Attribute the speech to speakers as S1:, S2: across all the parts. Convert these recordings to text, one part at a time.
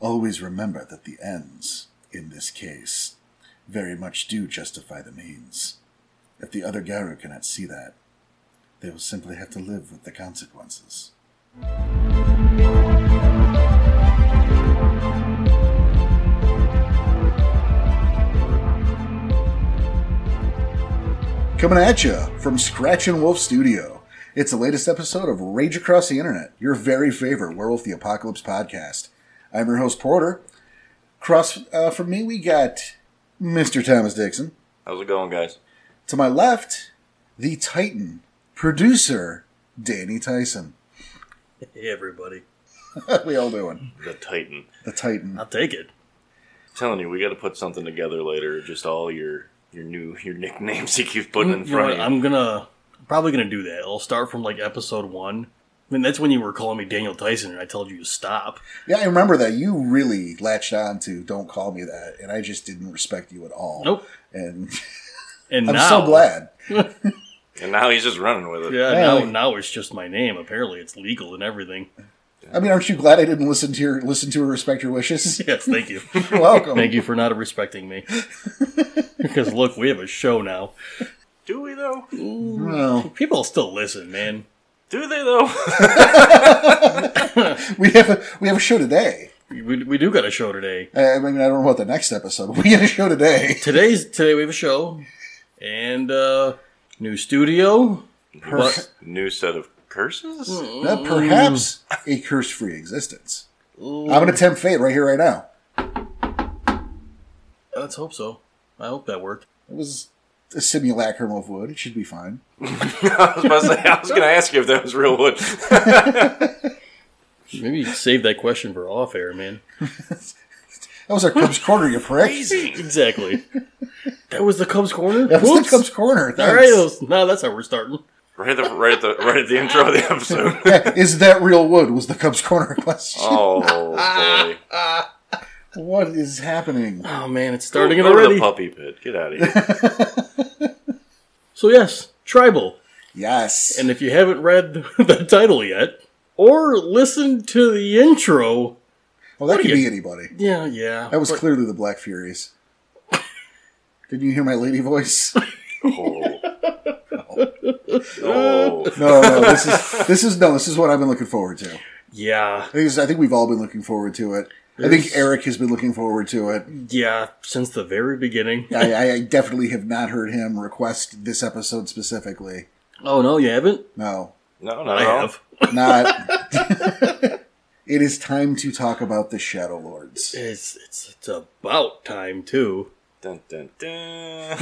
S1: Always remember that the ends, in this case, very much do justify the means. If the other Garu cannot see that, they will simply have to live with the consequences. Coming at you from Scratch and Wolf Studio. It's the latest episode of Rage Across the Internet, your very favorite Werewolf the Apocalypse podcast. I'm your host, Porter. Across uh, from me, we got Mr. Thomas Dixon.
S2: How's it going, guys?
S1: To my left, the Titan, producer, Danny Tyson.
S3: Hey, everybody.
S1: we all doing?
S2: The Titan.
S1: The Titan.
S3: I'll take it.
S2: I'm telling you, we got to put something together later. Just all your your new your nicknames you keep putting in
S3: You know
S2: front
S3: what,
S2: of you.
S3: I'm gonna I'm probably gonna do that. I'll start from like episode one. I mean, that's when you were calling me Daniel Tyson, and I told you to stop.
S1: Yeah, I remember that. You really latched on to Don't Call Me That, and I just didn't respect you at all.
S3: Nope.
S1: And
S3: And
S1: I'm
S3: now,
S1: so glad.
S2: and now he's just running with it.
S3: Yeah,
S1: Yeah,
S3: now
S1: like-
S3: now it's just my name. Apparently, it's legal and everything.
S1: I mean, aren't you glad I didn't listen to your listen to or respect your wishes?
S3: Yes, thank you,
S1: You're welcome.
S3: thank you for not respecting me. because look, we have a show now.
S2: Do we though?
S1: Well,
S3: People still listen, man.
S2: Do they though?
S1: we have a, we have a show today.
S3: We, we do got a show today.
S1: I I mean, I don't know about the next episode, but we got a show today.
S3: Today's today we have a show, and uh new studio. What?
S2: New set of curses.
S3: Hmm.
S1: That perhaps a curse-free existence. I'm gonna tempt fate right here, right now.
S3: Let's hope so. I hope that worked.
S1: It was a simulacrum of wood. It should be fine.
S2: I was about to say. I was going to ask you if that was real wood.
S3: Maybe save that question for off air, man.
S1: That was our Cubs corner, you prick.
S3: Exactly. that was the Cubs corner.
S1: That was
S3: Whoops.
S1: the Cubs corner.
S3: All right. that was- no, that's how we're starting.
S2: Right at the right at the right at the intro of the episode.
S1: thanks. Is that real wood? Was the Cubs corner question?
S2: Oh boy!
S1: What is happening?
S3: Oh man, it's starting it
S2: Go to the
S3: already.
S2: puppy pit. Get out of here.
S3: So yes, tribal.
S1: Yes.
S3: And if you haven't read the title yet, or listened to the intro,
S1: well, that could
S3: are
S1: be
S3: you-
S1: anybody.
S3: yeah, yeah.
S1: That was
S3: But-
S1: clearly the Black Furies. Didn't you hear my lady voice?
S2: Oh. oh.
S1: No, no. This is this is no. This is what I've been looking forward to.
S3: yeah,
S1: I think, I think we've all been looking forward to it. I think
S3: Yes.
S1: Eric has been looking forward to it.
S3: yeah. Since the very beginning.
S1: I, I- I definitely have not heard him request this episode specifically.
S3: Oh no, you haven't.
S1: No,
S2: No, not
S3: I
S2: at all.
S3: have.
S1: not. it is time to talk about the Shadow Lords.
S3: It's it's it's about time too.
S2: Dun, dun, dun.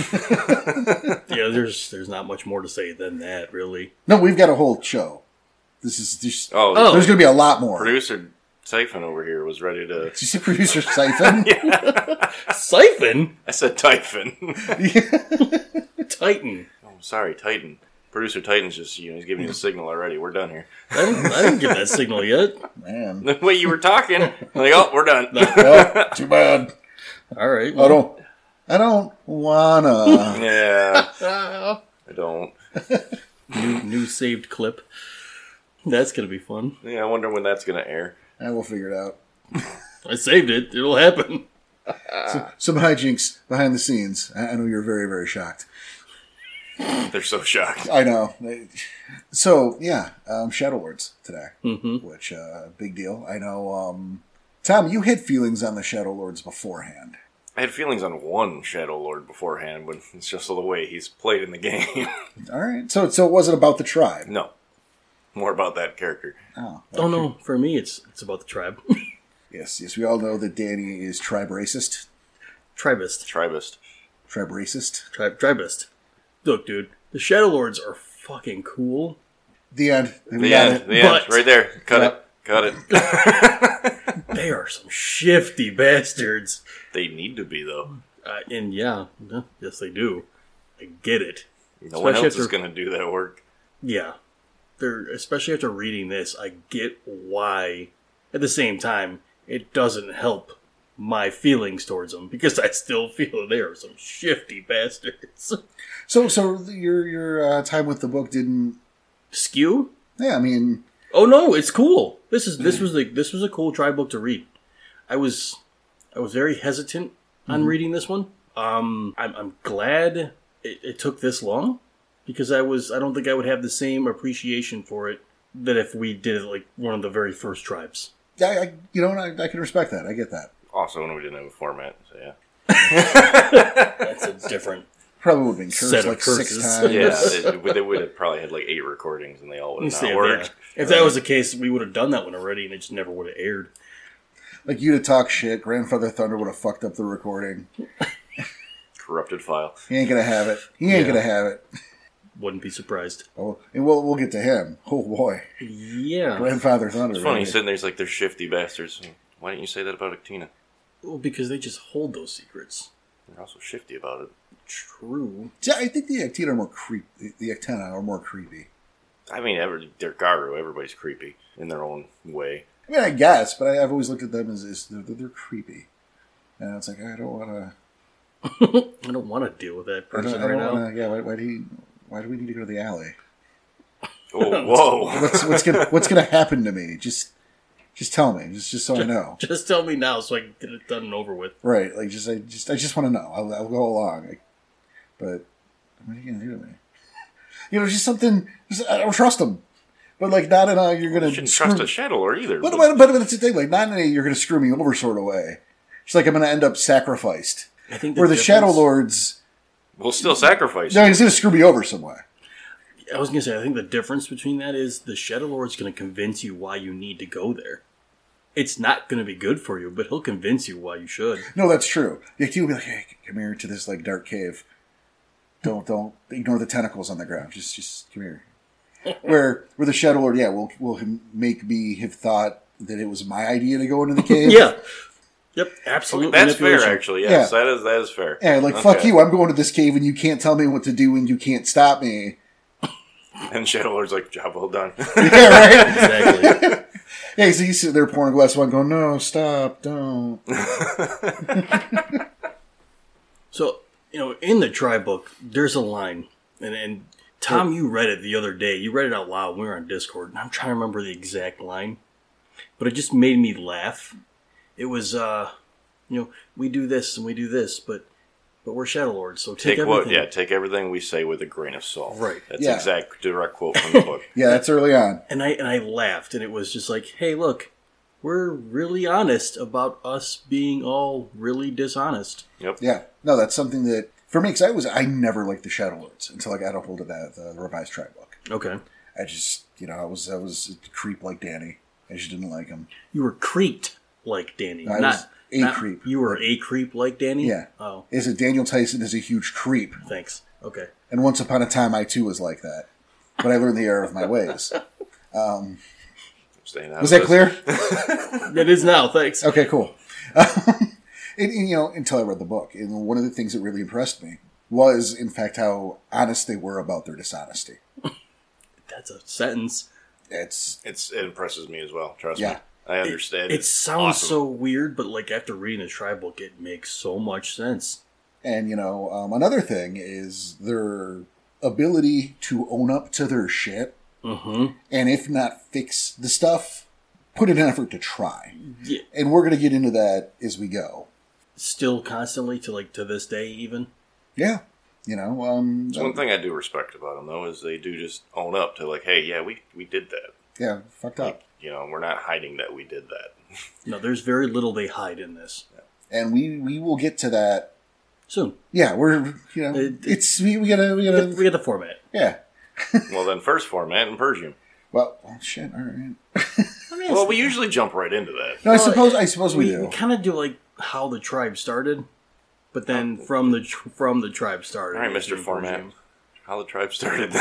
S3: Yeah, there's there's not much more to say than that, really.
S1: No, we've got a whole show. This is just.
S2: Oh,
S3: Oh.
S1: There's going to be a lot more.
S2: producer Siphon over here was ready to.
S1: Did you see producer Siphon?
S3: Siphon,
S2: I said Typhon.
S3: Titan.
S2: oh, sorry, Titan. Producer Titan's just you know he's giving you a signal already. We're done here.
S3: I didn't, I didn't get that signal yet.
S1: Man.
S2: The way you were talking, like oh, we're done.
S1: Well, too bad.
S3: All right.
S1: I don't. I don't wanna.
S2: yeah, I don't.
S3: new, new saved clip. That's gonna be fun.
S2: Yeah, I wonder when that's gonna air.
S1: I will figure it out.
S3: I saved it. It'll happen.
S2: Ah.
S1: Some hijinks behind the scenes. I, I know you're very, very shocked.
S2: They're so shocked.
S1: I know. So yeah, um, Shadow Lords today, which uh, big deal. I know. Um, Tom, you had feelings on the Shadow Lords beforehand.
S2: I had feelings on one Shadow Lord beforehand, but it's just the way he's played in the game.
S1: All right. So so it wasn't about the tribe.
S2: no, more about that character.
S1: Oh,
S3: Oh no, for me, it's it's about the tribe.
S1: yes, yes. We all know that Danny is tribe racist.
S3: Tribist.
S2: Tribist.
S1: Tribe racist.
S3: Tri- tribist. Look, dude, the Shadow Lords are fucking cool.
S1: The end. We
S2: The
S1: got
S2: end.
S1: it.
S2: The end.
S3: But-
S2: Right there. Cut
S1: Yep.
S2: it. Cut it.
S3: They are some shifty bastards.
S2: they need to be though.
S3: Uh, and yeah, yeah, yes, they do. I get it.
S2: No one
S3: Especially
S2: else is
S3: after-
S2: gonna do that work.
S3: Yeah. They're especially after reading this, I get why. At the same time, it doesn't help my feelings towards them because I still feel they are some shifty bastards.
S1: So so your your uh, time with the book didn't.
S3: Skew?
S1: Yeah, I mean,
S3: Oh no, it's cool. This is this was the this was a cool tribe book to read. I was I was very hesitant on reading this one. Um, I'm, I'm glad it, it took this long because I was I don't think I would have the same appreciation for it that if we did it like one of the very first tribes.
S1: Yeah, I, you know, and I, I can respect that. I get that.
S2: Also, when we didn't have a format, so yeah.
S3: That's a different.
S1: Probably would have been cursed
S3: Set of
S1: like six
S3: curses.
S1: times.
S2: Yeah, they, but they would have probably had like eight recordings and they all would have
S3: Yeah.
S2: not worked.
S3: If that was the case, we would have done that one already, and it just never would have aired.
S1: Like you to talk shit, Grandfather Thunder would have fucked up the recording.
S2: Corrupted file.
S1: He ain't gonna have it. He ain't
S3: Yeah.
S1: gonna have it.
S3: Wouldn't be surprised.
S1: Oh, and we'll we'll get to him. Oh boy,
S3: Yeah,
S1: Grandfather Thunder.
S2: It's funny,
S1: really.
S2: he's sitting there, he's like, they're shifty bastards. Why didn't you say that about Actina?
S3: well, because they just hold those secrets.
S2: They're also shifty about it.
S3: True.
S1: Yeah, I think the Actina are more creep. The, the Actena are more creepy.
S2: I mean, every, they're Garu. Everybody's creepy in their own way.
S1: I mean, I guess, but I, I've always looked at them as, as they're, they're creepy. And it's like I don't want to.
S3: I don't want to deal with that
S1: I don't,
S3: person
S1: I
S3: right
S1: don't
S3: now.
S1: want to. Yeah, why, why do you? Why do we need to go to the alley?
S2: Oh, whoa.
S1: What's what's gonna what's gonna happen to me? Just just tell me. Just just so I know.
S3: Just tell me now so I can get it done and over with.
S1: Right. Like just I just I just want to know. I'll, I'll go along. Like, but what are you gonna do to me? You know, just something. Just, I don't trust them. But like not in a you're gonna
S2: You shouldn't
S1: screw-
S2: trust a shadow or either.
S1: But,
S2: but-
S1: but, but that's the thing. Like not in a you're gonna screw me over sort of way. It's like I'm gonna end up sacrificed.
S3: I think
S1: Where the Shadow
S3: difference-
S1: Lords,
S2: We'll still sacrifice.
S1: no, he's gonna screw me over some way.
S3: I was gonna say, I think the difference between that is the Shadow Lord's gonna convince you why you need to go there. It's not gonna be good for you, but he'll convince you why you should.
S1: No, that's true. The Actina will be like, hey, come here to this like dark cave. Don't don't ignore the tentacles on the ground. Just just come here. Where where the Shadow Lord, yeah, will will him- make me have thought that it was my idea to go into the cave.
S3: Yeah. Yep. Absolutely.
S2: That's fair, actually. Yes,
S1: Yeah.
S2: that is that is fair.
S1: And like fuck you, I'm going to this cave and you can't tell me what to do and you can't stop me.
S2: And Shadow Lord's like, job well done.
S1: Yeah, right.
S3: Exactly.
S1: yeah, so he's sitting there pouring a glass of wine, going, "No, stop, don't."
S3: so, you know, in the tribe book, there's a line, and, and Tom, you read it the other day. You read it out loud. when We were on Discord, and I'm trying to remember the exact line, but it just made me laugh. It was, uh, you know, we do this and we do this, but but we're Shadow Lords, so take,
S2: take what?
S3: everything.
S2: Yeah, take everything we say with a grain of salt.
S3: Right.
S2: That's
S1: Yeah.
S2: exact direct quote from the book.
S1: Yeah, that's early on.
S3: and I and I laughed, and it was just like, hey, look, we're really honest about us being all really dishonest.
S2: Yep.
S1: Yeah, no, that's something that for me, because I was I never liked the Shadow Lords until I got a hold of that the revised tribe book.
S3: Okay,
S1: I just, you know, I was I was a creep like Danny. I just didn't like him.
S3: you were creeped like Danny,
S1: I
S3: not
S1: was a
S3: not-
S1: creep.
S3: You were a creep like Danny.
S1: Yeah.
S3: Oh,
S1: Is it Daniel Tyson is a huge creep,
S3: thanks. Okay.
S1: and once upon a time I too was like that, but I learned the error of my ways.
S2: Staying out
S1: Was
S2: of
S1: that
S2: this.
S1: clear?
S3: That is now. Thanks.
S1: Okay, cool. and, and, you know, until I read the book, and one of the things that really impressed me was, in fact, how honest they were about their dishonesty.
S3: That's a sentence.
S1: It's
S2: It's, it impresses me as well. Trust
S1: Yeah.
S2: me. I understand.
S3: It sounds
S2: awesome.
S3: so weird, but like after reading the tribe book, it makes so much sense.
S1: and you know, um, another thing is their ability to own up to their shit
S3: Mm-hmm.
S1: and if not fix the stuff, put in an effort to try.
S3: Yeah.
S1: And we're going to get into that as we go.
S3: Still constantly to like to this day, even.
S1: Yeah. You know, um,
S2: That's one thing I do respect about them, though, is they do just own up to like, hey, yeah, we we did that.
S1: yeah, fucked up.
S2: You know, we're not hiding that we did that.
S3: No, there's very little they hide in this.
S1: And we, we will get to that.
S3: Soon.
S1: Yeah, we're, you know,
S3: It-
S1: it's, we, we gotta, we gotta,
S3: We got the format.
S1: yeah.
S2: well, then first format and Persium.
S1: Well, oh, shit, all right.
S2: Well, we usually jump right into that.
S1: No, I
S3: Well,
S1: suppose, I suppose we,
S3: we,
S1: do.
S3: kind of do like how the tribe started, but then from the tr- from the tribe started.
S2: Oh. All right, Mister Format, how the tribe started.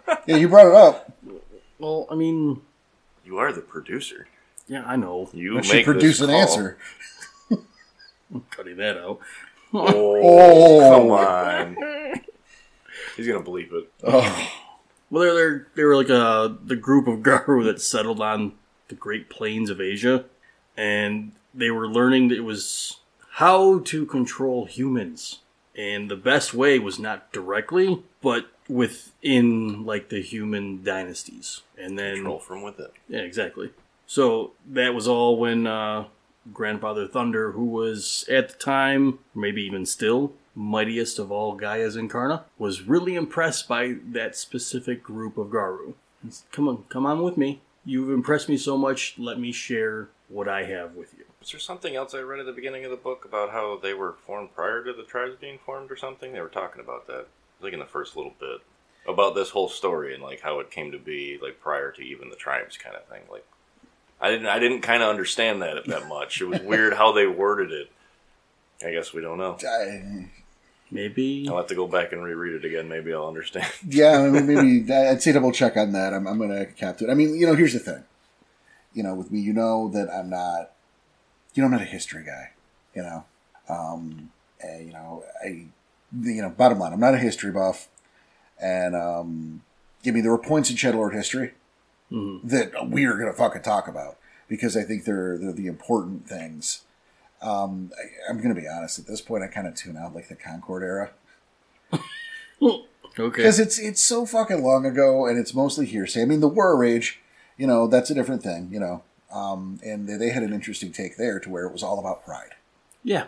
S1: Yeah, you brought it up.
S3: Well, I mean,
S2: you are the producer.
S3: yeah, I know.
S2: You
S1: But
S2: make
S1: she
S2: this
S1: produced an
S2: call.
S1: answer.
S3: I'm cutting that out.
S1: Oh.
S2: come on. He's gonna bleep it.
S1: Oh,
S3: Well, they're, they're they were like uh the group of Garu that settled on the Great Plains of Asia, and they were learning that it was how to control humans, and the best way was not directly, but within like the human dynasties, and then
S2: Control from within.
S3: Yeah, exactly. So that was all when uh, Grandfather Thunder, who was at the time, maybe even still, mightiest of all Gaia's Incarna, was really impressed by that specific group of Garu. He said, Come on, come on with me. You've impressed me so much. Let me share what I have with you.
S2: Was there something else I read at the beginning of the book about how they were formed prior to the tribes being formed or something? They were talking about that, like in the first little bit, about this whole story and like how it came to be, like prior to even the tribes, kind of thing. Like, I didn't, I didn't kind of understand that that much. It was weird how they worded it. I guess we don't know.
S1: I,
S3: Maybe
S2: I'll have to go back and reread it again. Maybe I'll understand.
S1: yeah, I mean, maybe I'd say double check on that. I'm, I'm going to cap to it. I mean, you know, here's the thing. You know, with me, you know that I'm not, you know, I'm not a history guy. You know, um, and, you know, I, you know, bottom line, I'm not a history buff, and um, give me there were points in Shadowlord history
S3: Mm-hmm.
S1: that we are going to fucking talk about because I think they're they're the important things. Um, I, I'm going to be honest. At this point, I kind of tune out like the Concord era
S3: okay.
S1: because it's it's so fucking long ago and it's mostly hearsay. I mean, the War Rage, you know, that's a different thing, you know. Um, and they, they had an interesting take there to where it was all about pride.
S3: Yeah,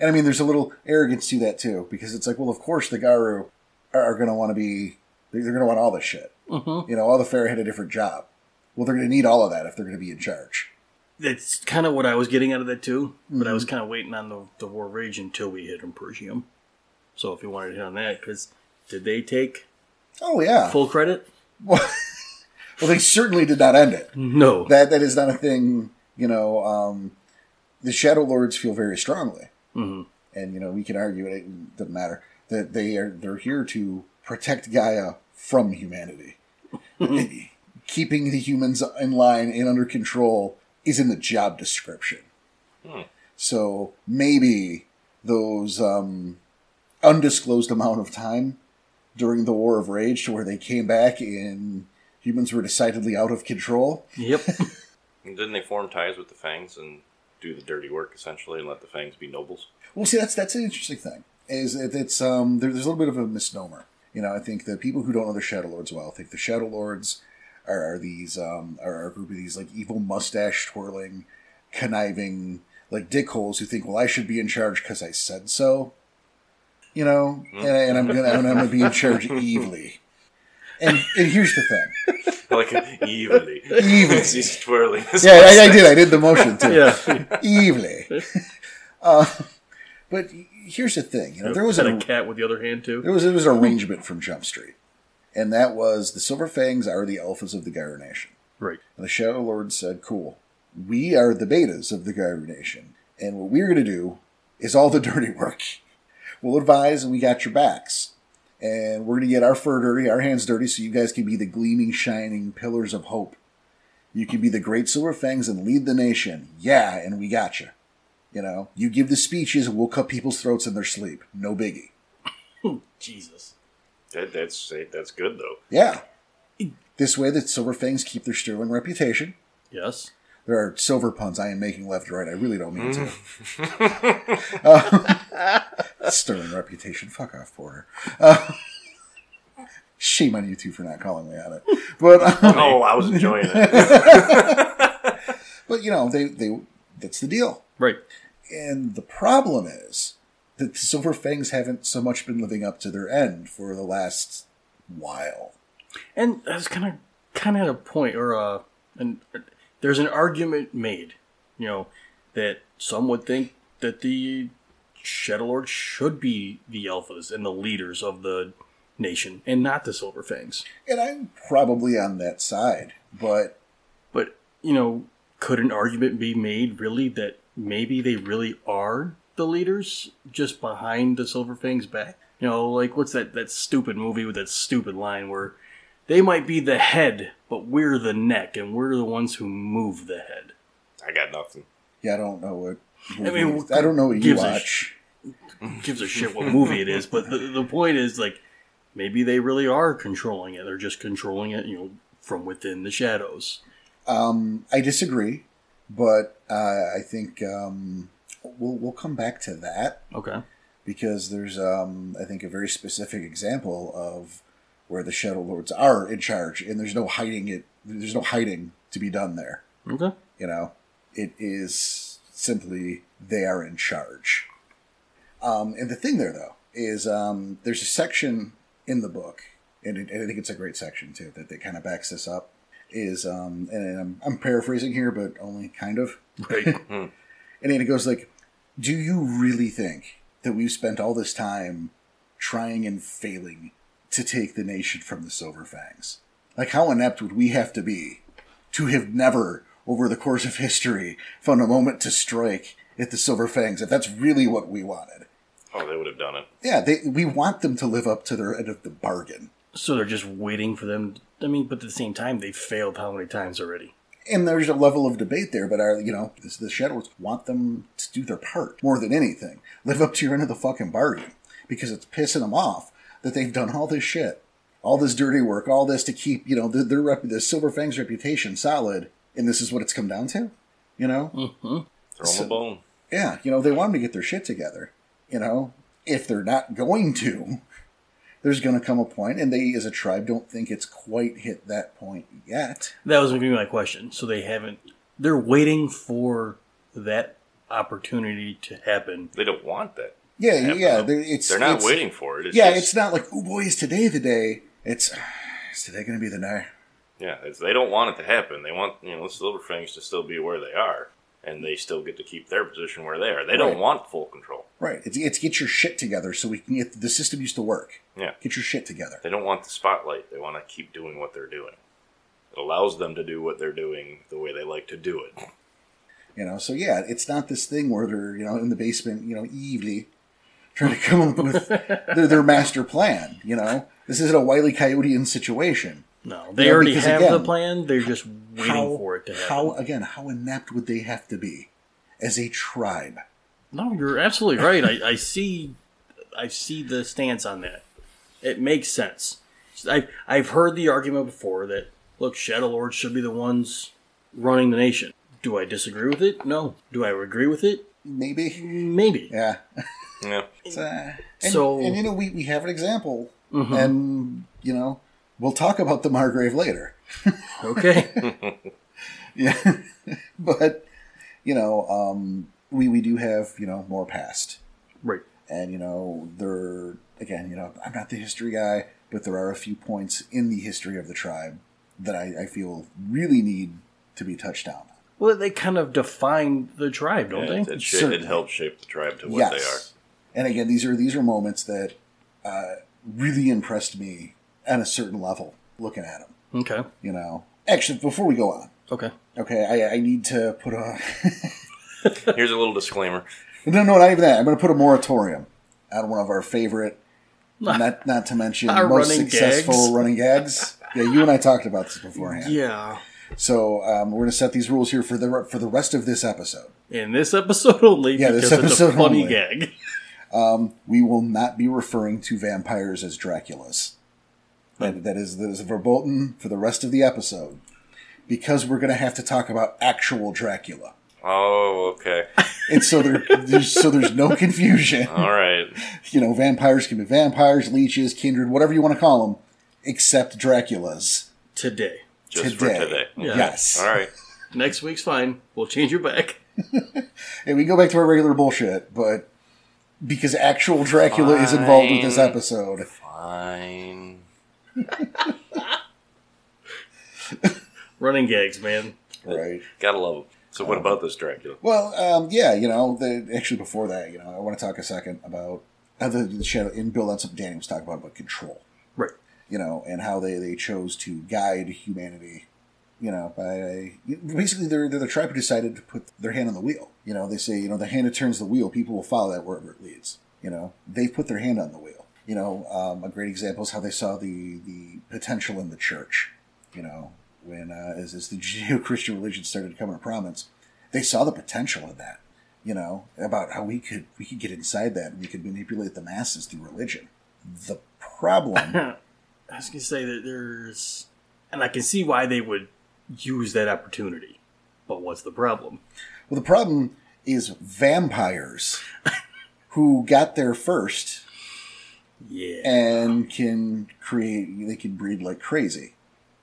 S1: And I mean, there's a little arrogance to that too because it's like, well, of course the Garu are, are going to want to be, they're going to want all this shit.
S3: mm-hmm.
S1: You know, all the fair had a different job. Well, they're going to need all of that if they're going to be in charge.
S3: that's kind of what I was getting out of that too. But I was kind of waiting on the, the War Rage until we hit Impersium. So if you wanted to hit on that, because did they take
S1: Oh yeah.
S3: full credit?
S1: Well, they certainly did not end it.
S3: No.
S1: That that is not a thing. You know, um, the Shadow Lords feel very strongly, mm-hmm. and you know we can argue it, it doesn't matter that they are they're here to protect Gaia from humanity. Keeping the humans in line and under control is in the job description. So maybe those um, undisclosed amount of time during the War of Rage, to where they came back and humans were decidedly out of control.
S3: yep.
S2: And didn't they form ties with the Fangs and do the dirty work essentially, and let the Fangs be nobles?
S1: Well, see, that's that's an interesting thing. Is it, it's um there, there's a little bit of a misnomer. You know, I think the people who don't know the Shadow Lords well think the Shadow Lords are, are these um are, are a group of these like evil mustache twirling, conniving like dickholes who think, well, I should be in charge because I said so. You know, and, and I'm gonna and I'm gonna be in charge evilly. And and here's the thing.
S2: Like evilly,
S1: Evilly.
S2: He's twirling. his
S1: Yeah, I, I did. I did the motion too.
S3: Yeah.
S1: Evilly. Uh, but here's the thing. You know, there was
S3: and
S1: a,
S3: a cat with the other hand too.
S1: It was it was an arrangement from Jump Street, and that was the Silver Fangs are the alphas of the Gyro Nation.
S3: Right.
S1: And the Shadow Lord said, "Cool, we are the betas of the Gyro Nation, and what we're going to do is all the dirty work. We'll advise, and we got your backs, and we're going to get our fur dirty, our hands dirty, so you guys can be the gleaming, shining pillars of hope. You can be the great Silver Fangs and lead the nation. Yeah, and we got you." You know, you give the speeches and we'll cut people's throats in their sleep. No biggie. Oh,
S3: Jesus.
S2: That, that's that's good though.
S1: Yeah. This way, the Silver Fangs keep their sterling reputation.
S3: Yes.
S1: There are silver puns I am making left and right. I really don't mean to. Um, sterling reputation. Fuck off, Porter. Uh, shame on you two for not calling me on it. But um,
S2: Oh, I was enjoying it.
S1: but you know they they that's the deal.
S3: Right.
S1: And the problem is that the Silver Fangs haven't so much been living up to their end for the last while.
S3: And that's kind of kind of at a point or a an, there's an argument made, you know, that some would think that the Shadow Lord should be the alphas and the leaders of the nation and not the Silver Fangs.
S1: And I'm probably on that side, but
S3: But, you know, could an argument be made really that maybe they really are the leaders just behind the Silver Fangs back? You know, like what's that that stupid movie with that stupid line where they might be the head, but we're the neck and we're the ones who move the head.
S2: I got nothing.
S1: Yeah, I don't know what.
S3: I mean,
S1: movies- I don't know what you
S3: gives a
S1: watch.
S3: Gives a shit what movie it is, but the, the point is like maybe they really are controlling it. They're just controlling it, you know, from within the shadows.
S1: um, I disagree, but uh, I think um, we'll we'll come back to that
S3: Okay.
S1: because there's um, I think a very specific example of where the Shadow Lords are in charge, and there's no hiding it. There's no hiding to be done there.
S3: Okay.
S1: You know, it is simply they are in charge. Um, and the thing there, though, is um, there's a section in the book, and, it, and I think it's a great section too that that kind of backs this up. Is um, and I'm, I'm paraphrasing here, but only kind of.
S3: Right.
S1: And then it goes like, "Do you really think that we've spent all this time trying and failing to take the nation from the Silver Fangs? Like, how inept would we have to be to have never, over the course of history, found a moment to strike at the Silver Fangs if that's really what we wanted?"
S2: Oh, they would have done it.
S1: Yeah, they, we want them to live up to their end of the bargain.
S3: so they're just waiting for them. I mean, but at the same time, they've failed how many times already?
S1: And there's a level of debate there, but are you know this, the Shadows want them to do their part more than anything, live up to your end of the fucking bargain, because it's pissing them off that they've done all this shit, all this dirty work, all this to keep you know their, their rep- the Silver Fang's reputation solid, and this is what it's come down to, you know.
S2: Hmm. Throw them a bone.
S1: Yeah, you know, they want them to get their shit together. You know, if they're not going to, there's going to come a point, and they, as a tribe, don't think it's quite hit that point yet.
S3: That was going to be my question. So they haven't. They're waiting for that opportunity to happen.
S2: They don't want that.
S1: Yeah,
S2: Yeah,
S1: yeah,
S2: no.
S1: they're, it's
S2: They're not
S1: it's-
S2: waiting for it. It's
S1: yeah,
S2: just,
S1: it's not like oh boy, is today the day? It's is today going to be the day?
S2: Yeah, it's, they don't want it to happen. They want you know the Silverfangs to still be where they are, and they still get to keep their position where they are. They don't
S1: Right.
S2: want full control.
S1: Right. It's it's get your shit together so we can get the system used to work.
S2: Yeah,
S1: Get your shit together.
S2: they don't want the spotlight. They want to keep doing what they're doing. It allows them to do what they're doing the way they like to do it.
S1: You know, so yeah, it's not this thing where they're you know in the basement, you know, evilly trying to come up with their, their master plan. You know, this isn't a wily coyotean situation.
S3: No, they
S1: Yeah,
S3: already
S1: because
S3: have the
S1: again,
S3: plan. They're just waiting
S1: how,
S3: for it to happen.
S1: how again? How inept would they have to be as a tribe?
S3: No, you're absolutely right. I, I see, I see the stance on that. It makes sense. I've I've heard the argument before that look, Shadow Lords should be the ones running the nation. Do I disagree with it? No. Do I agree with it?
S1: Maybe,
S3: Maybe.
S1: yeah.
S2: Yeah,
S1: It's, uh, and,
S3: So-
S1: and you know, we we have an example,
S3: Mm-hmm.
S1: and you know, we'll talk about the Margrave later.
S3: Okay.
S1: Yeah, but you know, um, we we do have you know more past,
S3: right.
S1: and you know, there again, you know, I'm not the history guy, but there are a few points in the history of the tribe that I, I feel really need to be touched down. on.
S3: Well, they kind of define the tribe, don't
S2: it,
S3: they?
S2: it, sh- it
S1: Certainly.
S2: helps shape the tribe to what they are.
S1: And again, these are these are moments that uh, really impressed me at a certain level. Looking at them,
S3: Okay.
S1: you know. Actually, before we go on,
S3: Okay.
S1: okay, I, I need to put a
S2: Here's a little disclaimer.
S1: no, no, not even that. I'm going to put a moratorium on one of our favorite, not not to mention
S3: Our
S1: most
S3: running
S1: successful
S3: gags.
S1: running gags. Yeah, you and I talked about this beforehand.
S3: Yeah.
S1: So um, we're going to set these rules here for the for the rest of this episode.
S3: In this episode only,
S1: Yeah, this
S3: because it's
S1: episode
S3: a funny
S1: only.
S3: gag.
S1: we will not be referring to vampires as Draculas. That, that is that is verboten for the rest of the episode because we're going to have to talk about actual Dracula,
S2: Oh, okay.
S1: and so there, there's so there's no confusion.
S2: All right.
S1: You know, vampires can be vampires, leeches, kindred, whatever you want to call them, except Draculas.
S3: Today.
S2: Just
S1: Today.
S2: for today.
S3: Yeah.
S1: Yes,
S2: All right.
S3: Next week's fine. We'll change your back.
S1: and we go back to our regular bullshit, but because actual Dracula is involved with this
S2: Fine.
S1: episode,
S2: Fine.
S3: Running gags, man.
S1: right?
S2: Gotta love 'em. So, what about this Dracula?
S1: Well, um, yeah, you know, the, actually before that, you know, I want to talk a second about how the, the shadow and build on something Danny was talking about about control,
S3: Right.
S1: you know, and how they, they chose to guide humanity, you know, by basically they're, they're the tribe who decided to put their hand on the wheel. You know, they say, you know, the hand that turns the wheel, people will follow that wherever it leads. You know, they put their hand on the wheel. You know, um, a great example is how they saw the the potential in the church. You know, when uh, as, as the Judeo-Christian religion started to come into prominence, they saw the potential in that. You know, about how we could we could get inside that and we could manipulate the masses through religion. The problem,
S3: I was gonna say that there's, and I can see why they would use that opportunity, but what's the problem?
S1: well, the problem is vampires who got there first
S3: Yeah,
S1: and can create they can breed like crazy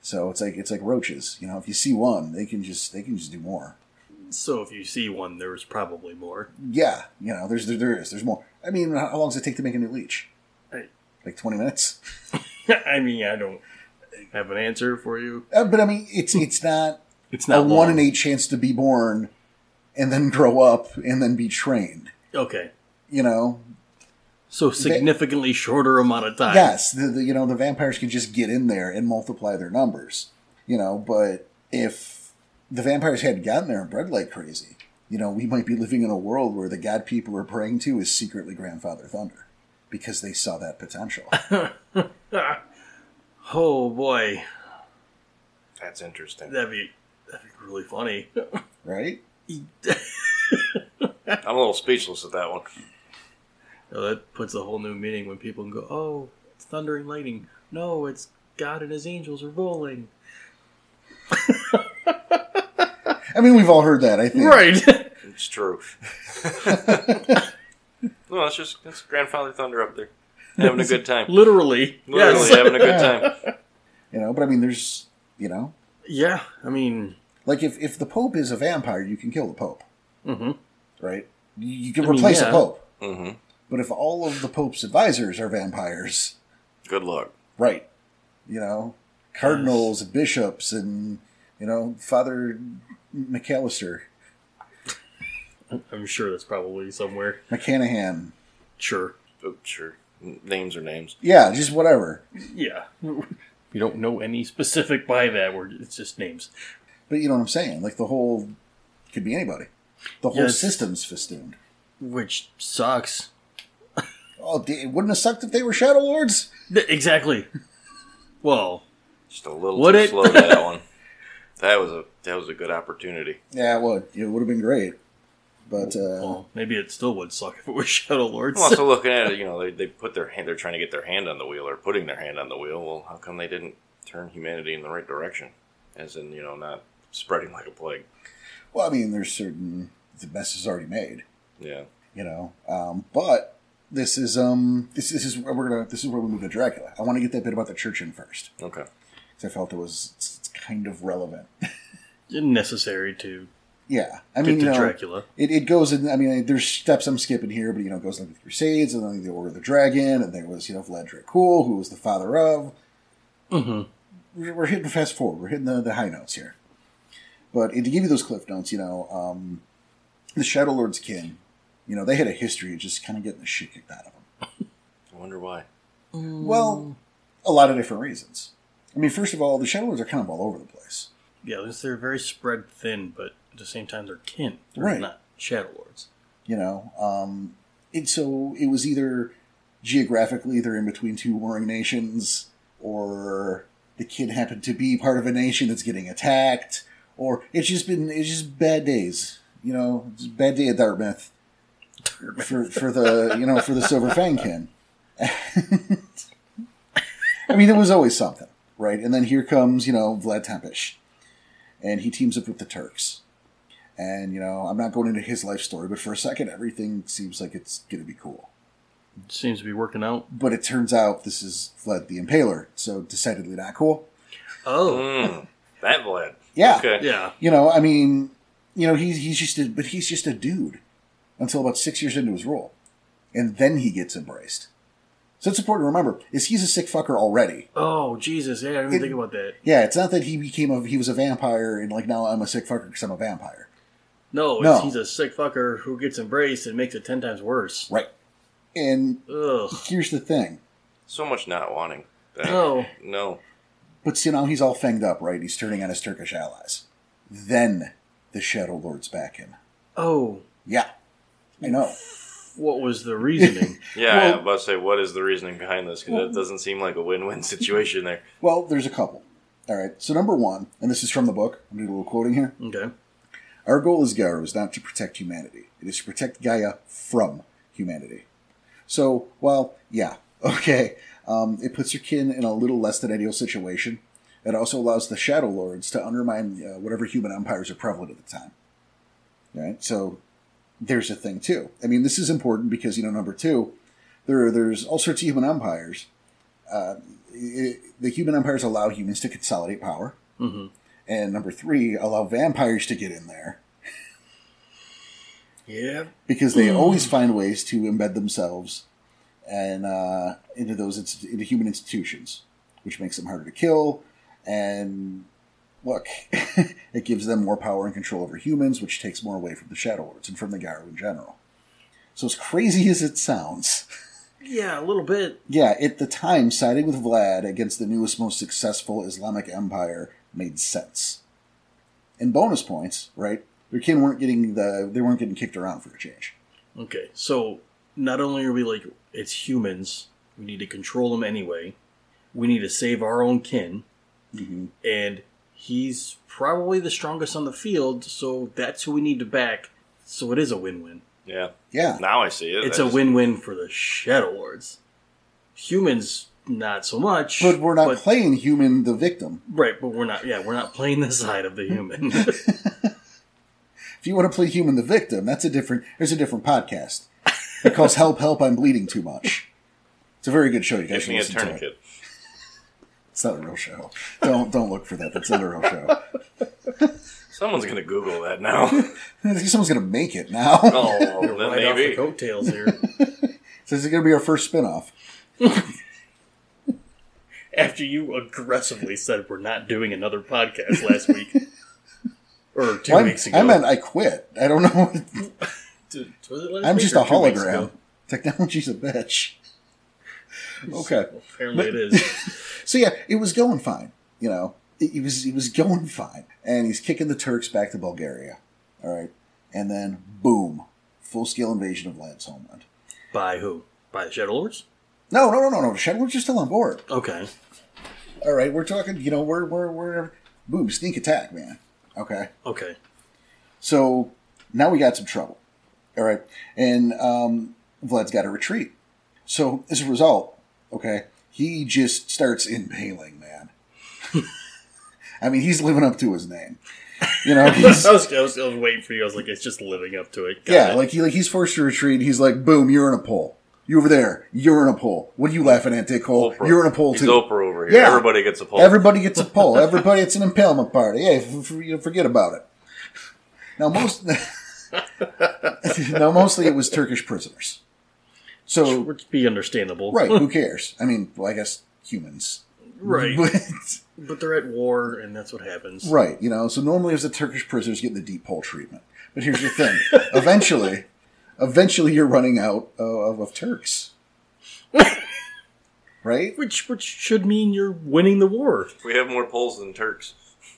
S1: so it's like it's like roaches you know if you see one they can just they can just do more
S3: So if you see one, there's probably more.
S1: Yeah, you know, there's there, there is there's more. I mean, how long does it take to make a new leech?
S3: Right.
S1: Like twenty minutes.
S3: I mean, I don't have an answer for you.
S1: Uh, but I mean, it's it's not
S3: It's
S1: a
S3: not
S1: one
S3: long.
S1: in eight chance to be born, and then grow up and then be trained.
S3: Okay,
S1: You know,
S3: so significantly shorter amount of time.
S1: yes, the, the you know the vampires can just get in there and multiply their numbers. You know, but if the vampires had gotten there and bred like crazy, you know, we might be living in a world where the god people are praying to is secretly grandfather thunder because they saw that potential.
S3: Oh boy,
S2: That's interesting.
S3: that'd be that'd be really funny.
S1: right?
S2: I'm a little speechless at that one.
S3: Now that puts a whole new meaning when people can go, "Oh, it's thunder and lightning." No, it's God and His angels are rolling.
S1: I mean, we've all heard that. I think.
S3: Right.
S2: It's true. no, it's just it's grandfather thunder up there, having a good time.
S3: Literally.
S2: Literally
S3: Yes.
S2: having a good time.
S1: You know, but I mean, there's you know,
S3: yeah. I mean,
S1: like if if the pope is a vampire, you can kill the pope,
S3: mhm.
S1: right? You, you can
S3: I mean,
S1: replace
S3: yeah.
S1: a pope.
S2: hmm
S1: But if all of the Pope's advisors are vampires,
S2: Good luck.
S1: right? You know, cardinals, bishops, and you know Father McAllister,
S3: I'm sure that's probably somewhere.
S1: McCanahan,
S3: Sure.
S2: Oh, sure. N- Names are names.
S1: yeah, just whatever.
S3: Yeah. We don't know any specific by that word. It's just names.
S1: But you know what I'm saying? Like the whole could be anybody. The whole
S3: Yes.
S1: system's festooned.
S3: Which sucks.
S1: Oh, d- it wouldn't have sucked if they were Shadow Lords.
S3: Th- Exactly. Well,
S2: Just a little
S3: Would
S2: too
S3: it?
S2: slow that one. That was a that was a good opportunity.
S1: Yeah, it would. It would have been great. But uh,
S3: well, maybe it still would suck if it was Shadow Lords.
S2: I'm also looking at it. You know, they, they put their hand. They're trying to get their hand on the wheel or putting their hand on the wheel. Well, how come they didn't turn humanity in the right direction? As in, you know, not spreading like a plague.
S1: well, I mean, there's certain the mess is already made.
S2: Yeah.
S1: you know. Um, but this is um this this is where we're gonna this is where we move to Dracula. I want to get that bit about the church in first
S2: Okay.
S1: because I felt it was it's, it's kind of relevant.
S3: Necessary to
S1: yeah, I
S3: get
S1: mean, uh, you
S3: to
S1: know,
S3: Dracula.
S1: it, it goes in. I mean, there's steps I'm skipping here, but you know, it goes like the Crusades and then the Order of the Dragon, and there was you know Vladimir Cool, who was the father of.
S3: Mm-hmm.
S1: We're, we're hitting fast forward. We're hitting the, the high notes here. But to give you those cliff notes, you know, um, the Shadow Lord's kin, you know, they had a history of just kind of getting the shit kicked out of them.
S2: I wonder why.
S1: Well, a lot of different reasons. I mean, first of all, the Shadow Lords are kind of all over the place.
S3: Yeah, because they're very spread thin, but at the same time, they're kin. They're
S1: Right.
S3: Not Shadow Lords.
S1: You know, um, and so it was either geographically they're in between two warring nations, or the kid happened to be part of a nation that's getting attacked, or it's just been it's just bad days. You know, it's a bad day at Dartmouth for for the you know for the Silver Fang kin. I mean, it was always something, right? And then here comes you know Vlad Tepish, and he teams up with the Turks. And you know, I'm not going into his life story, but for a second, everything seems like it's going to be cool.
S3: Seems to be working out.
S1: But it turns out this is Vlad the Impaler, so decidedly not cool.
S3: Oh.
S2: Mm, that Vlad.
S1: Yeah,
S2: Okay.
S3: Yeah.
S1: you know, I mean, you know, he's he's just a, but he's just a dude until about six years into his role, and then he gets embraced. So it's important to remember is he's a sick fucker already.
S3: Oh, Jesus. Yeah, I didn't
S1: It-
S3: think about that.
S1: Yeah, it's not that he became a he was a vampire and like now I'm a sick fucker because I'm a vampire.
S3: No,
S1: No.
S3: It's, he's a sick fucker who gets embraced and makes it ten times worse.
S1: Right. And
S3: Ugh.
S1: here's the thing.
S2: So much not wanting. That.
S3: No.
S2: No.
S1: But see, now he's all fanged up, right? He's turning on his Turkish allies. Then the Shadow Lords back him.
S3: Oh,
S1: Yeah, I know.
S3: what was the reasoning?
S2: Yeah,
S1: Well-
S2: I was about to say, what is the reasoning behind this? Because that doesn't seem like a win-win situation there.
S1: Well, there's a couple. All right. So number one, and this is from the book. I'm doing a little quoting here.
S3: okay.
S1: Our goal as Garu is not to protect humanity. It is to protect Gaia from humanity. So, well, yeah, okay. Um, it puts your kin in a little less than ideal situation. It also allows the Shadow Lords to undermine uh, whatever human empires are prevalent at the time. Right? So, there's a thing, too. I mean, this is important because, you know, number two, there there's all sorts of human empires. Uh, it, the human empires allow humans to consolidate power.
S3: Mhm.
S1: And number three, allow vampires to get in there
S3: Yeah.
S1: because they always find ways to embed themselves and uh, into those inst- into human institutions, which makes them harder to kill. And look, it gives them more power and control over humans, which takes more away from the Shadow Lords and from the Garu in general. So as crazy as it sounds,
S3: Yeah, a little bit.
S1: yeah, at the time, siding with Vlad against the newest, most successful Islamic empire made sense. And bonus points, right? Their kin weren't getting the they weren't getting kicked around for a change.
S3: Okay, so not only are we like, it's humans, we need to control them anyway, we need to save our own kin,
S1: Mhm.
S3: and he's probably the strongest on the field, so that's who we need to back, so it is a win win.
S2: Yeah.
S1: Yeah,
S2: Now I see it.
S3: It's
S2: I
S3: a
S2: just-
S3: win win for the Shadow Lords. Humans, not so much.
S1: But we're not playing human the victim.
S3: Right, but we're not. Yeah, we're not playing the side of the human.
S1: If you want to play human the victim, that's a different. There's a different podcast. It calls "Help, Help! I'm Bleeding Too Much." It's a very good show. You guys
S2: Give
S1: should
S2: me a
S1: listen to it.
S2: tourniquet.
S1: It's not a real show. Don't don't look for that. That's not a real show.
S2: Someone's gonna Google that now.
S1: I think someone's gonna make it now.
S2: oh,
S3: We're
S2: then
S3: right off the
S2: maybe.
S3: coattails here.
S1: So this is gonna be our first spinoff.
S3: After you aggressively said we're not doing another podcast last week or 2
S1: Well, I'm-
S3: weeks ago.
S1: I meant I quit. I don't know.
S3: T- was it last
S1: I'm
S3: week
S1: just
S3: or
S1: a
S3: two weeks
S1: hologram.
S3: ago?
S1: Technology's a bitch. Okay.
S3: Apparently it is.
S1: So yeah, it was going fine. You know, it, it was it was going fine, and he's kicking the Turks back to Bulgaria. All right, and then boom, full scale invasion of Vlad's homeland.
S3: By who? By the Shadow Lords?
S1: No, no, no, no, no. Shadowlords are still on board.
S3: Okay.
S1: All right, we're talking. You know, we're we're we're boom sneak attack, man. Okay,
S3: Okay.
S1: so now we got some trouble. All right, and um, Vlad's got to retreat. So as a result, okay, he just starts impaling, man. I mean, he's living up to his name. You know,
S3: I
S1: he's,
S2: Oh,
S3: was, I, was, I was waiting for you. I was like, it's just living up to it. Got
S1: yeah,
S3: it.
S1: like he like he's forced to retreat. He's like, boom, you're in a pole. You over there, you're in a pole. What are you laughing at, Dick Hole?
S2: Oprah.
S1: You're in a pole
S2: He's
S1: too.
S2: Oprah over here.
S1: Yeah.
S2: Everybody gets a poll.
S1: Everybody gets a pole. Everybody, it's an impalement party. Yeah, f- f- you know, forget about it. Now most, now mostly it was Turkish prisoners. So
S3: Which would be understandable.
S1: right, who cares? I mean, well, I guess humans,
S3: Right.
S1: But-
S3: But they're at war, and that's what happens.
S1: Right, you know, so normally it was the Turkish prisoners getting the deep hole treatment. But here's the thing eventually, eventually you're running out of, of Turks. right?
S3: Which which should mean you're winning the war.
S2: We have more polls than Turks.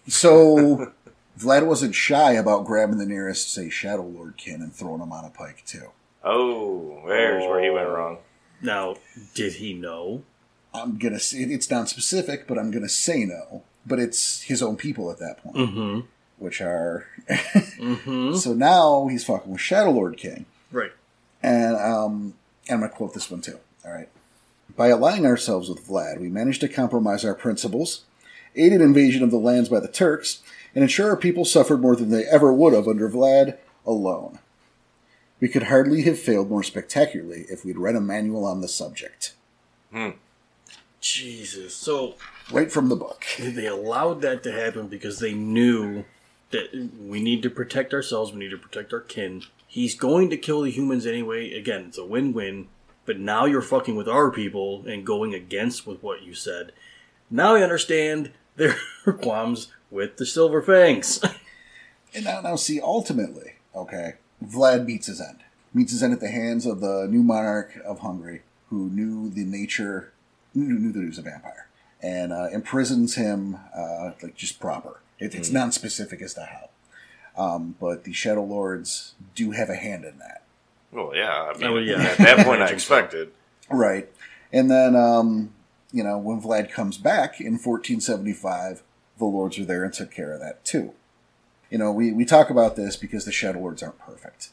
S1: So Vlad wasn't shy about grabbing the nearest, say, Shadow Lord kin and throwing him on a pike, too.
S2: Oh, there's where he went wrong.
S3: Now, did he know?
S1: I'm going to say it's non specific, but I'm going to say no. But it's his own people at that point,
S3: Mm-hmm.
S1: which are.
S3: Mm-hmm.
S1: So now he's fucking with Shadow Lord King.
S3: Right.
S1: And um, and I'm going to quote this one too. All right. By allying ourselves with Vlad, we managed to compromise our principles, aid an invasion of the lands by the Turks, and ensure our people suffered more than they ever would have under Vlad alone. We could hardly have failed more spectacularly if we'd read a manual on the subject.
S3: Jesus. So
S1: Right from the book.
S3: they allowed that to happen because they knew that we need to protect ourselves, we need to protect our kin. He's going to kill the humans anyway. Again, it's a win win, but now you're fucking with our people and going against with what you said. Now I understand their qualms with the Silver Fangs.
S1: And now, now see, ultimately, okay, Vlad meets his end. Meets his end at the hands of the new monarch of Hungary, who knew the nature, knew, knew that he was a vampire, and uh, imprisons him, uh, like, just proper. It, it's non-specific as to how. Um, but the Shadow Lords do have a hand in that.
S2: Well, yeah. I mean,
S3: Oh, yeah.
S2: At that point, I expected.
S1: Right. And then, um, you know, when Vlad comes back in 1475, the Lords are there and took care of that too. You know, we, we talk about this because the Shadow Lords aren't perfect.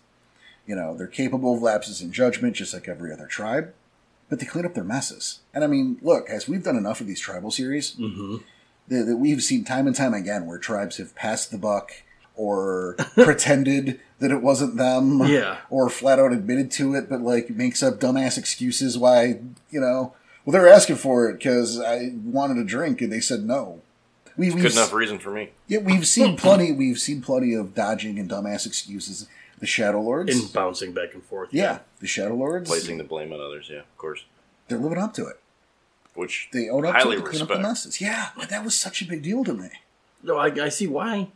S1: You know, they're capable of lapses in judgment, just like every other tribe, but they clean up their messes. And I mean, look, as we've done enough of these tribal series,
S3: mm-hmm.
S1: that, that we've seen time and time again where tribes have passed the buck or pretended that it wasn't them
S3: Yeah.
S1: or flat out admitted to it but like makes up dumbass excuses why you know well they're asking for it because i wanted a drink and they said no we, we've,
S2: Good enough Mm-hmm. reason for me.
S1: yeah, we've seen plenty we've seen plenty of dodging and dumbass excuses The Shadow Lords.
S3: in bouncing back and forth.
S1: yeah, the Shadow Lords.
S2: Placing the blame on others, yeah, of course.
S1: They're living up to it.
S2: Which
S1: They own up
S2: highly
S1: to it to clean up the
S2: respect.
S1: messes. Yeah, but that was such a big deal to me.
S3: No, I, I see why.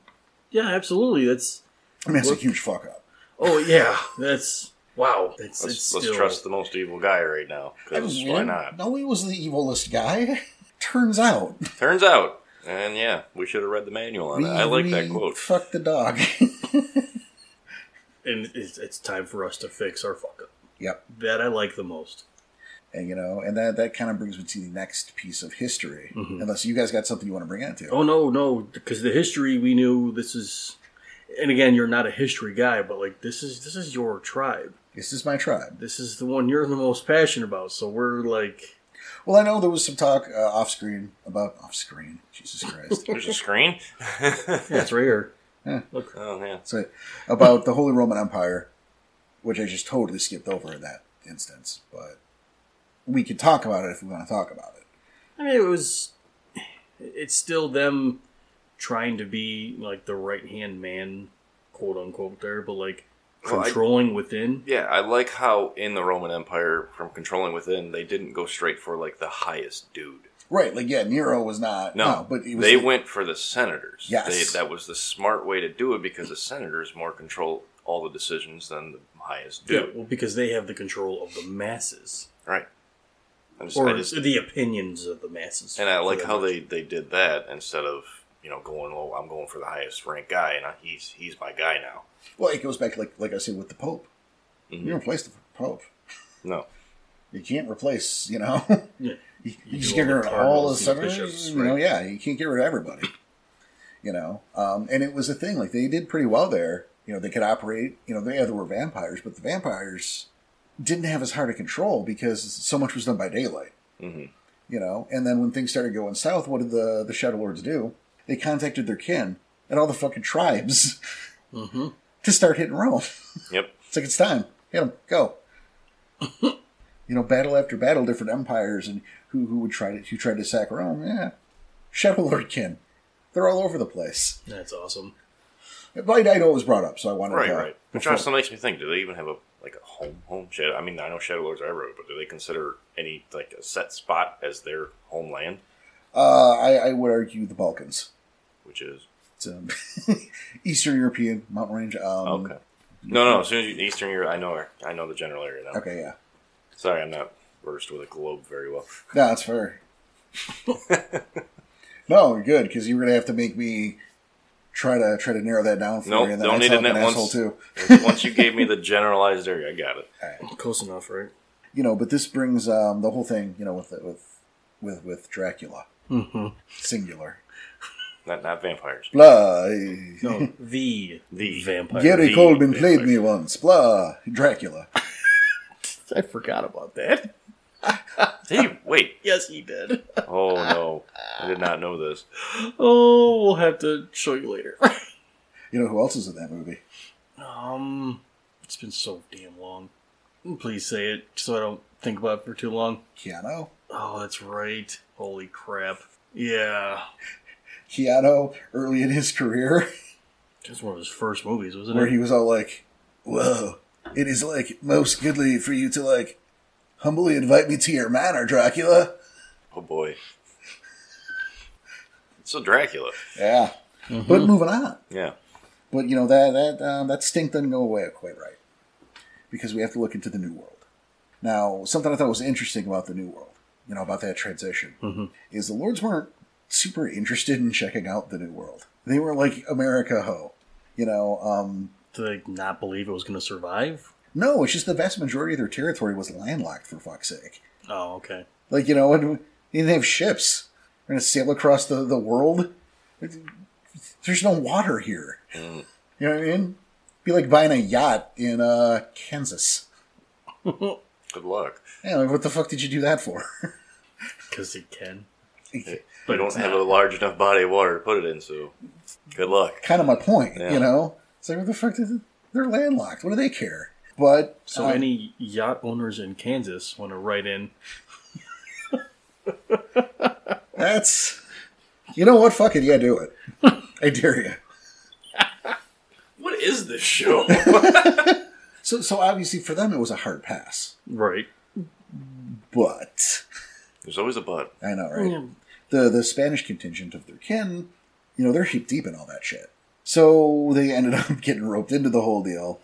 S3: Yeah, absolutely. That's
S1: I mean, it's a
S3: What-
S1: huge fuck up.
S3: oh yeah, that's wow. That's,
S2: Let's,
S3: it's
S2: let's
S3: still-
S2: trust the most evil guy right now.
S1: I mean,
S2: Because
S1: we
S2: why
S1: didn't
S2: not?
S1: know he was the evilest guy. Turns out,
S2: Turns out, and yeah, we should have read the manual on
S1: we,
S2: it. I like that
S1: we
S2: quote.
S1: Fuck the dog.
S3: and it's, it's time for us to fix our fuck up.
S1: yep.
S3: That I like the most.
S1: And you know, and that that kind of brings me to the next piece of history.
S2: Mm-hmm.
S1: Unless you guys got something you want to bring into.
S3: Oh no, no, because the history we knew this is, and again, you're not a history guy, but like this is this is your tribe.
S1: This is my tribe.
S3: This is the one you're the most passionate about. So we're like,
S1: Well, I know there was some talk uh, off screen about off screen. Jesus Christ.
S2: There's a screen.
S3: yeah, it's right here.
S2: Oh yeah.
S1: So about the Holy Roman Empire, which I just totally skipped over in that instance, but we could talk about it if we want to talk about it.
S3: I mean, it was. It's still them trying to be like the right hand man, quote unquote, there, but like
S2: Well, I-
S3: controlling within.
S2: Yeah, I like how in the Roman Empire, from controlling within, they didn't go straight for like the highest dude.
S1: Right, like yeah, Nero was not
S2: No,
S1: Oh, but he was
S2: they
S1: like-
S2: went for the senators.
S1: Yes.
S2: they, that was the smart way to do it because the senators more control all the decisions than the highest
S3: Yeah,
S2: dude.
S3: well, because they have the control of the masses
S2: Right. I just,
S3: or
S2: I just,
S3: the opinions of the masses.
S2: and I like
S3: for
S2: how
S3: that matter.
S2: they, they did that instead of you know going well, I'm going for the highest ranked guy, and I, he's he's my guy now.
S1: Well, it goes back like like I said with the Pope.
S2: Mm-hmm.
S1: You don't replace the Pope.
S2: No,
S1: You can't replace, you know.
S3: Yeah.
S1: You,
S3: do
S1: just get
S3: all the
S1: rid of all the
S3: cardinals and
S1: senators.
S3: bishops,
S1: you know,
S3: right.
S1: yeah, you can't get rid of everybody. You know, um, and it was a thing. Like they did pretty well there. You know, they could operate. You know, they yeah, there were vampires, but the vampires didn't have as hard a control because so much was done by daylight.
S2: Mhm.
S1: You know, and then when things started going south, what did the the Shadow Lords do? They contacted their kin and all the fucking tribes
S3: Mhm.
S1: to start hitting Rome.
S2: yep,
S1: It's like it's time. Hit them. Go. you know, battle after battle, different empires, and who who would try to who tried to sack Rome? Yeah, Shadow Lord kin. They're all over the place.
S3: That's awesome.
S1: But I know it was brought up, so I wanted
S2: right,
S1: to.
S2: right. Which also makes me think: Do they even have a like a home home shadow? I mean, I know Shadow Lords I wrote, but do they consider any like a set spot as their homeland?
S1: Uh, I, I would argue the Balkans.
S2: Which is
S1: It's um, Eastern European mountain range. Um,
S2: okay. No, no. As soon as you, Eastern Europe, I know I know the general area now.
S1: Okay, yeah.
S2: Sorry, I'm not versed with a globe very well.
S1: No, that's fair. no, good because you were gonna have to make me try to try to narrow that down for
S2: Nope,
S1: you. And that
S2: don't need
S1: sounds
S2: it
S1: like an
S2: net once.
S1: asshole too.
S2: Once you gave me the generalized area, I got it.
S3: Close enough, right?
S1: you know, but this brings um, the whole thing, you know, with with with with Dracula,
S3: Mm-hmm.
S1: singular.
S2: Not not vampires.
S1: Blah.
S3: No, the
S2: The
S3: vampire.
S1: Gary
S2: the
S1: Coleman played
S2: vampire.
S1: me once. Blah. Dracula.
S3: I forgot about that.
S2: Hey, wait.
S3: Yes, he did.
S2: Oh no, I did not know this.
S3: Oh, we'll have to show you later.
S1: You know who else is in that movie?
S3: um, it's been so damn long. Please say it, so I don't think about it for too long.
S1: Keanu.
S3: Oh, that's right. Holy crap. Yeah,
S1: Keanu, early in his career,
S3: that's one of his first movies, wasn't
S1: where
S3: it?
S1: he was all like, "Whoa, it is like most goodly for you to like humbly invite me to your manor, Dracula."
S2: Oh boy. So Dracula.
S1: Yeah. Mm-hmm. But moving on.
S2: Yeah.
S1: But you know that that um, that stink doesn't go away quite right, because we have to look into the new world. Now, something I thought was interesting about the new world, you know, about that transition, is the lords weren't super interested in checking out the new world. They were like America ho, you know. Um,
S3: to like, not believe it was going to survive.
S1: no, it's just the vast majority of their territory was landlocked for fuck's sake.
S3: Oh, okay.
S1: Like you know, and they didn't have ships. They're gonna sail across the the world. There's no water here.
S3: Hmm.
S1: You know what I mean? Be like buying a yacht in uh, Kansas.
S2: Good luck.
S1: Yeah, like, what the fuck did you do that for?
S3: Because it can.
S2: But don't
S3: it's
S2: have
S3: not.
S2: a large enough body of water to put it in, so good luck.
S1: kind of my point,
S2: Yeah.
S1: you know. It's like what the fuck? Did, they're landlocked. What do they care? But
S3: So
S1: um,
S3: any yacht owners in Kansas want to write in?
S1: that's you know what? Fuck it. Yeah, do it. I dare you.
S3: What
S2: what is this show?
S1: So, so obviously for them it was a hard pass.
S3: Right.
S1: But
S2: There's always a but.
S1: I know, right? The the Spanish contingent of their kin, you know, they're heap deep in all that shit. So they ended up getting roped into the whole deal,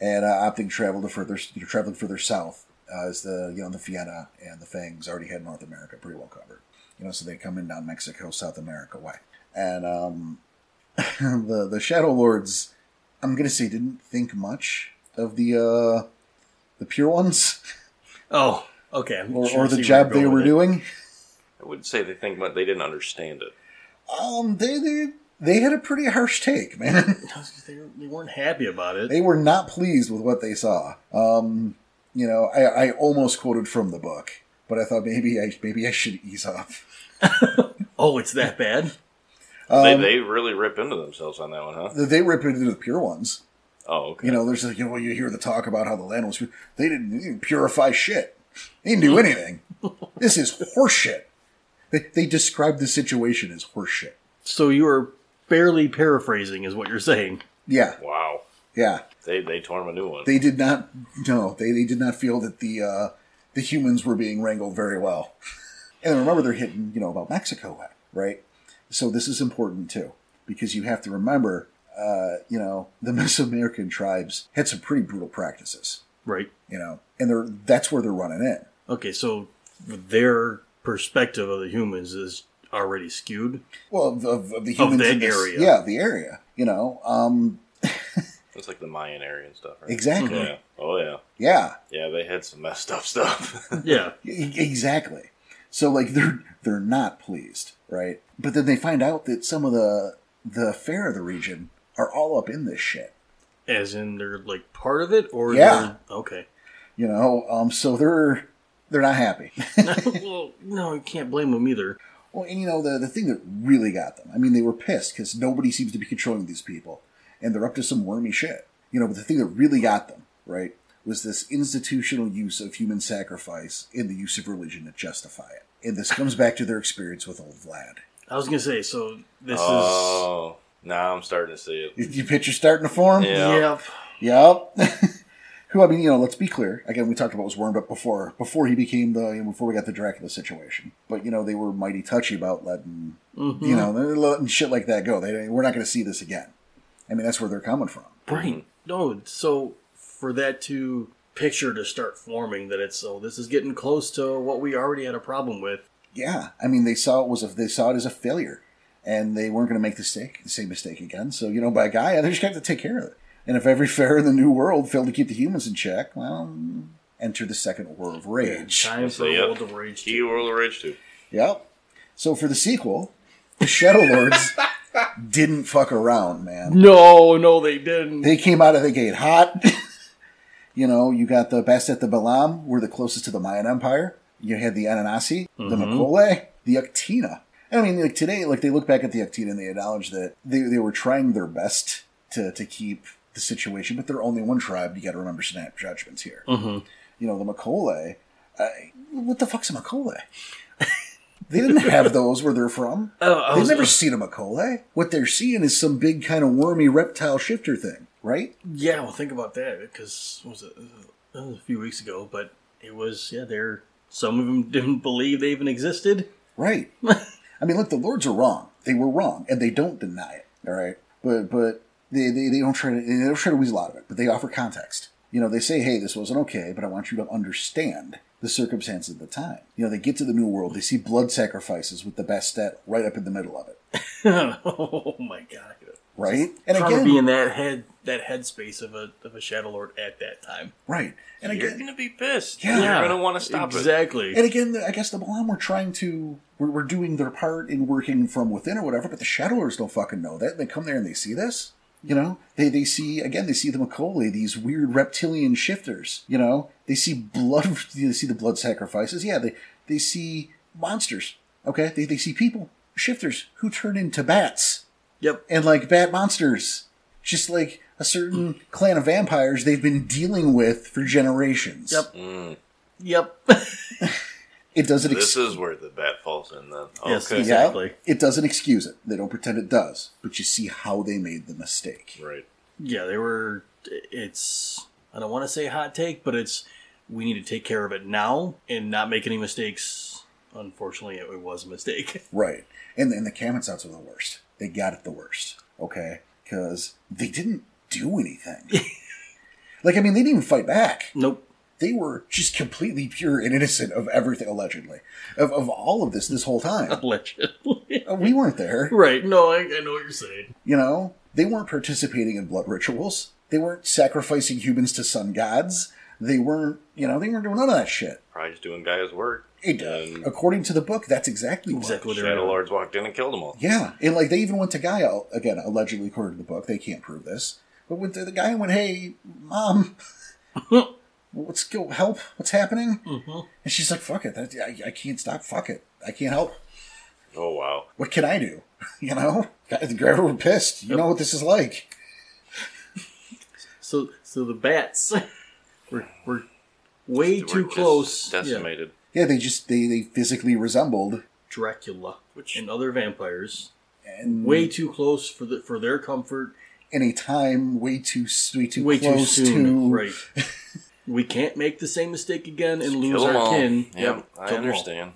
S1: and uh, opting travel to further traveling further south uh, as the you know the Fianna and the Fangs already had North America pretty well covered. You know, so they come in down Mexico, South America way, and um, the the Shadow Lords, I'm gonna say, didn't think much of the uh, the pure ones
S3: Oh, okay. I'm
S1: or,
S3: sure I
S1: or the
S3: see where
S1: job
S3: you're
S1: they
S3: going
S1: were
S3: with it.
S1: doing.
S2: I would say they think but they didn't understand it.
S1: Um, they they they had a pretty harsh take, man.
S3: No, it's 'cause They, they weren't happy about it.
S1: they were not pleased with what they saw. Um, you know, I, I almost quoted from the book, but I thought maybe I maybe I should ease up.
S3: oh, it's that bad?
S2: They,
S1: Um, they,
S2: they really rip into themselves on that one, huh?
S1: ripped into the pure ones.
S2: Oh, okay.
S1: You know, there's like, you know you hear the talk about how the land was. pure. They didn't, they didn't purify shit. They didn't do anything. this is horseshit. They, they described the situation as horseshit.
S3: So you are barely paraphrasing, is what you're saying.
S1: Yeah,
S2: wow.
S1: yeah.
S2: They they tore him a new one.
S1: They did not. No, they, they did not feel that the uh, the humans were being wrangled very well. And remember, they're hitting you know about Mexico, right? So this is important too because you have to remember, uh, you know, the Mesoamerican tribes had some pretty brutal practices,
S3: Right.
S1: you know, and they're that's where they're running in.
S3: Okay, so their perspective of the humans is already skewed.
S1: Well, of, of, of the humans
S3: the
S1: in this-
S3: area.
S1: yeah, the area, you know, um,
S2: It's like the Mayan area and stuff, right?
S1: exactly,
S3: Mm-hmm.
S2: Yeah. Oh yeah.
S1: yeah.
S2: Yeah, they had some messed up stuff.
S3: Yeah.
S1: E- Exactly. So like they're they're not pleased, right? But then they find out that some of the the fair of the region are all up in this shit.
S3: As in they're like part of it or
S1: Yeah.
S3: they're- okay.
S1: You know, um so they're they're not happy.
S3: well, no, you can't blame them either.
S1: well, and you know the the thing that really got them. I mean, they were pissed cuz nobody seems to be controlling these people and they're up to some wormy shit. You know, but the thing that really got them, right, was this institutional use of human sacrifice and the use of religion to justify it. And this comes back to their experience with old Vlad.
S3: I was gonna say, so this is
S2: oh, now I'm starting to see it.
S1: You- You picture starting to form?
S2: Yeah.
S3: Yep.
S1: Yep. Who I mean, you know, let's be clear. Again, we talked about was warmed up before before he became the you know, before we got the Dracula situation. But you know, they were mighty touchy about letting
S3: Mm-hmm.
S1: you
S3: Hmm.
S1: know they're letting shit like that go. They we're not going to see this again. I mean, that's where they're coming from.
S2: Mm-hmm.
S3: Right. No, so for that to picture to start forming that it's oh this is getting close to what we already had a problem with.
S1: Yeah, I mean, they saw it was a, they saw it as a failure, and they weren't going to make the mistake the same mistake again. So you know, by Gaia, they just have to take care of it. And if every fair in the new world failed to keep the humans in check, well, enter the second war of rage.
S3: Time for
S2: So, yep.
S3: World of Rage.
S2: Key World of Rage 2.
S1: Yep. So for the sequel, the Shadow Lords didn't fuck around, man.
S3: No, no, they didn't.
S1: They came out of the gate hot. you know, you got the Bastet the Balam, were the closest to the Mayan Empire. You had the Ananasi, the Makole, the Actina. I mean, like today, like they look back at the Actina and they acknowledge that they, they were trying their best to, to keep the situation, but they're only one tribe. You got to remember snap judgments here.
S3: Mm-hmm.
S1: You know, the Makole, uh, what the fuck's a Makole? they didn't have those where they're from.
S3: Oh, I
S1: They've
S3: was-
S1: never seen a Makole. What they're seeing is some big kind of wormy reptile shifter thing, right?
S3: Yeah, well, think about that because was it, uh, a few weeks ago, but it was yeah. There, some of them didn't believe they even existed.
S1: Right. I mean, look, the lords are wrong. They were wrong, and they don't deny it. All right, but but they they, they don't try to they don't try to weasel out of it. But they offer context. You know, they say, "Hey, this wasn't okay," but I want you to understand the circumstances at the time. You know, they get to the new world. They see blood sacrifices with the Bastet right up in the middle of it.
S3: oh my god!
S1: Right, and
S3: Trying
S1: again,
S3: to be in that head that headspace of a of a shadow lord at that time.
S1: right, and
S2: You're
S1: again,
S2: going to be pissed.
S1: Yeah.
S2: You're going to want to stop it.
S3: exactly.
S1: And again, I guess the Balam were trying to we're, we're doing their part in working from within or whatever, but the Shadowlords don't fucking know that. They come there and they see this. You know, they they see again. They see the Macaulay, these weird reptilian shifters. You know, they see blood. They see the blood sacrifices. Yeah, they they see monsters. Okay, they they see people shifters who turn into bats
S3: Yep.
S1: and like bat monsters, just like a
S3: Mm.
S1: certain clan of vampires they've been dealing with for generations.
S3: Yep. Yep.
S1: it doesn't.
S2: This is where the bat falls in then. Okay.
S3: Yes,
S1: Yeah.
S3: exactly.
S1: It doesn't excuse it. They don't pretend it does, but you see how they made the mistake.
S2: Right.
S3: yeah, they were. It's I don't want to say hot take, but it's we need to take care of it now and not make any mistakes. Unfortunately, it, it was a mistake.
S1: Right. And, and the Kamensats were the worst. They got it the worst. Okay. Because they didn't do anything. like, I mean, they didn't even fight back.
S3: nope.
S1: They were just completely pure and innocent of everything, allegedly, of, of all of this this whole time.
S3: Allegedly.
S1: Uh, we weren't there.
S3: right. No, I, I know what you're saying.
S1: You know, they weren't participating in blood rituals. They weren't sacrificing humans to sun gods. They weren't, you know, they weren't doing none of that shit.
S2: Probably just doing guys' work.
S1: It,
S2: And-
S1: according to the book, that's exactly what-
S3: Exactly. what they were
S2: Shadow
S3: doing.
S2: Lords walked in and killed them all.
S1: Yeah, and like they even went to Gaia again, allegedly according to the book. They can't prove this, but went to the guy and went, "Hey, mom, let's go help. What's happening?"
S3: Mm-hmm.
S1: And she's like, "Fuck it, that, I, I can't stop. Fuck it, I can't help.
S2: Oh wow.
S1: What can I do? You know, the grabber were pissed. You know what this is like."
S3: So, so the bats were, were way
S2: They were
S3: too
S2: just
S3: close. Yeah.
S2: Decimated.
S1: Yeah, they just they they physically resembled,
S3: Dracula
S2: Which-
S3: and other vampires
S1: and
S3: way too close for the, for their comfort.
S1: in a time way too s- way too
S3: Way too
S1: close
S3: soon.
S1: to
S3: Right. we can't make the same mistake again and
S2: Kill
S3: lose
S2: 'em
S3: our
S2: all.
S3: kin.
S2: Yeah,
S3: kill
S2: I
S3: 'em all.
S2: understand.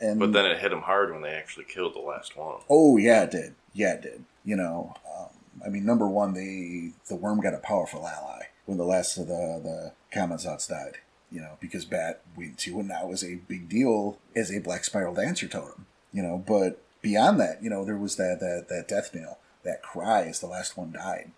S1: and
S2: But then it hit them hard when they actually killed the last one.
S1: Oh yeah, it did. Yeah, it did. You know, um, I mean, number one, the the worm got a powerful ally when the last of the the Kamazats died. You know, because Bat went to and that was a big deal as a Black Spiral Dancer totem. You know, but beyond that, you know, there was that that that death knell, that cry as the last one died,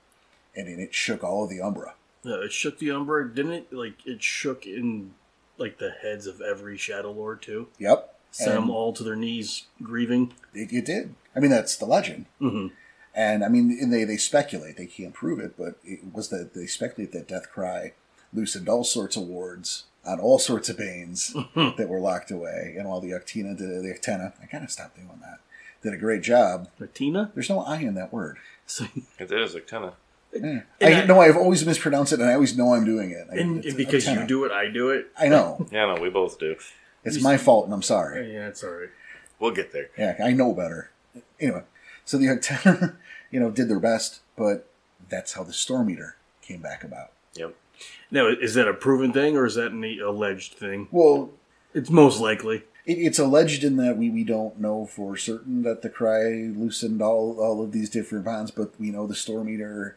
S1: and, and it shook all of the Umbra.
S3: Yeah, it shook the Umbra, didn't it? Like it shook in like the heads of every Shadow Lord too.
S1: Yep,
S3: Sent them
S1: And-
S3: all to their knees, grieving.
S1: It, it did. I mean, that's the legend.
S3: Mhm.
S1: And I mean, and they, they speculate. They can't prove it, but it was that they speculate that Death Cry loosened all sorts of wards on all sorts of banes that were locked away. And while the Octina did the Octana, I gotta stop doing that, did a great job.
S3: Latina.
S1: There's no I in that word.
S3: So,
S2: It is like tenna.
S1: Eh.
S3: And
S1: I
S3: I-
S1: know I've always mispronounced it, and I always know I'm doing it. I-
S3: and,
S1: it's
S3: and because you
S1: Octana.
S3: do it, I do it.
S1: I know
S2: Yeah, no, we both do.
S1: it's my fault, and I'm sorry.
S3: Yeah, it's all right.
S2: We'll get there.
S1: Yeah, I know better. Anyway, so the Octana, you know, did their best, but that's how the Storm Eater came back about.
S2: Yep.
S3: Now, is that a proven thing or is that an alleged thing?
S1: Well,
S3: It's most likely.
S1: it, it's alleged in that we, we don't know for certain that the Cry loosened all, all of these different bonds, but we know the Storm Eater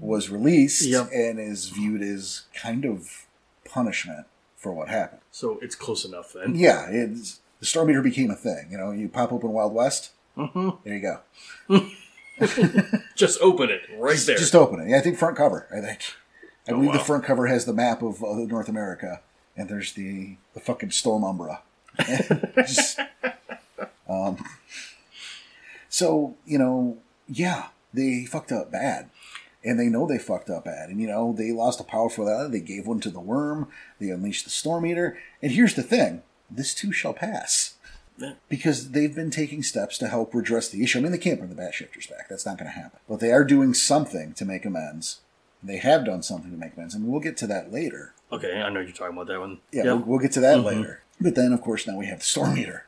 S1: was released
S3: Yep.
S1: and is viewed as kind of punishment for what happened.
S3: So it's close enough then.
S1: Yeah, it's, the Storm Eater became a thing. You know, you pop open Wild West,
S3: Mhm.
S1: there you go.
S3: Just open it right there.
S1: Just open it. Yeah, I think front cover. I think. I
S2: Oh,
S1: believe the
S2: wow.
S1: front cover has the map of uh, North America, and there's the the fucking storm umbra. Just- um, so you know, yeah, they fucked up bad, and they know they fucked up bad, and you know they lost a powerful ally. They gave one to the worm. They unleashed the storm eater. And here's the thing: this too shall pass.
S3: Yeah.
S1: Because they've been taking steps to help redress the issue. I mean, they can't bring the bat shifters back. That's not going to happen. But they are doing something to make amends. They have done something to make amends, and we'll get to that later.
S3: okay, I know you're talking about that one.
S1: Yeah,
S3: Yep.
S1: we'll, we'll get to that
S3: Mm-hmm.
S1: later. But then, of course, now we have the Storm Eater.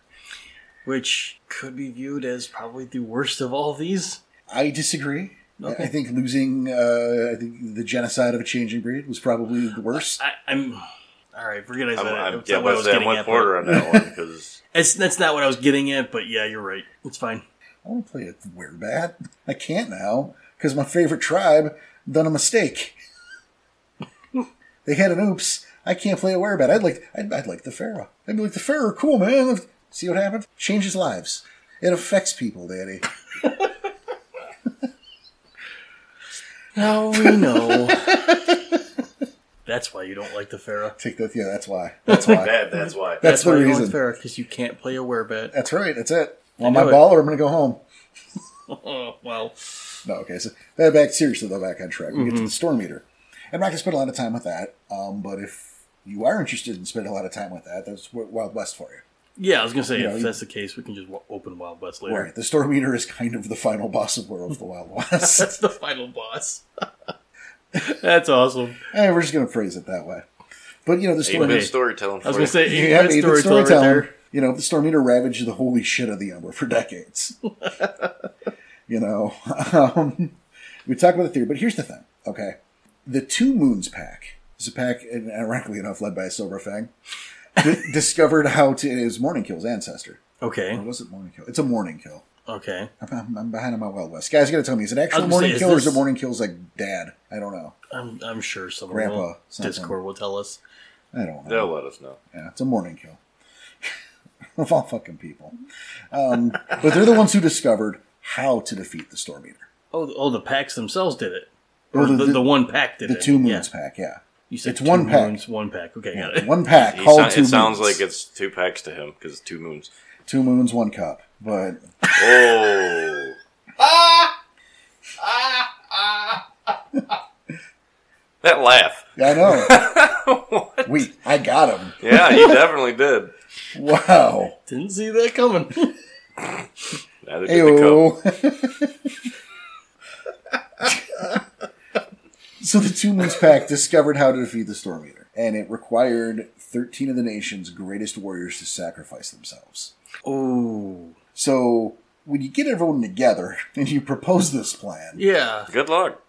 S3: Which could be viewed as probably the worst of all these.
S1: I disagree. I-
S3: Okay.
S1: I think losing, uh, I think the genocide of a changing breed was probably the worst.
S3: I, I'm. All right, forget I said
S2: I'm,
S3: that.
S2: I'm,
S3: That's
S2: yeah,
S3: not what I
S2: I
S3: was
S2: said I
S3: getting
S2: went
S3: at.
S2: quarter
S3: but-
S2: on that one because
S3: It's, that's not what I was getting at, but yeah, you're right. It's fine.
S1: I want to play a weird bat. I can't now because my favorite tribe done a mistake. they had an oops. I can't play a werebat. I'd like, I'd, I'd like the Pharaoh. I'd be like the Pharaoh. Cool man. See what happens. Changes lives. It affects people, Daddy.
S3: Now we know. that's why you don't like the Pharaoh.
S1: Take that. Yeah, that's why. That's why.
S2: that, that's why.
S1: That's the
S3: why you don't
S1: reason.
S3: like Pharaoh because you can't play a werebat.
S1: That's right. That's it. On
S3: knew
S1: my
S3: it.
S1: baller, I'm going to go home.
S3: Oh well,
S1: No, okay. So uh, back seriously though, back on track. We
S3: Mm-hmm.
S1: get to the storm meter. I'm not going to spend a lot of time with that. Um, but if you are interested in spending a lot of time with that, that's Wi- Wild West for you.
S3: yeah, I was gonna say
S1: You know,
S3: if
S1: you-
S3: that's the case, we can just w- open Wild West later.
S1: Right. The storm meter is kind of the final boss of World of the Wild West.
S3: That's the final boss. that's awesome.
S1: Eh, we're just going to phrase it that way. But you know, the storm
S2: Even
S1: meter.
S3: Amen.
S2: in storytelling.
S3: I was
S2: for
S3: gonna
S2: you.
S3: say
S1: You have
S3: great
S1: to
S3: storyteller
S1: storytelling.
S3: right there.
S1: You know, the storm meter ravaged the holy shit of the Umbra for decades. you know, um, we talk about the theory, but here's the thing: Okay. The Two Moons Pack is a pack, and ironically enough, led by a Silver Fang, di- discovered how to is Morning Kill's ancestor. Or
S3: Okay.
S1: was it Morning Kill? It's a Morning Kill.
S3: Okay.
S1: I'm, I'm, I'm behind on my Wild West. Guys, you gotta tell me, is it actually
S3: gonna
S1: Morning
S3: say, is
S1: Kill or is it
S3: this-
S1: Morning Kill's like dad? I don't know.
S3: I'm I'm sure someone
S1: Grandpa,
S3: will.
S1: something.
S3: Discord will tell us.
S1: I don't know.
S2: They'll let us know.
S1: Yeah, it's a morning kill. of all fucking people. Um, but they're the ones who discovered how to defeat the Storm Eater.
S3: Oh, th- oh, the packs themselves did it.
S1: Or
S3: Or
S1: the-
S3: the, the,
S1: the-
S3: one pack did
S1: The
S3: it.
S1: two
S3: Yeah.
S1: moons pack, yeah.
S3: You said
S1: It's
S3: two
S1: one pack.
S3: moons, one pack. Okay, got it.
S1: One pack
S2: He
S1: called
S2: sou-
S1: two
S2: it sounds
S1: moons.
S2: like it's two packs to him because it's two moons.
S1: two moons, one cup. But
S2: Oh, that laugh.
S1: yeah, I know. we I got him.
S2: Yeah, you definitely did.
S1: Wow.
S3: Didn't see that coming.
S2: Neither did the cup.
S1: Ayo. so the Two Moons Pack discovered how to defeat the Storm Eater, and it required 13 of the nation's greatest warriors to sacrifice themselves.
S3: oh,
S1: So when you get everyone together and you propose this plan,
S3: yeah.
S2: Good luck.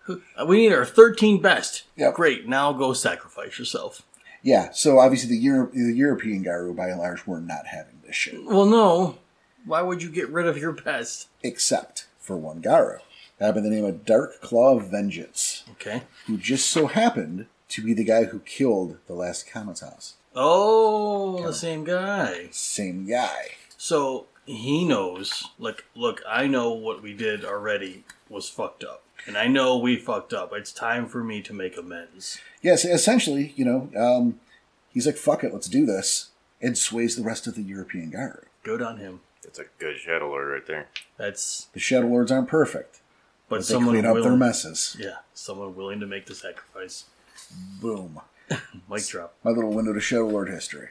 S3: We need our thirteen best.
S1: Yep.
S3: Great. Now go sacrifice yourself.
S1: yeah. So obviously the Euro- the European Garu by and large were not having this shit,
S3: Well, no. Why would you get rid of your best? except
S1: except for one Garu, that by the name of Dark Claw of Vengeance,
S3: Okay.
S1: who just so happened to be the guy who killed the last Kamatas.
S3: Oh, the same guy.
S1: Same guy.
S3: So he knows. Look, look. I know what we did already was fucked up, and I know we fucked up. It's time for me to make amends.
S1: Yes, essentially, you know, um, he's like, fuck it, let's do this, and sways the rest of the European Garu.
S3: Good on him.
S2: It's a good shadow lord right there.
S3: That's
S1: The Shadow Lords aren't perfect,
S3: but,
S1: but they
S3: someone
S1: clean up their
S3: willing.
S1: messes.
S3: yeah, someone willing to make the sacrifice.
S1: Boom.
S3: Mic drop.
S1: My little window to Shadow Lord history.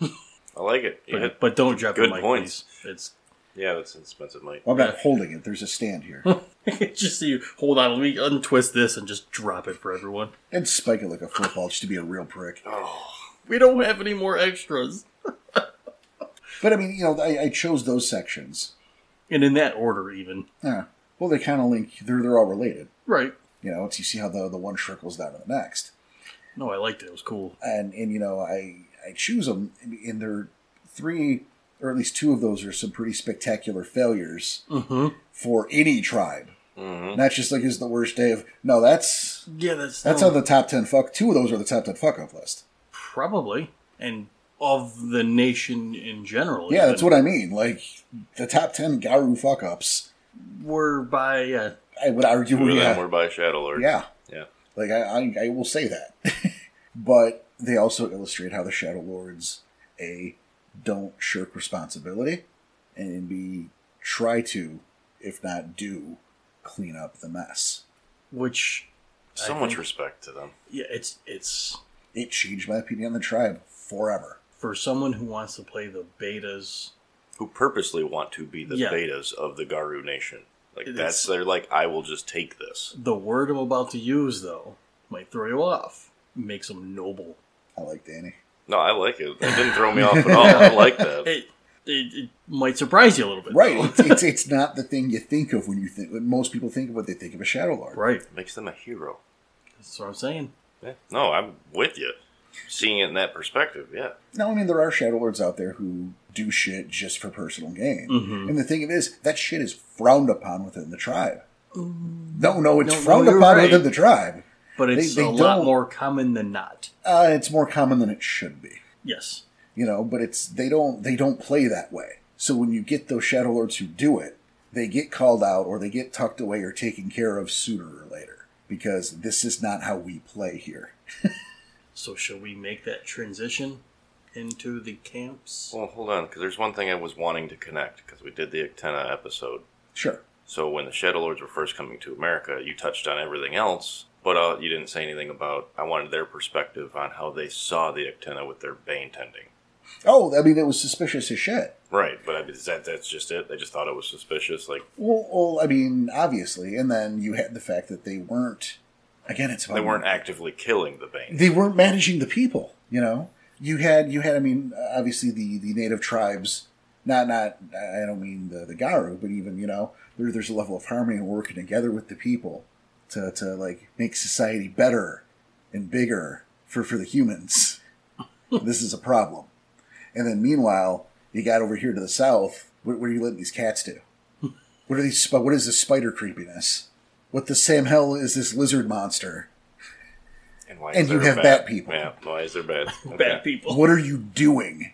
S2: I like it.
S3: But,
S2: Yeah,
S3: but don't drop
S2: Good
S3: the mic.
S2: points.
S3: please. It's
S2: yeah that's an expensive mic.
S1: Well, I'm not holding it. There's a stand here.
S3: it's just so you hold on. Let me untwist this and just drop it for everyone.
S1: and spike it like a football just to be a real prick.
S2: Oh,
S3: We don't have any more extras.
S1: But I mean, you know, I, I chose those sections.
S3: And in that order, even
S1: Yeah. Well, they kind of link, they're, they're all related.
S3: right.
S1: You know, it's, you see how the, the one trickles down to the next.
S3: No, I liked it. It was cool.
S1: and and you know I I choose them and they're three or at least two of those are some pretty spectacular failures
S3: Mm-hmm.
S1: for any tribe.
S2: Mm-hmm.
S1: Not just like is the worst day of no that's
S3: Yeah, that's
S1: that's
S3: no,
S1: on the top ten fuck two of those are the top ten fuck up list.
S3: probably and of the nation in general.
S1: Yeah,
S3: even,
S1: that's what I mean. Like the top ten Garu fuck ups,
S3: we're by. Uh,
S1: I would argue.
S2: Two of them
S1: Yeah,
S2: were by shadow lord.
S1: yeah,
S2: Yeah.
S1: Like I, I I will say that, but they also illustrate how the Shadow Lords a don't shirk responsibility, and b try to, if not do, clean up the mess.
S3: which
S2: So
S3: I
S2: much
S3: think-
S2: respect to them.
S3: yeah, it's it's
S1: It changed my opinion on the tribe forever.
S3: for someone who wants to play the betas.
S2: Who purposely want to be the
S3: Yeah.
S2: betas of the Garu nation. Like
S3: It's-
S2: that's they're like, I will just take this.
S3: The word I'm about to use, though, might throw you off. Makes them noble.
S1: I like Danny.
S2: No, I like it. It didn't throw me off at all. I like that.
S3: It, it, it might surprise you a little bit.
S1: Right?
S3: though.
S1: It's, it's, it's not the thing you think of when you think. When most people think of what they think of a Shadow Lord.
S3: right.
S2: Makes them a hero.
S3: That's what I'm saying.
S2: Yeah. No, I'm with you. Seeing it in that perspective, yeah.
S1: No, I mean there are Shadow Lords out there who do shit just for personal gain.
S3: Mhm.
S1: And the thing of it is, that shit is frowned upon within the tribe. No, no, it's
S3: No, no,
S1: frowned
S3: you're
S1: upon
S3: right.
S1: within the tribe.
S3: But it's
S1: they
S3: a lot
S1: don't-
S3: more common than not.
S1: Uh, it's more common than it should be,
S3: Yes.
S1: you know. But it's they don't they don't play that way. So when you get those Shadow Lords who do it, they get called out or they get tucked away or taken care of sooner or later because this is not how we play here.
S3: So shall we make that transition into the camps?
S2: Well, hold on, because there's one thing I was wanting to connect because we did the Actena episode.
S1: Sure.
S2: So when the Shadow Lords were first coming to America, you touched on everything else, but uh, you didn't say anything about. I wanted their perspective on how they saw the Actena with their Bane tending.
S1: Oh, I mean, it was suspicious as shit.
S2: Right, but I, is that that's just it. They just thought it was suspicious. Like
S1: Well, well, I mean, obviously, and then you had the fact that they weren't. Again, it's about
S2: they weren't actively killing the Bane.
S1: they weren't managing the people. You know, you had you had. I mean, obviously the the native tribes. Not not. I don't mean the the Garu, but even you know there, there's a level of harmony and working together with the people to, to like make society better and bigger for, for the humans. this is a problem. And then meanwhile, you got over here to the south. What, what are you letting these cats do? What are these? sp- What is this spider creepiness? What the Sam hell is this lizard monster?
S2: And why?
S1: And you
S2: there a
S1: have bat people.
S2: Yeah. Why is there bad? Okay.
S3: Bad people.
S1: What are you doing?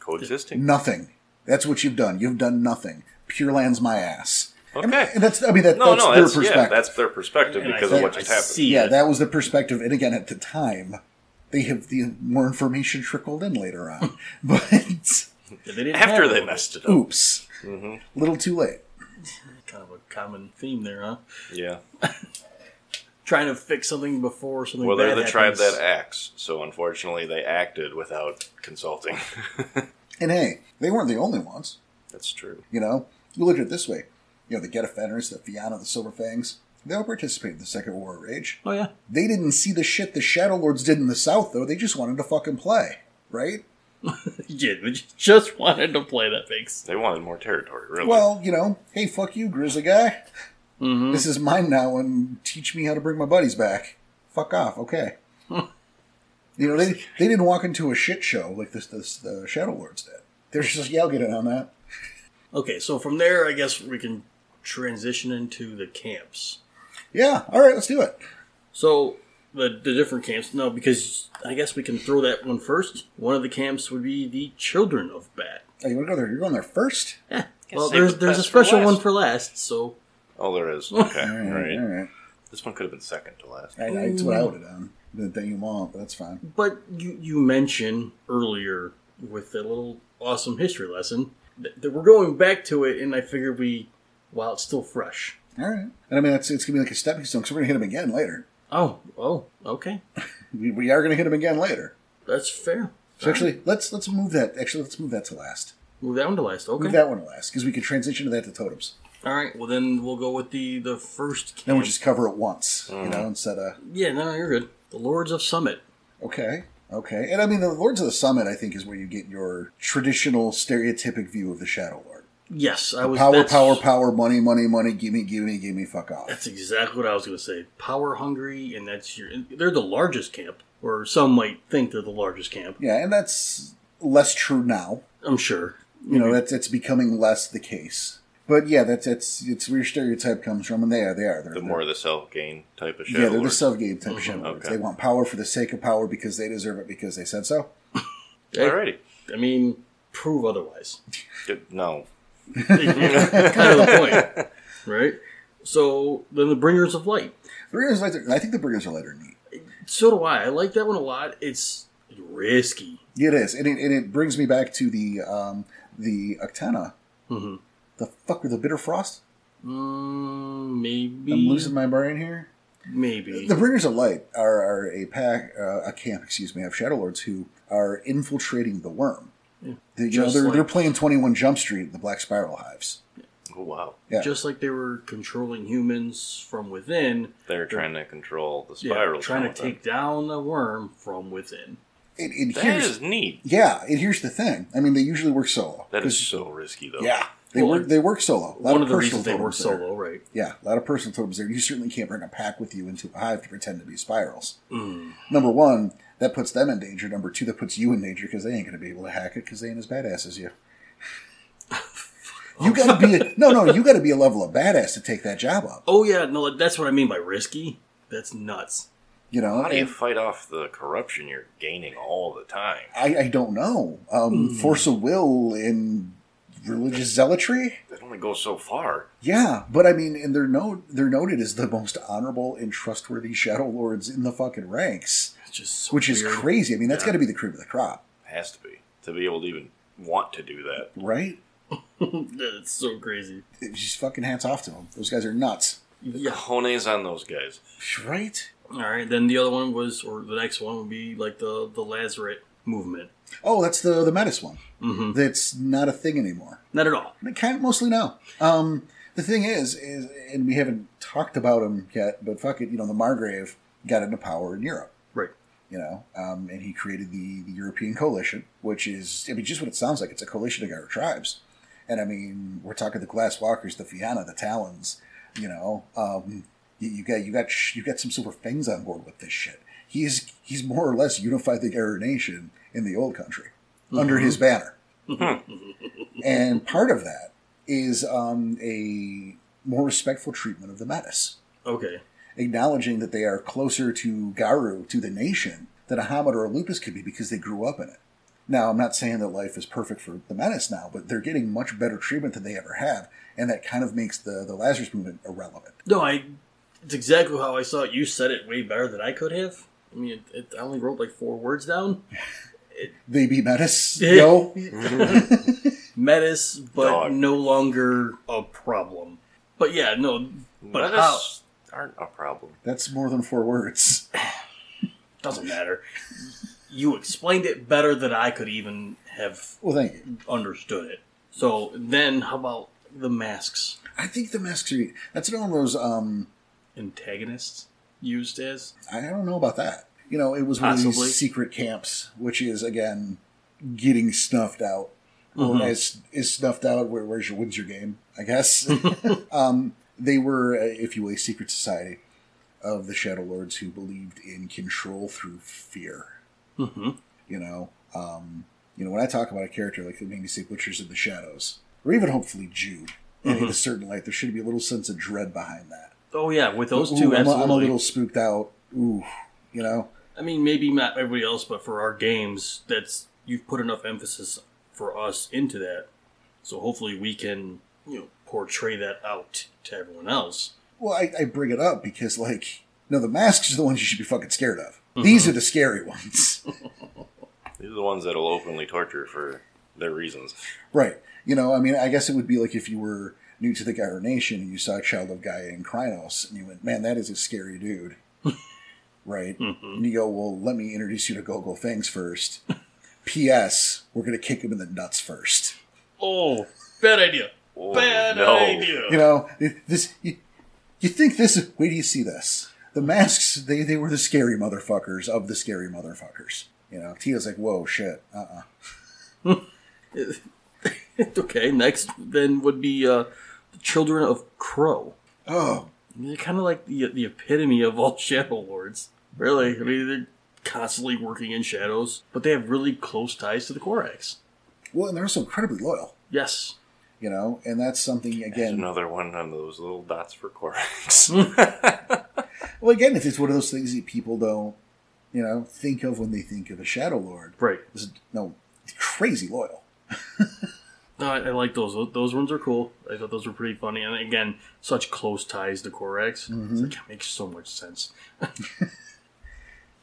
S2: coexisting.
S1: Nothing. That's what you've done. You've done nothing. Pure lands my ass. And,
S2: Okay.
S1: and that's I mean that,
S2: No,
S1: that's
S2: no,
S1: their
S2: that's
S1: perspective.
S2: yeah, that's their perspective
S3: And I
S2: because of
S3: see-
S2: what just
S3: I
S2: happened.
S3: see
S1: yeah,
S3: it.
S1: that was the perspective. And again, at the time, they have the more information trickled in later on. but
S3: They didn't
S2: After
S3: have
S2: they
S3: it.
S2: messed it up.
S1: oops,
S2: Mm-hmm.
S1: little too late.
S3: Kind of a common theme there, huh?
S2: Yeah.
S3: Trying to fix something before something.
S2: Well, they're
S3: bad
S2: the tribe
S3: happens.
S2: that acts, so unfortunately they acted without consulting.
S1: And hey, they weren't the only ones.
S2: That's true.
S1: You know, you look at it this way. You know, the Get Offenders, the Fianna, the Silver Fangs, they all participated in the Second War of Rage.
S3: Oh yeah,
S1: They didn't see the shit the Shadow Lords did in the South, though. They just wanted to fucking play, right?
S3: yeah. They ju- just wanted to play that fix.
S2: They wanted more territory, really.
S1: Well, you know, hey, fuck you, Grizzly Guy. This is mine now, and teach me how to bring my buddies back. Fuck off, okay. you know, they, they didn't walk into a shit show like this, this the Shadow Lords did. They're just like, yeah, I'll get in on that.
S3: Okay, so from there, I guess we can transition into the camps.
S1: Yeah, all right, let's do it.
S3: So the the different camps. No, because I guess we can throw that one first. One of the camps would be the Children of Bat.
S1: Hey, Oh, you want to go there? You're going there first?
S3: Well,
S2: save
S3: there's
S2: the
S3: there's a
S2: best for
S3: special
S2: last.
S3: one for last. So
S2: oh, there is. Okay.
S1: All right,
S2: All right.
S1: all right.
S2: This one could have been second to last.
S1: I, I, that's what I would have done. Didn't think you want, but that's fine.
S3: But you, you mentioned earlier with the little awesome history lesson that, that we're going back to it, and I figured we, while it's still fresh.
S1: All right. And I mean, it's, it's going to be like a stepping stone because we're going to hit him again later.
S3: Oh, oh, okay.
S1: We, we are going to hit him again later.
S3: That's fair.
S1: So actually, let's let's move that. Actually, let's move that to last.
S3: Move that one to last.
S1: Move
S3: Okay.
S1: that one to last because we can transition to that to totems.
S3: All right. Well, then we'll go with the the first. Camp.
S1: Then we just cover it once,
S2: Mm-hmm.
S1: you know, instead of
S3: Yeah, no, you're good. The Lords of Summit.
S1: okay, okay. And I mean, the Lords of the Summit, I think, is where you get your traditional stereotypic view of the Shadow Lord:
S3: Yes, I was.
S1: power,
S3: that's-
S1: power, power, money, money, money. Gimme, gimme, gimme. Fuck off.
S3: That's exactly what I was going to say. Power hungry, and that's your. and They're the largest camp, or some might think they're the largest camp.
S1: Yeah, and that's less true now.
S3: I'm sure.
S1: you
S2: Mm-hmm.
S1: know that's it's becoming less the case but yeah that's it's it's where your stereotype comes from and they are they are they're,
S2: The more of the self gain type of shit.
S1: they're- yeah they're the sub-game type of shit
S2: okay.
S1: they want power for the sake of power because they deserve it because they said so
S2: Alrighty.
S3: I mean, prove otherwise.
S2: Good- No.
S3: kind of the point, right? So then the bringers of light.
S1: the bringers lights are, i think the bringers are later neat
S3: So do I. I like that one a lot. It's risky.
S1: it is and it, and it brings me back to the um the octana
S3: Mhm.
S1: the fuck with the bitter frost
S3: Mm, maybe.
S1: i'm losing my brain here
S3: Maybe.
S1: The Bringers of Light are, are a pack, uh, a camp, excuse me, of Shadow Lords who are infiltrating the worm. They, you know,
S3: Just
S1: they're,
S3: like-
S1: they're playing 21 Jump Street, the Black Spiral Hives.
S2: Oh, wow.
S1: Yeah.
S3: Just like they were controlling humans from within,
S2: They're trying to control the
S3: yeah,
S2: spiral.
S3: trying to take down the worm from within.
S1: It, it
S2: That
S1: here's,
S2: is neat.
S1: yeah, and here's the thing. I mean, they usually work solo.
S2: That is
S1: 'Cause-
S2: so risky, though.
S1: yeah. They
S3: Well,
S1: work. They work solo. A lot
S3: One
S1: of
S3: of the
S1: personal
S3: reasons they were
S1: totems there.
S3: solo, right?
S1: Yeah, a lot of personal totems there. You certainly can't bring a pack with you into a hive to pretend to be spirals.
S2: Mm.
S1: Number one, that puts them in danger. Number two, that puts you in danger because they ain't going to be able to hack it because they ain't as badass as you. you got to be a, no, no. You got to be a level of badass to take that job up.
S3: Oh yeah, no, that's what I mean by risky. That's nuts.
S1: You know,
S2: How do you fight off the corruption you're gaining all the time?
S1: I, I don't know.
S2: Hmm.
S1: Um, Force of will and religious zealotry.
S2: That only goes so far.
S1: Yeah, but I mean, and they're no, they're noted as the most honorable and trustworthy shadow lords in the fucking ranks,
S3: It's just so
S1: which is
S3: weird.
S1: crazy. I mean, that's
S3: Yeah.
S1: got to be the cream of the crop,
S2: Has to be. To be able to even want to do that.
S1: right?
S3: That's so crazy.
S1: It's Just fucking hats off to them. Those guys are nuts,
S3: Yeah.
S2: Cojones on those guys.
S1: right?
S3: All right, then the other one was, or the next one would be like the the Lazaret movement.
S1: Oh, that's the the Metis one.
S3: Mhm.
S1: That's not a thing anymore.
S3: Not at all.
S1: And I kind of mostly know. Um, the thing is, is and we haven't talked about him yet, but fuck it, you know, the Margrave got into power in Europe.
S3: Right.
S1: you know, um, and he created the, the European Coalition, which is, I mean, just what it sounds like. It's a coalition of our tribes. And I mean, we're talking the Glass Walkers, the Fianna, the Talons, you know, um, You, you got you got sh- you got some silver fangs on board with this shit. He's he's more or less unified the Arab nation in the old country under his banner, and part of that is um, a more respectful treatment of the Metis
S3: Okay.
S1: acknowledging that they are closer to Garu, to the nation, than Ahmed or Olympus could be because they grew up in it. Now, I'm not saying that life is perfect for the Menace now, but they're getting much better treatment than they ever have, and that kind of makes the, the Lazarus movement irrelevant.
S3: No, I. It's exactly how I saw it. You said it way better than I could have. I mean, it, it, I only wrote like four words down.
S1: They be Menace, yo.
S3: Menace, but
S2: Dog.
S3: no longer a problem. But yeah, no. But
S2: But
S3: how?
S2: aren't a problem.
S1: That's more than four words.
S3: Doesn't matter. You explained it better than I could even have
S1: Well, thank you.
S3: understood it. So then, how about the masks
S1: I think the masks are. That's one of those. Um,
S3: antagonists used as?
S1: I don't know about that. You know, it was one of
S3: Possibly.
S1: these secret camps, which is again getting snuffed out. Or
S3: Mm-hmm.
S1: as is snuffed out. Where, where's your wins your game? I guess. um, they were, uh, if you will, a secret society of the Shadow Lords who believed in control through fear.
S3: Mm-hmm.
S1: You know, um, you know when I talk about a character like maybe say Butchers of the Shadows, or even hopefully Jude, and
S3: Mm-hmm.
S1: in a certain light, there should be a little sense of dread behind that.
S3: Oh yeah, with those
S1: Ooh,
S3: two,
S1: I'm, a- I'm a
S3: absolutely.
S1: little spooked out. Ooh, you know.
S3: I mean, maybe not everybody else, but for our games, that's you've put enough emphasis for us into that. So hopefully, we can you know portray that out to everyone else.
S1: Well, I, I bring it up because, like, no, the masks are the ones you should be fucking scared of. These are the scary ones.
S2: These are the ones that'll openly torture for their reasons.
S1: right. You know, I mean, I guess it would be like if you were new to the Gyro Nation and you saw Child of Gaia and Krynos and you went, man, that is a scary dude. right. And you go, well, let me introduce you to Gogo Fangs first. P.S. We're going to kick him in the nuts first.
S3: Oh, bad idea.
S2: Oh,
S3: bad
S2: no.
S3: idea.
S1: You know, this. You, you think this? is- Wait till you see this. The masks. They they were the scary motherfuckers of the scary motherfuckers. You know, Tito's like, whoa, shit. Uh, uh
S3: okay, next then would be uh, the Children of Crow.
S1: Oh,
S3: I mean, they're kind of like the the epitome of all Shadow Lords. Really, I mean, they're constantly working in shadows, but they have really close ties to the Korax.
S1: well, and they're also incredibly loyal.
S3: Yes,
S1: You know, and that's something
S2: There's
S1: again.
S2: another one on those little dots for Corax.
S1: Well, again, if it's one of those things that people don't, you know, think of when they think of a Shadow Lord.
S3: right.
S1: Is no crazy loyal.
S3: No, I, I like those. Tho- Those ones are cool. I thought those were pretty funny. And again, such close ties to Korax. It's like, it makes so much sense.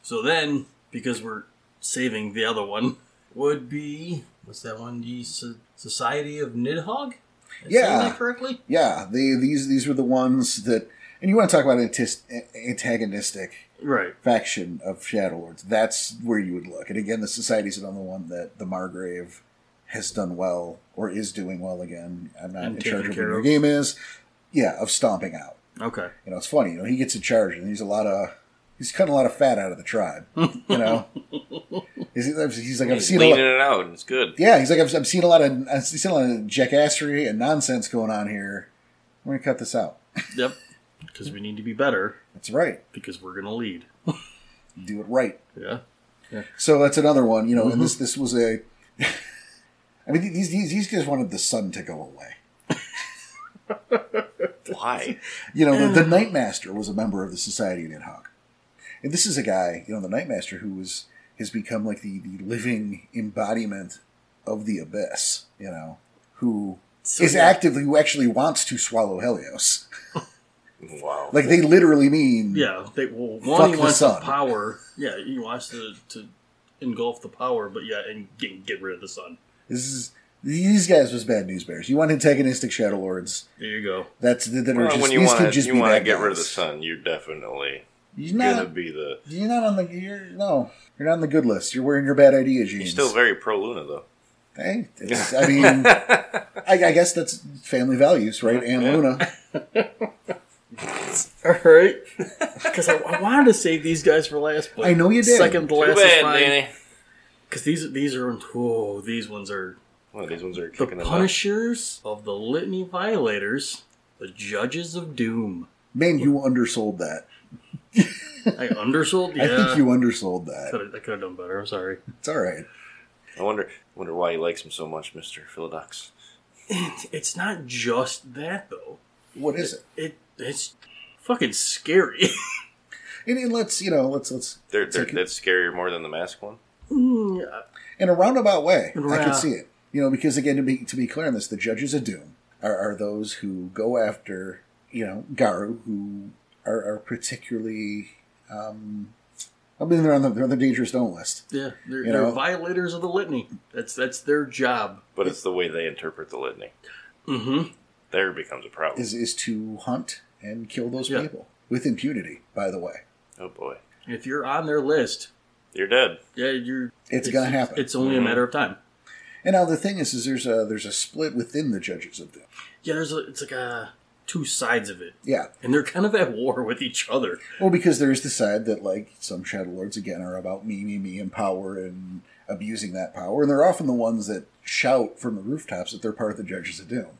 S3: so then, because we're saving the other one, would be what's that one? The so- Society of Nidhogg. Am I saying
S1: Yeah.
S3: that correctly.
S1: Yeah, they these these were the ones that. And you want to talk about antis- antagonistic
S3: Right.
S1: faction of Shadow Lords. That's where you would look. And again, the Society's another one that the Margrave has done well or is doing well again. I'm not
S3: And
S1: in charge
S3: taken
S1: of what
S3: care
S1: your
S3: of.
S1: game is. Yeah, of stomping out.
S3: Okay.
S1: You know, it's funny. You know, he gets in charge, and he's a lot of he's cutting a lot of fat out of the tribe. You know, he's, he's like I've
S2: He's
S1: seen a
S2: leaning
S1: lot.
S2: it out, and it's good.
S1: Yeah, he's like I've, I've seen a lot of I've seen a lot of jackassery and nonsense going on here. We're gonna cut this out.
S3: Yep. Because we need to be better.
S1: That's right.
S3: Because we're gonna lead.
S1: Do it right.
S3: Yeah.
S1: So that's another one, you know. And this
S3: Mm-hmm.
S1: this was a. I mean, these these these guys wanted the sun to go away.
S2: Why?
S1: You know,
S3: Mm.
S1: the, the Night Master was a member of the Society of Nidhogg. and this is a guy, you know, the Night Master who was has become like the the living embodiment of the abyss. You know, who is
S3: So, yeah.
S1: actively who actually wants to swallow Helios.
S2: Wow.
S1: Like they literally mean,
S3: Yeah, they well,
S1: Fuck
S3: one he
S1: the
S3: wants the,
S1: sun.
S3: power. Yeah, he wants to to engulf the power, but yeah, and get, get rid of the sun.
S1: This is these guys was bad news bears. You want antagonistic shadow lords?
S3: There you go.
S1: That's that are
S2: Well,
S1: just
S2: when you
S1: these
S2: want
S1: could
S2: to
S1: just
S2: you
S1: be
S2: want to
S1: bad
S2: get rid of
S1: guys.
S2: the sun, you're definitely
S1: You're not-
S2: gonna be the.
S1: You're not on the you're no. You're not on the good list. You're wearing your bad idea jeans.
S2: You're still very pro Luna though.
S1: Hey, it's- I mean, I, I guess that's family values, right? And Luna.
S3: All right, because I, I wanted to save these guys for last. But
S1: I know you did.
S3: Second to
S2: Too
S3: last is
S2: bad,
S3: fine.
S2: Danny.
S3: Because these these are oh these ones are
S2: Well, these ones are
S3: the
S2: kicking the butt.
S3: punishers of the litany violators, the judges of doom.
S1: Man, you undersold that.
S3: I undersold. Yeah,
S1: I think you undersold that.
S3: Could've- I could have done better. I'm sorry.
S1: It's all right.
S2: I wonder wonder why he likes him so much, Mister Philodox.
S3: It's not just that though.
S1: What is it?
S3: It it's fucking scary.
S1: And, and let's you know let's let's
S2: They're, they're,
S1: take it-
S2: that's scarier more than the mask one.
S3: Mm,
S1: in a roundabout way. I
S3: Right.
S1: can see it. You know, because again, to be to be clear on this, the judges of doom are, are those who go after you know Garu, who are, are particularly. Um, I mean, they're on the they're on the dangerous don't list.
S3: yeah, they're,
S1: You
S3: they're
S1: know.
S3: violators of the litany. That's that's their job.
S2: But it's the way they interpret the litany.
S3: Mm-hmm.
S2: There becomes a problem.
S1: Is is to hunt and kill those
S3: Yeah.
S1: people with impunity. By the way,
S2: oh boy,
S3: If you're on their list,
S2: you're dead.
S3: yeah, you're.
S1: It's gonna happen.
S3: It's only a matter of time.
S1: and now the thing is, is there's a there's a split within the judges of doom.
S3: Yeah, there's a, it's like a two sides of it,
S1: Yeah,
S3: and they're kind of at war with each other.
S1: Well, because there is the side that, like, some Shadow Lords, again, are about me, me, me, and power and abusing that power. And they're often the ones that shout from the rooftops that they're part of the Judges of Doom.